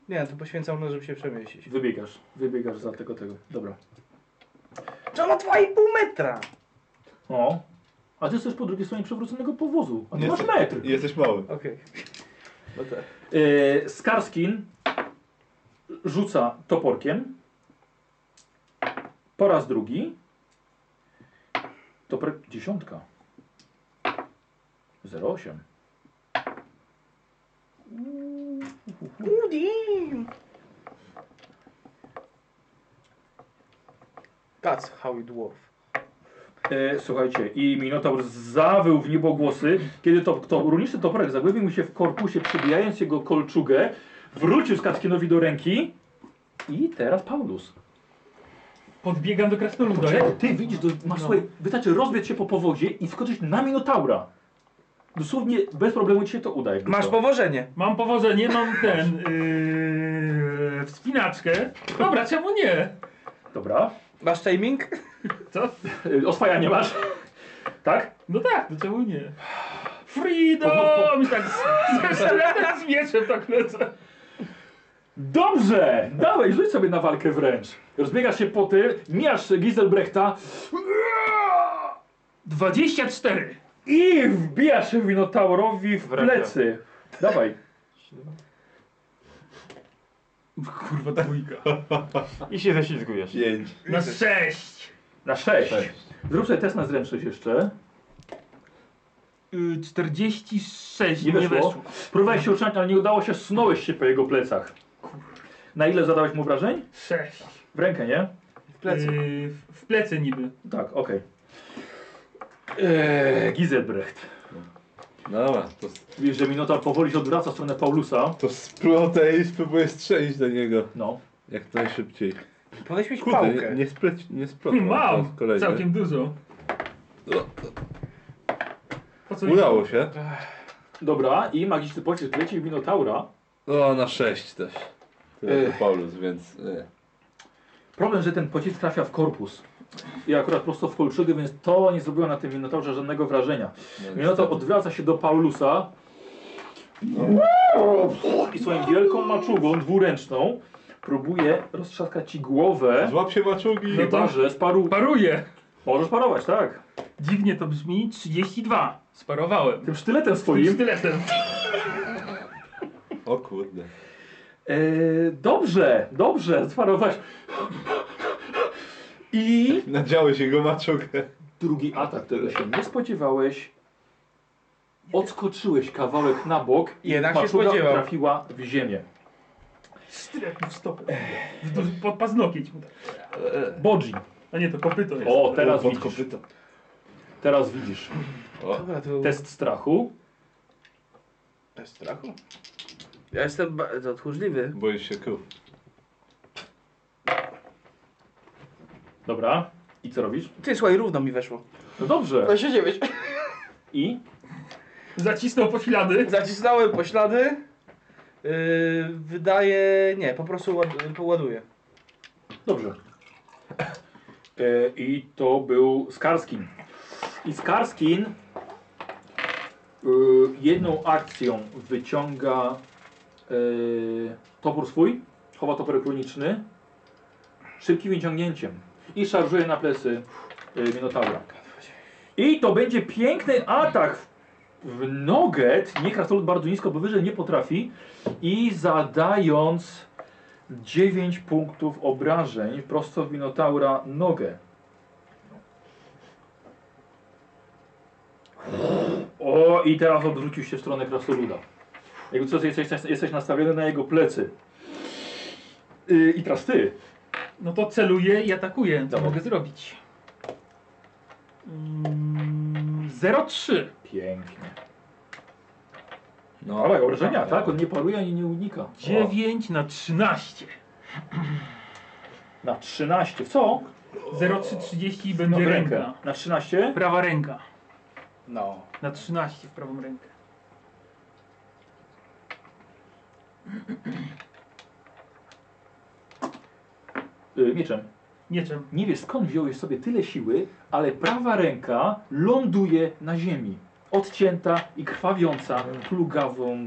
A: Nie, to poświęcam no, żeby się przemieścić.
B: Wybiegasz, wybiegasz za tego, tego. Dobra.
A: To ma 2,5 metra!
B: O. A ty jesteś po drugiej stronie przewróconego powozu. A ty
C: Nie
B: masz
C: jestem-
B: metr.
C: Jesteś mały.
A: Okej. No tak.
B: E, Skarskin rzuca toporkiem. Po raz drugi. Toporek dziesiątka. 08.
A: That's how it works.
B: E, słuchajcie, i Minotaur zawył w niebogłosy, kiedy to, to runiczny toporek zagłębił mu się w korpusie, przebijając jego kolczugę, wrócił Skarskinowi do ręki i teraz Paulus.
D: Podbiegam do krasnoluda,
B: Czekaj,
D: jak?
B: ty widzisz, do, masz słuchaj, wystarczy rozbiec się po powozie i skoczyć na Minotaura. Dosłownie bez problemu ci się to udaje.
A: Masz
B: To.
A: powożenie.
D: Mam powodzenie, mam ten... Yy, wspinaczkę. Dobra, czemu nie?
B: Dobra.
A: Masz timing?
D: Co?
B: Y, Oswajanie masz. Tak?
D: No tak, no czemu nie? Freedom! I tak z, z, z, z mieczem tak lecę.
B: Dobrze! Dawaj, rzuć sobie na walkę wręcz. Rozbiegasz się po ty, mijasz Giselbrechta
D: 24.
B: i wbijasz się Minotaurowi w
E: W rękę.
B: plecy. Dawaj.
D: Kurwa, dwójka.
E: I się ześlizgujesz.
C: Pięć.
D: Na 6.
B: Na 6.
C: Sześć.
B: Zrób sobie test na zręczność jeszcze.
D: 46
B: Nie weszło. Próbowałeś się utrzymać, ale nie udało się, snułeś się po jego plecach. Na ile zadałeś mu wrażeń?
D: 6.
B: W rękę, nie?
A: W plecy.
B: Yy,
D: Y, w plecy niby.
B: Tak, okej. Eee, Giselbrecht.
C: No Dobra, to,
B: Widzisz, że Minotaur powoli się odwraca w stronę Paulusa.
C: to splotę i spróbuję strzelić do niego.
B: No.
C: Jak najszybciej.
A: Powinieneś mieć
C: Kurde, nie,
A: pałkę.
C: nie, spleć, nie splotę.
D: Mam! Całkiem dużo. Po co mi-
C: Udało się.
B: Dobra, i magiczny pocisk leci w Minotaura.
C: No, na sześć też. Tyle
B: Ech.
C: to Paulus, więc... e, Nie.
B: Problem, że ten pocisk trafia w korpus. I akurat prosto w kolczugę, więc to nie zrobiło na tym Minotaurze żadnego wrażenia.
C: no
B: Minotaur odwraca się do Paulusa. I swoją wielką maczugą dwuręczną próbuje roztrzaskać ci głowę.
C: Złap się maczugi!
D: No
B: Chyba,
D: to-
B: że sparł...
D: Paruję.
B: Możesz parować, tak.
D: Dziwnie to brzmi. 32. Sparowałem.
B: Tym sztyletem
D: Tym
B: swoim.
D: styletem.
C: O kurde.
B: Eee, dobrze, dobrze, sparowałeś. I
C: Nadziałeś jego maczugę.
B: drugi atak, którego się nie spodziewałeś. Odskoczyłeś kawałek na bok i
A: Jednak się
B: maczuga
A: spodziewał.
B: trafiła w ziemię.
D: Stylet mu w stopę. W duży- Pod paznokieć mu tak.
B: Bodzi.
D: A nie, to kopyto jest.
B: O, teraz
C: Pod
B: widzisz.
C: kopyto.
B: Teraz widzisz.
C: O.
A: Dobra, to
B: Test strachu.
A: bez strachu. Ja jestem bardzo tchórzliwy.
C: Boisz się krów.
B: Dobra. I co robisz?
A: Ty, słuchaj, równo mi weszło.
B: No dobrze.
A: 29.
B: I?
D: Zacisnął po ślady.
A: Zacisnąłem poślady. Yy, wydaje... Nie, po prostu ład, poładuję.
B: Dobrze. E, I to był Skarskin. I Skarskin e, jedną akcją wyciąga e, topór swój, chowa topór kroniczny, szybkim wyciągnięciem i szarżuje na plecy e, Minotaura. I to będzie piękny atak w, w nogę, nie krasnolud bardzo nisko, bo wyżej nie potrafi i zadając 9 punktów obrażeń prosto w Minotaura nogę. O, i teraz odwrócił się w stronę krasnoluda. Jakby co, jesteś, jesteś nastawiony na jego plecy. Yy, I teraz ty.
D: No to celuję i atakuję. Co
B: Dobra.
D: mogę zrobić? Mm, 03.
B: Pięknie.
C: No,
B: Dawaj, obrażenia, tak? On nie paruje ani nie unika. O,
D: 9 na 13.
B: Na 13. W co?
D: 0330
B: No,
D: będzie
B: w
D: ręka.
B: Na 13?
D: Prawa ręka.
B: No.
D: Na 13 w prawą rękę.
B: Y, mieczem.
D: Mieczem.
B: Nie wiesz skąd wziąłeś sobie tyle siły, ale prawa ręka ląduje na ziemi. Odcięta i krwawiąca plugawą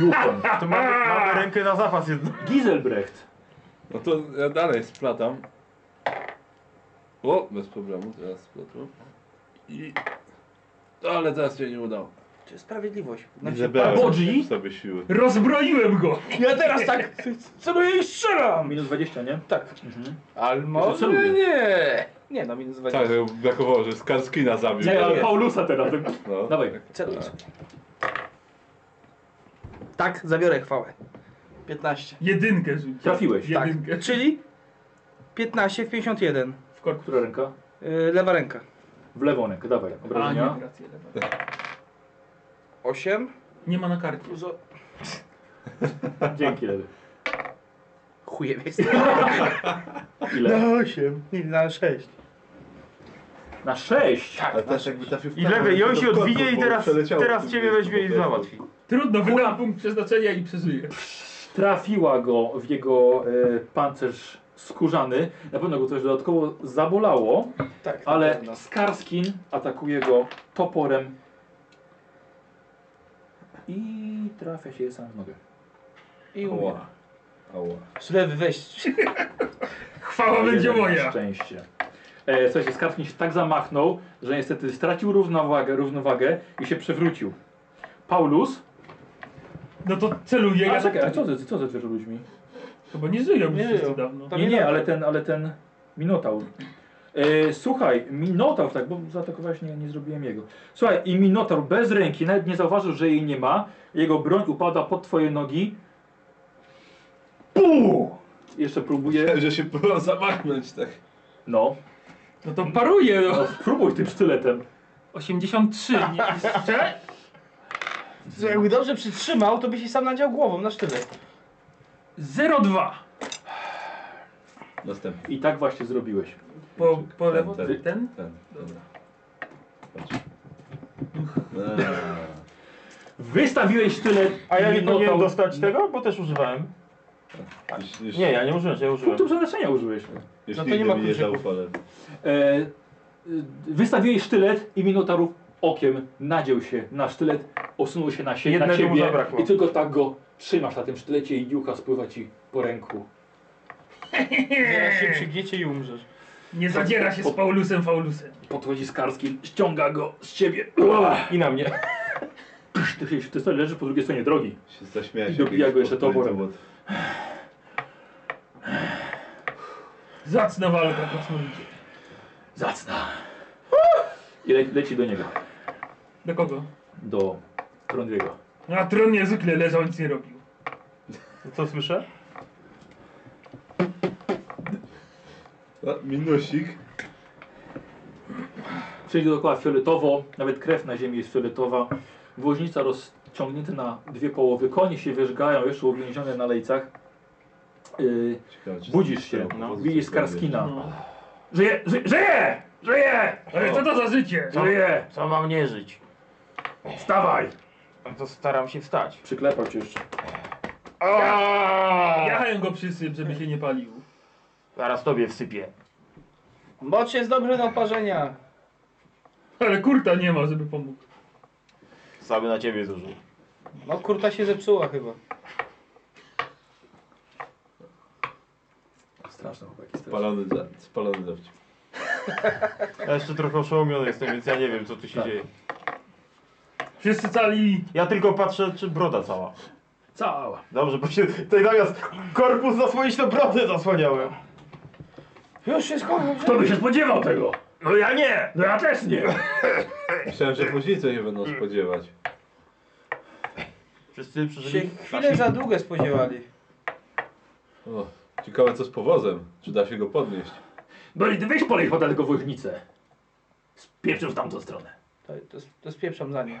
B: juchą.
E: To mamy, mamy rękę na zapas jedną.
B: Giselbrecht.
C: no to ja dalej splatam. O, bez problemu, teraz splatłem. I... Ale teraz się nie udało.
A: To jest sprawiedliwość.
C: Nie
A: Znaczy,
B: Tak.
C: zebrałem
B: Bodzi?
C: sobie siły.
D: Rozbroiłem go!
A: ja teraz tak celuję i strzelam!
B: Minus 20, nie?
A: Tak.
B: Mhm.
A: Albo
B: Jeszcze celuję.
A: No, nie. Nie, no minus 20.
C: Tak, brakowało, że Skarskina zabił.
B: Nie, ale Paulusa teraz.
C: No.
B: Dawaj.
A: Celuję. Tak, zabiorę chwałę. 15.
D: Jedynkę rzucił.
B: Trafiłeś.
A: Tak,
D: Jedynkę.
A: czyli 15 w 51.
D: W korku.
B: Która ręka?
A: Yy, lewa ręka.
B: W lewą rękę, dawaj.
D: A, nie,
B: Obrażenia.
D: rację, lewa.
A: 8.
D: Nie ma na karcie.
A: Plus o...
B: Dzięki lewy.
A: Chujem jest.
B: Ile?
A: 8. Nie, na 6.
B: Na 6.
C: Ale też jakby trafił w
E: I
C: prawo,
E: lewy, i
C: to
E: on
C: w
E: się
C: korpus,
E: odwinie i
C: tak, bo
E: teraz,
C: przeleciało
E: teraz
C: tym
E: ciebie
C: miejscu
E: weźmie i
C: po prostu.
E: załatwi.
D: Trudno, wydam punkt przeznaczenia i przeżyję.
B: Trafiła go w jego e, pancerz skórzany. Na pewno go też dodatkowo zabolało,
A: Tak, na
B: ale
A: pewno.
B: Skarskin atakuje go toporem. I trafia się sam w nogę.
A: I umiera.
C: Ała. Ała.
A: Lewy, weź.
D: Chwała będzie
B: Jeden na
D: moja.
B: Szczęście. E, słuchajcie, Skarskin się tak zamachnął, że niestety stracił równowagę, równowagę i się przewrócił. Paulus.
D: No to celuję.
B: A,
D: Ja tak-
B: czekaj, a co ze, co ze tymi ludźmi?
D: Chyba nie żyją
A: Nie
D: już wszyscy
A: żyją.
D: dawno.
A: Tam
B: nie,
A: nie
B: nie,
A: ma-
B: ale ten, ale ten Minotaur. E, słuchaj, Minotaur, tak, bo zaatakowałeś, nie, nie zrobiłem jego. Słuchaj, i Minotaur bez ręki, nawet nie zauważył, że jej nie ma. Jego broń upada pod twoje nogi. Puu! Jeszcze próbuje.
C: Myślałem, że się próbował zamachnąć tak.
B: No,
D: No to paruję.
B: no spróbuj tym sztyletem.
D: 83. Nie, jeszcze?
A: Że Jakby dobrze przytrzymał, to by się sam nadział głową na sztylet.
D: 02.
C: Następny.
B: I tak właśnie zrobiłeś.
D: Po, po
C: Ten,
D: lewo.
C: ten.
D: Ten?
C: Ten.
D: Dobra.
C: Patrz. Eee.
B: Wystawiłeś sztylet.
E: A ja nie
B: Minotaur-
E: powinienem dostać tego, bo też używałem.
C: Jeśli- jeśli-
E: Nie, ja nie użyłem, ja użyłem.
B: Punktu przeznaczenia użyłeś.
C: Jeśli
A: No to
C: nigdy
A: nie ma
C: mi nie
A: kluczyków.
C: zaufa, ale...
B: E, y, wystawiłeś sztylet i Minotaur okiem nadział się na sztylet, osunął się na, sie, na
E: Jednego mu
B: ciebie
E: zabrakło.
B: i tylko tak go trzymasz na tym sztylecie i jucha spływa ci po ręku.
A: Zaraz się przygniecie i umrzesz.
D: Nie zadziera się z Paulusem Faulusem.
B: Podchodzi Skarski, ściąga go z ciebie.
E: I na mnie.
B: Ty, ty, ty stoi- leżysz po drugiej stronie drogi.
C: Się zaśmiałeś.
B: I dobija
C: jak
B: go jeszcze
C: spotkanie
B: toporem.
C: było.
D: Zacna walka, kosmolicie.
B: Zacna. I le, leci do niego.
D: Do kogo?
B: Do Trondriego.
D: Na tronie zwykle leżał, nic nie robił.
E: Co słyszę?
C: A, Minusik.
B: Wszędzie dookoła fioletowo, nawet krew na ziemi jest fioletowa. Woźnica rozciągnięta na dwie połowy. Konie się wierzgają, jeszcze uwięzione na lejcach. Yy,
C: Ciekawe, czy
B: Budzisz
C: z
B: się,
C: tego powodu
B: widzisz
C: coś będzie.
B: Skarskina.
D: No.
B: Żyje, ży, żyje! Żyje!
D: Ale co to za życie?
B: Żyje!
E: Co mam nie żyć?
B: Wstawaj!
E: No to staram się wstać.
B: Przyklepał cię jeszcze.
D: Jechałem go przysyp, żeby się nie palił.
E: Zaraz tobie wsypię.
A: Mocz jest dobry na oparzenia.
D: Ale kurta nie ma, żeby pomógł.
E: Samy na ciebie zużył.
A: No kurta się zepsuła chyba.
B: Straszne chłopaki, straszne.
C: Spalony, za- spalony dowcip.
E: Ja jeszcze trochę oszołomiony jestem, więc ja nie wiem co tu się
B: Tak.
E: dzieje.
D: Wszyscy cali
E: Ja tylko patrzę, czy broda cała.
B: Cała.
E: Dobrze, bo się tutaj zamiast korpus zasłonić, to brodę zasłaniałem.
A: Już się schował.
B: Kto by się spodziewał tego?
E: No ja nie!
B: No ja też nie.
C: Myślałem, że później coś się będą spodziewać.
E: Wszyscy
A: Się
E: przeżyli?
A: chwilę za długo spodziewali.
C: O, ciekawe co z powozem. Czy da się go podnieść?
B: No i ty weź polej poda tylko woźnicę. Spieprzył w tamtą stronę.
A: To, to, to spieprzam za nim.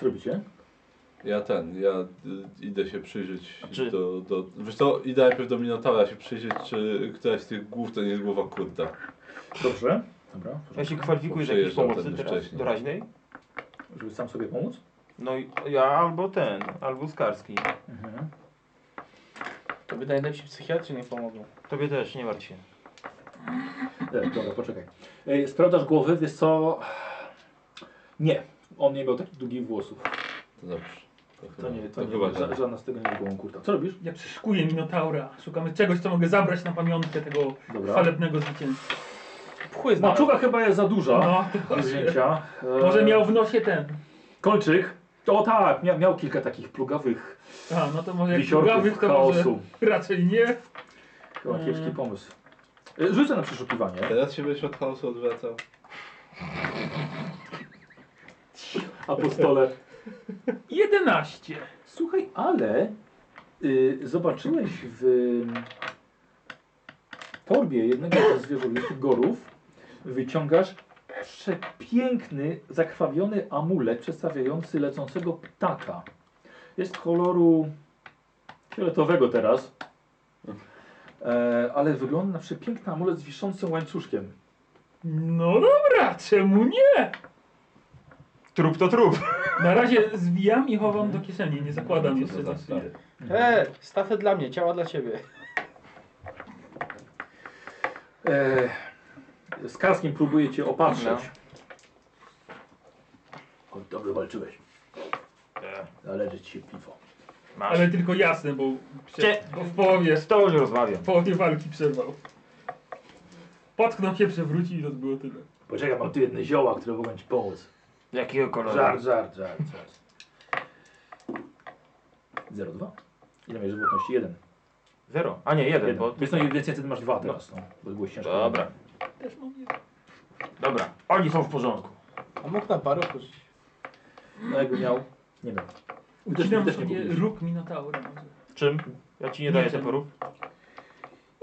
B: Co robicie?
C: Ja ten, ja y, idę się przyjrzeć
A: Czy-
C: do, do... Wiesz co, idę najpierw do Minotaura się przyjrzeć, czy któraś z tych głów to nie jest głowa kurta.
B: Dobrze. Dobra. w
E: Tak.
A: Ja
B: porządku.
A: się kwalifikuję do jakiejś
C: Przejeżdżał
A: pomocy
C: ten
A: teraz,
C: wcześniej.
A: doraźnej.
B: Żeby sam sobie pomóc?
E: No i ja albo ten, albo Skarski.
B: Mhm.
A: Tobie najlepsi psychiatrzy nie pomogą.
E: Tobie też, nie martw się.
B: E, dobra, poczekaj. E, sprawdzasz głowy, wiesz co? Nie. On nie miał takich długich włosów.
C: To dobrze.
B: To nie, to,
C: chyba
B: nie. Ża- żadna z tego nie była kurta. Co robisz?
D: Ja przeszukuję Minotaura. Szukamy czegoś, co mogę zabrać na pamiątkę tego
B: Dobra.
D: chwalebnego zwycięstwa.
E: No,
A: Pchły znalazł.
B: Maczuga chyba jest za duża.
D: No, to
B: do Zdjęcia. E,
D: Może miał w nosie ten.
B: Kolczyk. O tak, mia miał kilka takich plugawych
D: A, no to może jak
B: wisiorków
D: plugawych, to może
B: chaosu.
D: raczej nie.
B: Chyba
D: Mm.
B: kiepski pomysł. E, Rzucę na przeszukiwanie.
C: Teraz się będziesz od chaosu odwracał.
B: Apostole.
D: 11.
B: Słuchaj, ale y, zobaczyłeś w mm, torbie jednego ze zwierząt gorów wyciągasz przepiękny, zakrwawiony amulet przedstawiający lecącego ptaka. Jest koloru fioletowego teraz, e, ale wygląda na przepiękny amulet z wiszącym łańcuszkiem.
D: No dobra, czemu nie?
E: Trup to trup.
D: Na razie zwijam i chowam do kieszeni, nie zakładam
C: Co
D: jeszcze
C: to
D: na
C: za
D: chwilę.
C: stary?
A: E, stafę dla mnie, ciała dla ciebie.
B: E, z kaskiem próbuje cię opatrzeć. O, dobrze walczyłeś. Należy ci się piwo.
E: Masz.
D: Ale tylko jasne, bo,
E: Cie-
D: prze... bo w połowie
E: Z tobą nie rozmawiam.
D: w połowie walki przerwał. Potknął się, przewrócił i to było tyle.
B: Poczekaj, mam tu jedne zioła, które mogą ci pomóc.
E: Jakiego koloru?
B: Żart, żart, żart, żart. 0,2? Ile miałeś żywotności? 1.
E: Zero. A nie, jeden, bo...
B: Więc no i więcej ty masz 2 teraz, no. Bo byłeś ciężko.
E: Dobra,
D: Też mam nie.
E: dobra. Oni są w porządku.
A: A mógł na paru użyć.
B: No jakby miał, nie miał.
D: Ucinam
B: też nie
D: sobie
B: kupiłeś.
D: róg minotaura. może.
E: Czym? Ja ci nie daję
D: Mieczem.
E: toporów.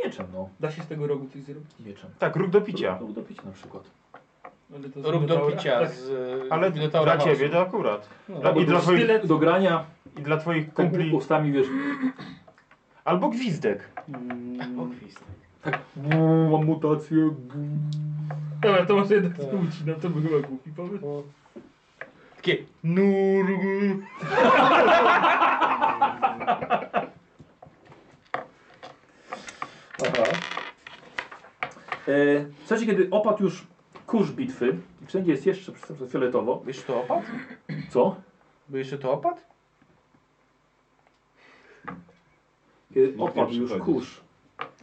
B: Mieczem, no.
D: Da się z tego rogu coś zrobić?
B: Mieczem.
E: Tak, róg do picia.
B: No do picia na przykład.
D: Ale to z
A: Rób do
D: minotaura?
A: picia
D: Tak.
A: z y,
E: Ale
A: Minotaura
E: dla ciebie
A: House'u.
E: to akurat.
A: No.
E: Dla,
B: Albo
E: I dla
B: to
E: twoich,
D: Tyle,
B: Do grania
E: i dla twoich
B: kumpli
E: kumpli.
B: ustami, wiesz,
E: Albo gwizdek.
B: buu, Tak, mam mutację, buu.
D: Dobra, to może jednak
A: Tak.
D: tylko ucinam, to by chyba głupi pomysł.
A: O. Takie nurgu.
B: Aha. E, w sensie, kiedy opadł już kurz bitwy, i wszędzie jest jeszcze fioletowo,
A: Jeszcze to opad?
B: co?
A: Był jeszcze to opad?
B: Kiedy
C: nie
B: opadł już
C: przychodzi.
B: kurz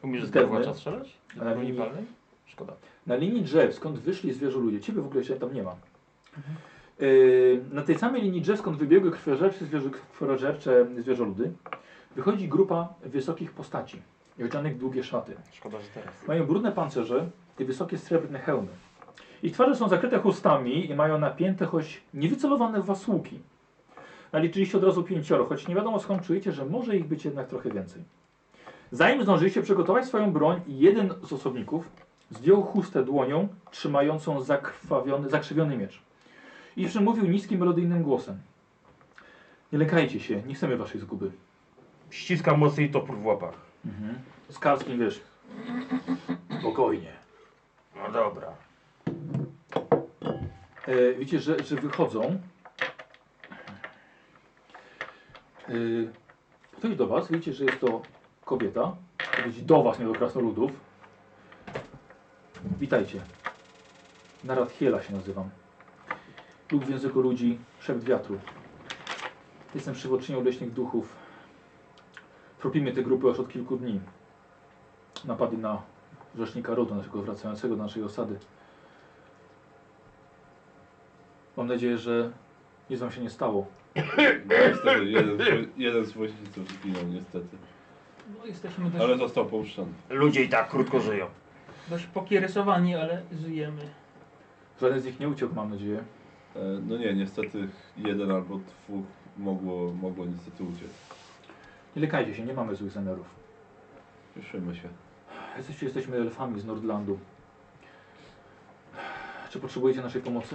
E: Umiesz z
B: Pewnie.
E: głowacza strzelać? Z
B: Ale
E: broni
B: nie.
E: palnej? Szkoda.
B: na linii drzew, skąd wyszli zwierzę ludzie, ciebie w ogóle się tam nie ma. E, na tej samej linii drzew, skąd wybiegły krwiożercze, zwierzę, krwiożercze zwierzoludy, wychodzi grupa wysokich postaci, odzianych w długie szaty.
E: Szkoda, że teraz.
B: Mają brudne pancerze i wysokie srebrne hełmy. Ich twarze są zakryte chustami i mają napięte, choć niewycelowane w was łuki. Naliczyliście od razu pięcioro, choć nie wiadomo skąd czujecie, że może ich być jednak trochę więcej. Zanim zdążyliście przygotować swoją broń, jeden z osobników zdjął chustę dłonią, trzymającą zakrwawiony, zakrzywiony miecz. I przemówił niskim, melodyjnym głosem. Nie lękajcie się, nie chcemy waszej zguby.
E: Ściskam mocniej topór w łapach.
B: Z Karskim wiesz. Spokojnie.
E: No dobra.
B: E, widzicie, że, że wychodzą. E, Podchodzi do was, widzicie, że jest to kobieta. Podchodzi do was, nie do krasnoludów. Witajcie. Naradhiela się nazywam. Lub w języku ludzi szept wiatru. Jestem przywodczynią leśnych duchów. Tropimy te grupy już od kilku dni. Napady na rzecznika rodu, naszego wracającego do naszej osady. Mam nadzieję, że nic wam się nie stało.
C: Niestety, jeden, z- jeden z woźniców zginął niestety.
D: No jesteśmy dość,
C: Ale został pomszczony.
E: Ludzie i tak krótko żyją.
D: dość pokierysowani, ale żyjemy.
B: Żaden z nich nie uciekł, mam nadzieję.
C: E, No nie, niestety jeden albo dwóch mogło, mogło niestety uciec.
B: Nie lękajcie się, nie mamy złych zamiarów.
C: Cieszymy się.
B: Jesteście, jesteśmy elfami z Nordlandu. Czy potrzebujecie naszej pomocy?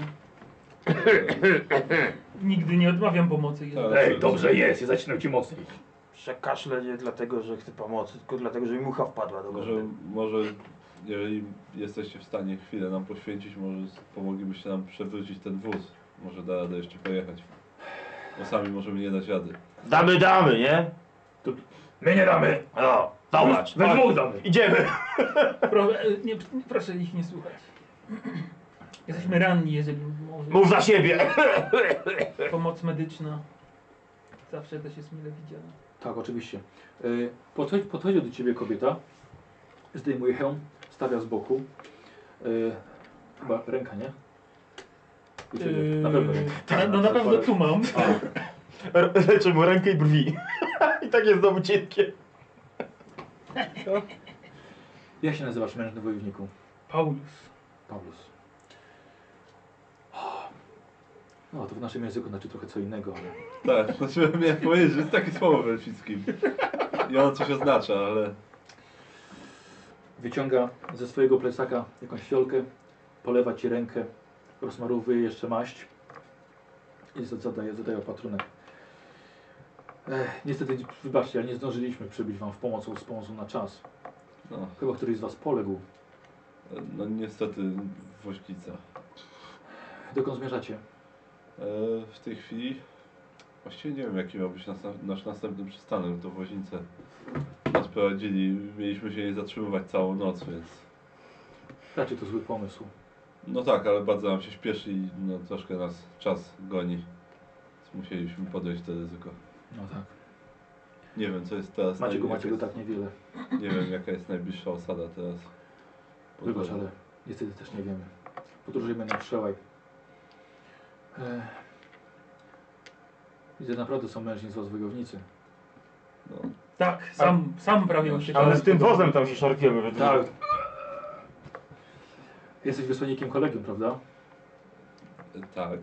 D: Nigdy nie odmawiam pomocy. Jezu.
C: Tak.
B: Ej, dobrze jest, ja zacinam cię mocniej.
E: Przekaszle nie dlatego, że chce pomocy, tylko dlatego, że mi mucha wpadła do
C: Może,
E: głowy.
C: może jeżeli jesteście w stanie chwilę nam poświęcić, może z- pomoglibyście nam przewrócić ten wóz. Może da radę jeszcze pojechać. Bo sami możemy nie dać rady.
E: Damy, damy, nie?
F: My nie damy.
E: No, zobacz.
F: We
E: chodź.
F: dwóch damy.
E: Idziemy.
D: Pro, e, nie, nie, proszę ich nie słuchać. Jesteśmy ranni, jeżeli może.
E: Mów za siebie.
D: Pomoc medyczna. Zawsze też jest mile widziana.
B: Tak, oczywiście. Y, Podchodzi, podchodzi do ciebie kobieta, zdejmuje hełm, stawia z boku. Y, Chyba ręka, nie? U ciebie. Na pewno ręka.
D: na, no na pewno tu mam.
E: R- Leczy mu rękę i brwi. I tak jest znowu cienkie.
B: Jak się nazywasz, mężny wojowniku?
D: Paulus.
B: Paulus. No, to w naszym języku znaczy trochę co innego, ale...
C: Tak, znaczy miałem powiedzieć, że jest takie słowo w elfickim. I ono coś oznacza, ale
B: Wyciąga ze swojego plecaka jakąś fiolkę, polewa ci rękę, rozmarowuje jeszcze maść i za- zadaje, zadaje opatrunek. Ech, niestety, wybaczcie, ale nie zdążyliśmy przybyć wam w pomocą, z pomocą na czas.
C: no,
B: Chyba któryś z was poległ.
C: no niestety woźnica.
B: Dokąd zmierzacie?
C: E, w tej chwili właściwie nie wiem jaki miał być nasa- nasz następny przystanek, to woźnice nas prowadzili, mieliśmy się jej zatrzymywać całą noc, więc
B: Raczej to zły pomysł.
C: no tak, ale bardzo nam się śpieszy i no, troszkę nas czas goni, więc musieliśmy podejść to ryzyko.
B: No tak.
C: Nie wiem co jest teraz,
B: Macie go,
C: naj-
B: macie go
C: jaka
B: tak niewiele.
C: jest, nie wiem jaka jest najbliższa osada teraz. Po
B: Wybacz,
C: drodze.
B: ale niestety też nie wiemy. Podróżujemy na przełaj. E... Widzę, naprawdę są mężni z was wojownicy.
C: No,
D: Tak, sam, sam prawie
E: Ale
D: uciekałem.
E: z tym wozem tam się szarpiemy.
B: Tak. Jesteś wysłannikiem kolegium, prawda?
C: e, tak.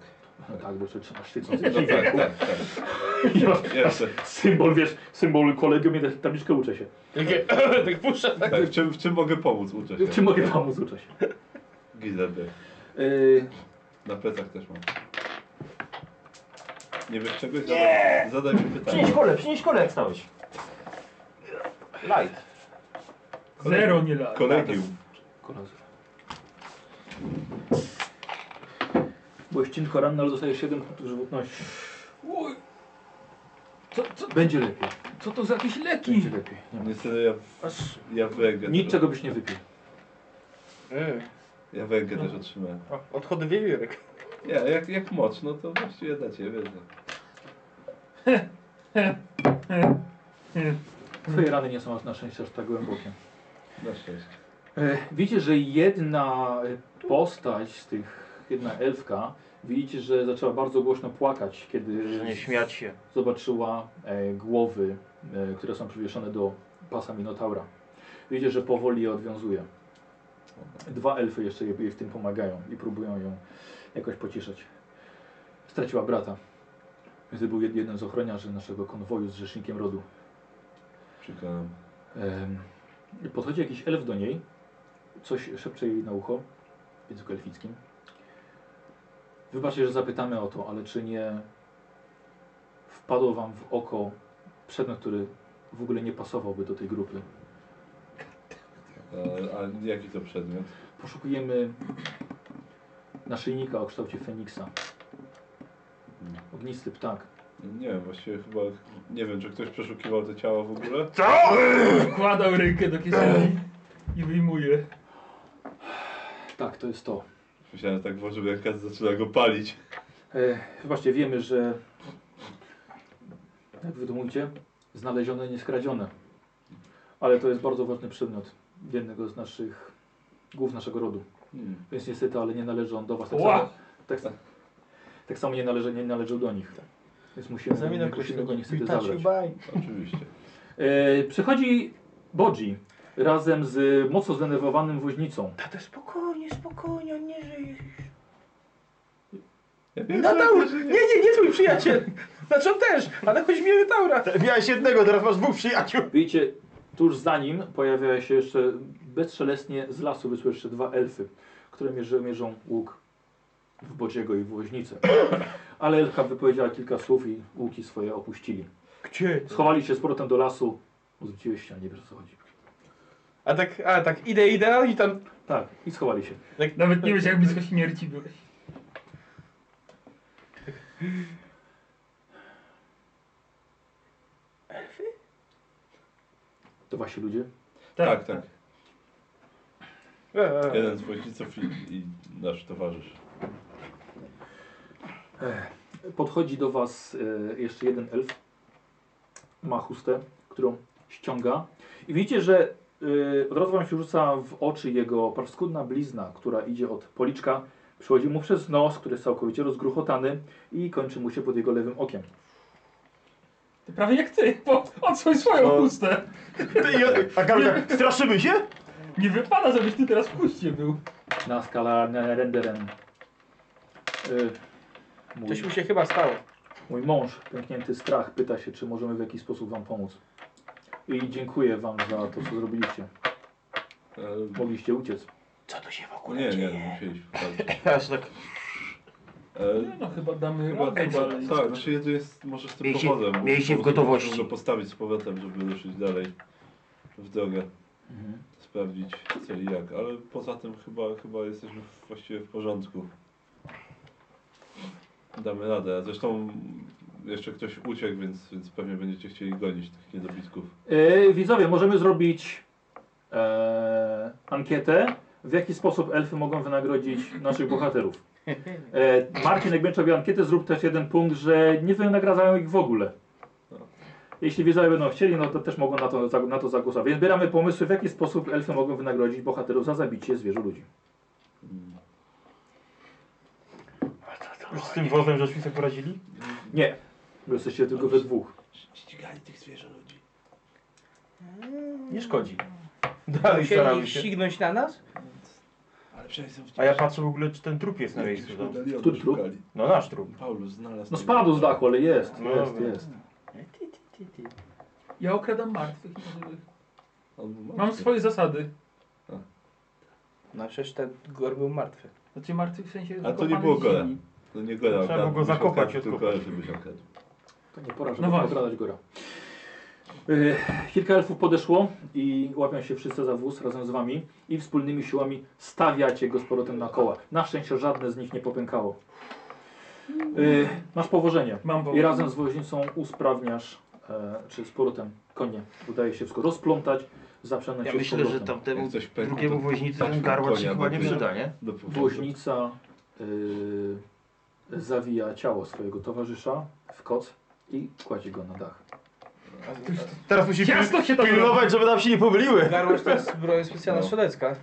B: No tak, bo jeszcze trzymasz świecący
C: No, tak, tak, tak.
B: I masz
C: No, Jeszcze.
B: symbol, wiesz, symbol kolegium i też tabliczkę uczę się.
F: Takie, tak puszczę.
C: tak w, czym, w czym mogę pomóc? Uczę się.
B: Czy mogę pomóc, uczę się.
C: Gizeby.
B: Yy,
C: Na plecach też mam. Nie wiesz czegoś? Zadaj, zadaj mi pytanie.
E: Przynieś kole, przynieś kole jak stałeś. Light.
D: Zero nie lat.
C: Kolegium.
B: koledzy. Byłeś cienko ranny, ale dostajesz 7 punktów żywotności.
D: Uj. Co, co,
B: Będzie lepiej,
D: co to za jakieś leki?
B: będzie lepiej. Nie ma.
C: Niestety ja, ja węgę też,
B: Niczego byś nie wypił.
A: E.
C: ja węgę też otrzymałem.
E: Odchody wiewiórek.
C: Nie, jak, jak moc, no to właściwie dla ciebie. No.
D: E, e.
B: Twoje rany nie są aż na szczęście aż tak głębokie.
C: Na szczęście.
B: E, Widzicie, że jedna e, postać z tych, jedna elfka, widzicie, że zaczęła bardzo głośno płakać, kiedy
E: Że nie śmiać się.
B: zobaczyła e, głowy, e, które są przywieszone do pasa Minotaura. Widzicie, że powoli je odwiązuje. Dwa elfy jeszcze jej, jej w tym pomagają i próbują ją jakoś pocieszać. Straciła brata, który był jed- jednym z ochroniarzy naszego konwoju z rzecznikiem rodu.
C: Przykro nam.
B: Em, Podchodzi jakiś elf do niej, coś szepcze jej na ucho w języku elfickim. Wybaczcie, że zapytamy o to, ale czy nie wpadło wam w oko przedmiot, który w ogóle nie pasowałby do tej grupy?
C: E, a jaki to przedmiot?
B: Poszukujemy naszyjnika o kształcie Feniksa.
C: Hmm.
B: Ognisty ptak.
C: Nie wiem, właściwie chyba nie wiem, czy ktoś przeszukiwał te ciała w ogóle.
D: Wkładam rękę do kieszeni i wyjmuję.
B: Tak, to jest to.
C: Myślałem, że tak włożył rękę, zaczyna go palić.
B: E, Wybaczcie, wiemy, że jak wy to mówicie, znalezione, nie skradzione. Ale to jest bardzo ważny przedmiot jednego z naszych głów naszego rodu.
C: Hmm.
B: Więc niestety, ale nie należy on do was. Tak,
D: Ła!
B: samo, tak, sa- tak samo nie, należy, nie należył do nich. Więc musimy, nie, musimy go niestety zabrać.
C: Oczywiście.
B: E, przychodzi Bodzi razem z mocno zdenerwowanym woźnicą.
E: Tata, spokojnie, spokojnie, on nie żyje.
C: Ja wiem,
A: No
C: że-
E: Nataur! Nie, nie, nie twój przyjaciel! Znaczy on też, ale chodź mi o Taura. Miałeś jednego, teraz masz dwóch przyjaciół.
B: Widzicie, tuż za nim pojawiają się jeszcze bezszelestnie z lasu wysłyszą jeszcze dwa elfy, które mierzy, mierzą łuk w Bodziego i w Woźnicę. Ale Elka wypowiedziała kilka słów i łuki swoje opuścili.
E: Gdzie?
B: Schowali się z powrotem do lasu, zwróciłeś się, a nie wiesz o co chodzi.
A: A tak, a tak idę, idę i tam...
B: Tak, i schowali się.
E: tak, no,
D: Nawet nie wiesz, jak blisko śmierci byłeś.
B: To wasi ludzie?
C: Tak, tak.
A: E, e.
C: Jeden z woźniców i, i nasz towarzysz.
B: Podchodzi do was e, jeszcze jeden elf. Ma chustę, którą ściąga. I widzicie, że e, od razu wam się rzuca w oczy jego parskudna blizna, która idzie od policzka. Przychodzi mu przez nos, który jest całkowicie rozgruchotany i kończy mu się pod jego lewym okiem.
D: To prawie jak ty, bo odsłoń swoją
C: No.
D: chustę.
E: A Karol tak, straszymy się?
D: Nie wypada, żebyś ty teraz w chuście był.
B: Na skala na renderem. E, mój,
A: Coś mu się chyba stało.
B: mój mąż, pęknięty strach, pyta się, czy możemy w jakiś sposób wam pomóc. I dziękuję wam za to, co zrobiliście.
C: E,
B: Mogliście uciec.
E: Co tu się w ogóle
C: Nie,
E: dzieje?
C: nie, musieliśmy. tak.
E: Aż tak.
C: E,
D: No chyba damy
C: Chyba,
D: radę
C: chyba,
D: dalej.
C: tak, czy jedzie jest może z tym
E: Mieliście-
C: powodem. bo
E: mieliście w
C: po prostu
E: gotowości.
C: Muszę go postawić z powrotem, żeby ruszyć dalej w drogę. Sprawdzić co i jak, ale poza tym chyba, chyba jesteśmy właściwie w porządku. Damy radę. Zresztą jeszcze ktoś uciekł, więc, więc pewnie będziecie chcieli gonić tych niedobitków.
B: E, widzowie, możemy zrobić e, ankietę, w jaki sposób elfy mogą wynagrodzić naszych bohaterów. E, Marcin, jak będziesz robił ankietę, zrób też jeden punkt, że nie wynagradzają ich w ogóle. Jeśli widzowie będą chcieli, no to też mogą na to, za- na to zagłosować. Więc bieramy pomysły, w jaki sposób elfy mogą wynagrodzić bohaterów za zabicie zwierzę ludzi.
E: Już z tym wozem żeśmy sobie Tak poradzili?
B: Nie, bo jesteście tylko we dwóch.
C: Ścigali tych zwierzę ludzi.
E: Nie szkodzi. Dalej staramy
A: Musieli
E: się.
A: ścignąć na nas?
C: Ale przynajmniej są w
E: A ja patrzę w ogóle, czy ten trup jest na miejscu.
C: Jakiegoś
E: no.
C: medalionu
B: Tu trup?
C: szukali.
E: No nasz trup.
C: Paulus znalazł.
B: No
C: tego.
B: spadł z dachu, ale jest,
E: No
B: jest,
E: dobra.
B: jest.
D: Ja okradam martwych i żywych.
C: On był
D: Mam
C: martwy.
D: swoje zasady.
A: No przecież ten gor był martwy.
D: Znaczy martwych w sensie...
C: A to nie
D: zakopanych
C: było
D: w
C: gole.
D: ziemi.
C: No nie go
E: Trzeba było go zakopać i odkopać.
C: tak żeby się okradł.
B: To nie pora, żeby
D: No
B: no
D: właśnie.
B: okradać góra. Yy, kilka elfów podeszło i łapią się wszyscy za wóz razem z wami i wspólnymi siłami stawiacie go z powrotem na koła. Na szczęście żadne z nich nie popękało. Yy, masz powożenie
D: Mam
B: i
D: powód.
B: razem z woźnicą usprawniasz, e, czy z powrotem konie. Udaje się wszystko rozplątać, zaprzęgnąć
E: Ja
B: się z
E: myślę, że
B: powrotem.
E: tamtemu
C: Jak coś pękło,
E: drugiemu
C: to
E: woźnicy
C: patrz
E: ten
C: na
E: garłacz się
C: konia,
E: chyba
C: bo
E: nie
C: to-
E: przyda, nie?
C: Do powrotu.
B: Woźnica yy, zawija ciało swojego towarzysza w koc i kładzie go na dach.
E: Teraz musi
D: Ciasno się tam
E: pilnować, żeby nam się nie pomyliły.
A: Garłość to jest broń specjalna
C: No.
A: strzelecka.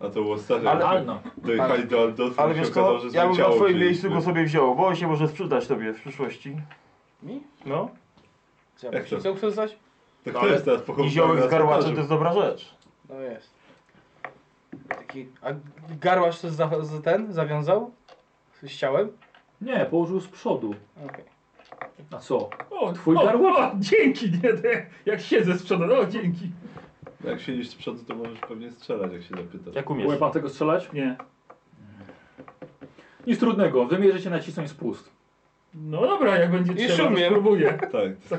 C: A to było ostatnio.
B: Ale
C: Ale,
B: Alna,
C: dojechali do Aldotfu
E: Ale
C: i się
E: wiesz
C: okazało,
E: co,
C: że
E: ja bym na
C: zleciało No,
E: twoim
C: się
E: miejscu
C: i-
E: go sobie wziął, bo on się może sprzedać tobie w przyszłości.
A: Mi?
E: No.
A: Co, ja
C: Jak
A: muszę
C: to?
A: chcę usłyszeć?
C: Tak to
E: No, ale
C: jest teraz pochowanie
E: I ziołek
C: na
E: z garłaczem to
C: cmentarzu.
E: jest dobra rzecz.
A: No jest. Taki, a garłasz to za, za ten zawiązał? Z ciałem?
B: nie, położył z przodu.
A: Okej.
B: A co?
D: O,
B: Twój
D: o,
B: garłop?
D: O, dzięki, nie, nie, jak siedzę z przodu, o, dzięki.
C: No, Jak siedzisz z przodu, to możesz pewnie strzelać, jak się zapytasz.
E: Jak
B: Umie
E: umiesz.
B: pan tego strzelać?
D: Nie.
B: Nic trudnego, wymierzycie nacisnąć spust.
D: No dobra, jak będzie
A: Nie
D: trzeba, to
A: szumiem.
D: spróbuję.
C: Tak.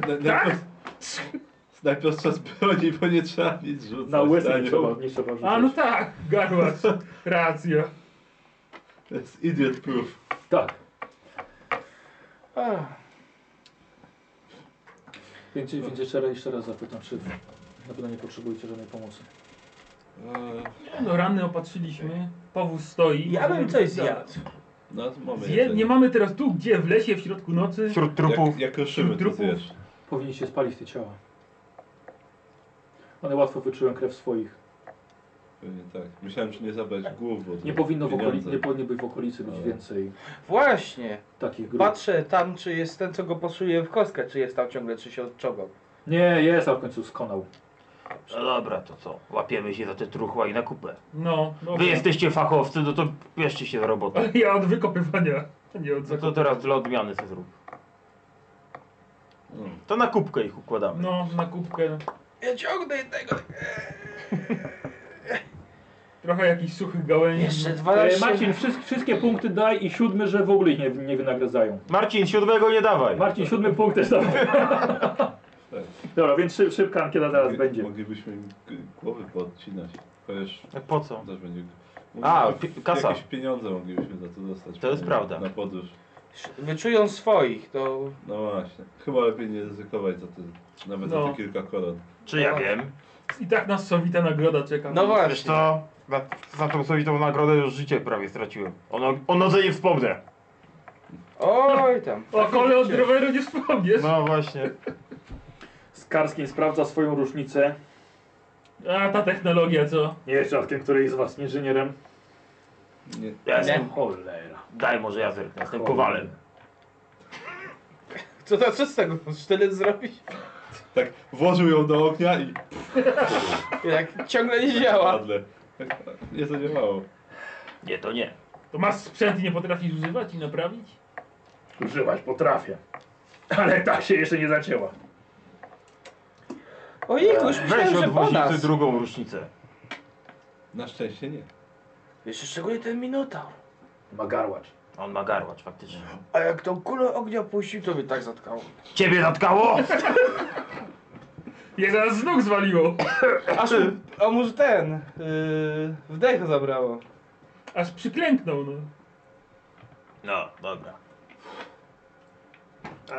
C: Na-
D: Tak?
C: najprost- Najprostsza z broni, bo nie trzeba nic rzucać.
B: Na łez
C: na
B: nie
C: nią.
B: trzeba, nie trzeba rzucać.
D: A no tak, garłacz, racja.
C: To jest idiot proof.
B: Tak.
A: Okay.
B: Więc, więc jeszcze, raz, jeszcze raz zapytam, czy na pewno nie potrzebujecie żadnej pomocy.
C: Eee,
D: No rany opatrzyliśmy, powóz stoi.
A: Ja bym coś zjadł.
C: No to mamy
D: Zje,
C: jedzenie.
D: nie mamy teraz tu, gdzie? W lesie, w środku nocy?
E: Wśród
C: Jak,
E: trupów.
C: jak ruszymy, to
D: Trupów.
C: zjesz.
B: Powinniście spalić te ciała. One łatwo wyczują krew swoich.
C: Pewnie tak. Myślałem, że nie zabrać głów, bo to
B: Nie powinno w okolicy,
C: pieniądze.
B: nie powinno być w okolicy być
C: Ale-
B: więcej
A: Właśnie.
B: takich grup.
A: Patrzę tam, czy jest ten, co go posuje w kostkę, czy jest tam ciągle, czy się odczołgał.
B: Nie, jest, a w końcu skonał.
F: No dobra, to co? Łapiemy się za te truchła i na kupę.
D: No, no.
F: Wy jesteście fachowcy, no to bierzcie się za robotę.
D: Ale ja od wykopywania, nie od
F: No to
D: zakupu.
F: teraz dla odmiany co zrób.
C: No.
F: To na kubkę ich układamy.
D: No, na kubkę.
A: Ja ciągnę jednego.
D: Trochę jakichś suchych gałęzi.
A: Jeszcze
B: E,
A: 12.
B: Marcin, wszystkie, wszystkie punkty daj i siódmy, że w ogóle ich nie, nie wynagradzają.
E: Marcin, siódmego nie dawaj.
B: Marcin, siódmy punkt też dawaj.
C: Tak.
B: Dobra, więc szy, szybka ankieta zaraz
C: Mogi-
B: będzie.
C: Moglibyśmy im g- głowy podcinać. Chociaż
A: Po co?
C: też będzie.
A: A,
C: Mógłby-
A: pi- kasa.
C: Jakieś pieniądze moglibyśmy za to dostać.
A: To jest
C: Na-
A: prawda.
C: Na podróż.
A: Wyczują swoich, to...
C: No właśnie. Chyba lepiej nie ryzykować za te, nawet za
D: No.
C: te kilka koron.
E: Czy ja wiem?
D: I tak nas sowita nagroda czeka.
A: No
E: Wiesz
A: właśnie.
E: co? Za, za tą sowitą nagrodę już życie prawie straciłem. Ono, o nodze nie wspomnę.
A: Oj tam.
D: O kole od roweru nie wspomniesz.
E: No właśnie.
B: Skarskiej sprawdza swoją różnicę.
D: A ta technologia co?
B: Nie jest rzadkiem, który jest z was inżynierem.
C: Nie,
E: Ja jestem.
B: Cholera.
E: Daj może ja zerknę. Jestem kowalem.
A: Co, to, co z tego? Sztylet zrobić?
C: tak włożył ją do ognia i
A: Jak ciągle nie działa.
C: padle. Tak, Nie zadziałało.
E: Nie, to nie.
D: To masz sprzęt i nie potrafisz używać i naprawić?
B: Używać potrafię. Ale tak się jeszcze nie zaczęła.
A: Ojejku, już
E: Weź
A: myślałem, że
E: od
A: po
E: woźnicy
A: nas.
E: drugą rusznicę.
C: Na szczęście nie.
A: Jeszcze szczególnie ten Minotaur.
B: Ma garłacz.
E: On ma garłacz faktycznie.
A: A jak tą kulę ognia puścił, to by tak zatkało.
E: Ciebie zatkało?
D: Jak zaraz z nóg zwaliło.
A: Aż, a może ten, yy, wdech zabrało.
D: Aż przyklęknął no.
E: No, dobra.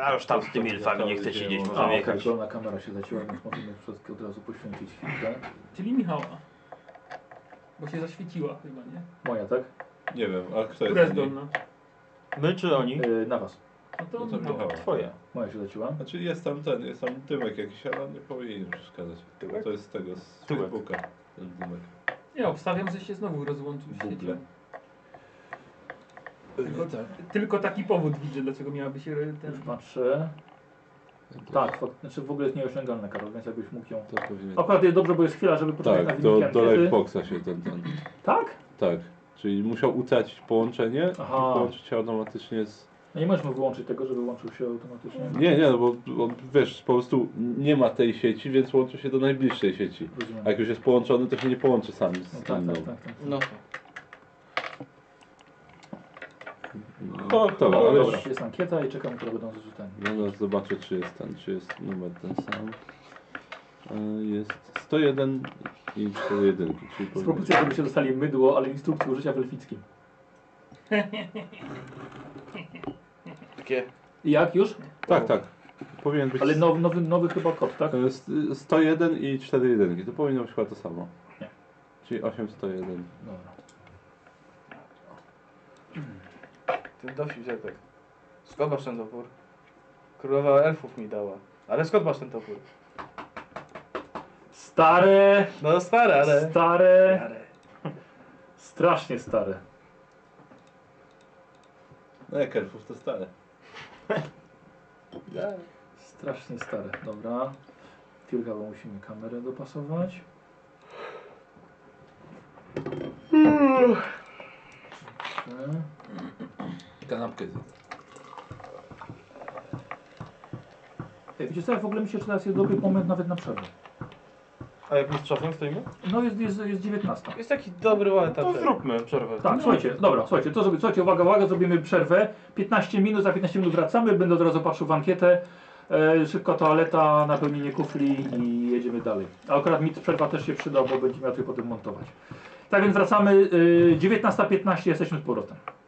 E: A już tam z tymi elfami nie chcę siedzieć,
B: A,
E: możemy
B: okej,
E: jechać.
B: okay. kamera się zacięła, więc możemy wszystkie od razu poświęcić chwilkę.
D: Czyli Michała. Bo się zaświeciła chyba, nie?
B: Moja, tak?
C: Nie wiem, a kto jest
D: Która jest
C: na niej?
D: dolna?
E: My czy oni?
B: E, na was.
D: No to
C: No to
D: Michała.
C: Michała.
E: Twoje.
B: Moja się zacięła.
C: Znaczy jest tam ten, jest tam dymek jakiś, ale on nie powinien przeszkadzać.
A: Tyłek?
C: To jest z tego, z
E: Tyłek.
C: Facebooka. Ten dymek.
D: Nie, obstawiam, że się znowu rozłączył z
C: Buble.
D: siecią. Tylko, tylko taki powód widzę, dlaczego miałaby się re-
B: Już
D: ten...
B: patrzę. Tak, fakt, znaczy w ogóle jest nieosiągalna, Karol, więc jakbyś mógł ją...
C: To powinien...
B: Akurat jest dobrze, bo jest chwila, żeby poczekać na
C: Tak, do,
B: wyniki
C: do
B: ankiety.
C: Lightboxa się ten, ten...
B: Tak?
C: Tak. Czyli musiał utracić połączenie
B: Aha.
C: i połączyć się automatycznie z...
B: No nie możemy wyłączyć tego, żeby łączył się automatycznie.
C: Nie, nie, no bo on, wiesz, po prostu nie ma tej sieci, więc łączy się do najbliższej sieci.
B: Rozumiem.
C: A jak już jest połączony, to się nie połączy sam
B: No
C: z
B: tak,
C: inną.
B: tak, tak, tak.
A: No.
C: No,
B: To,
C: dobra, ale
B: dobra.
C: już-
B: Jest ankieta i czekam, które będą zrzuceni.
C: No, no, zobaczę, czy jest ten, czy jest numer ten sam. E, Jest 101 i 41, czyli
B: Z
C: powinien...
B: propozycją, żebyście dostali mydło, ale instrukcję użycia w elfickim.
A: Takie.
B: I Jak już?
C: Tak, tak. Powinien być...
B: Ale nowy, nowy, nowy chyba kod, tak?
C: E, s- 101 i 4 jedynki, to powinno być chyba to samo.
B: Nie.
C: Czyli 801.
B: Dobra.
A: Ten dowcip tak. Skąd masz ten topór? Królowa elfów mi dała. Ale skąd masz ten topór?
B: Stare,
A: No stary, ale...
B: stare,
A: Stary.
B: strasznie stare.
C: No jak elfów to stare.
B: Strasznie stare, dobra. Chwilkę, bo musimy kamerę dopasować. Dobrze.
C: Kanapkę
B: Ej, Wiecie co, ja w ogóle myślę, że teraz jest dobry moment nawet na przerwę.
A: A jak my z czasem stoimy?
B: No jest, jest, jest 19.
A: Jest taki dobry moment na
E: To
A: przerwę.
E: zróbmy przerwę.
B: Tak, słuchajcie, dobra, słuchajcie, to żeby, słuchajcie, uwaga, uwaga, zrobimy przerwę. 15 minut, za 15 minut wracamy, będę od razu patrzył w ankietę. E, szybka toaleta, napełnienie kufli i jedziemy dalej. A akurat mi przerwa też się przyda, bo będzie miał to potem montować. Tak więc wracamy, e, 19.15, jesteśmy z powrotem.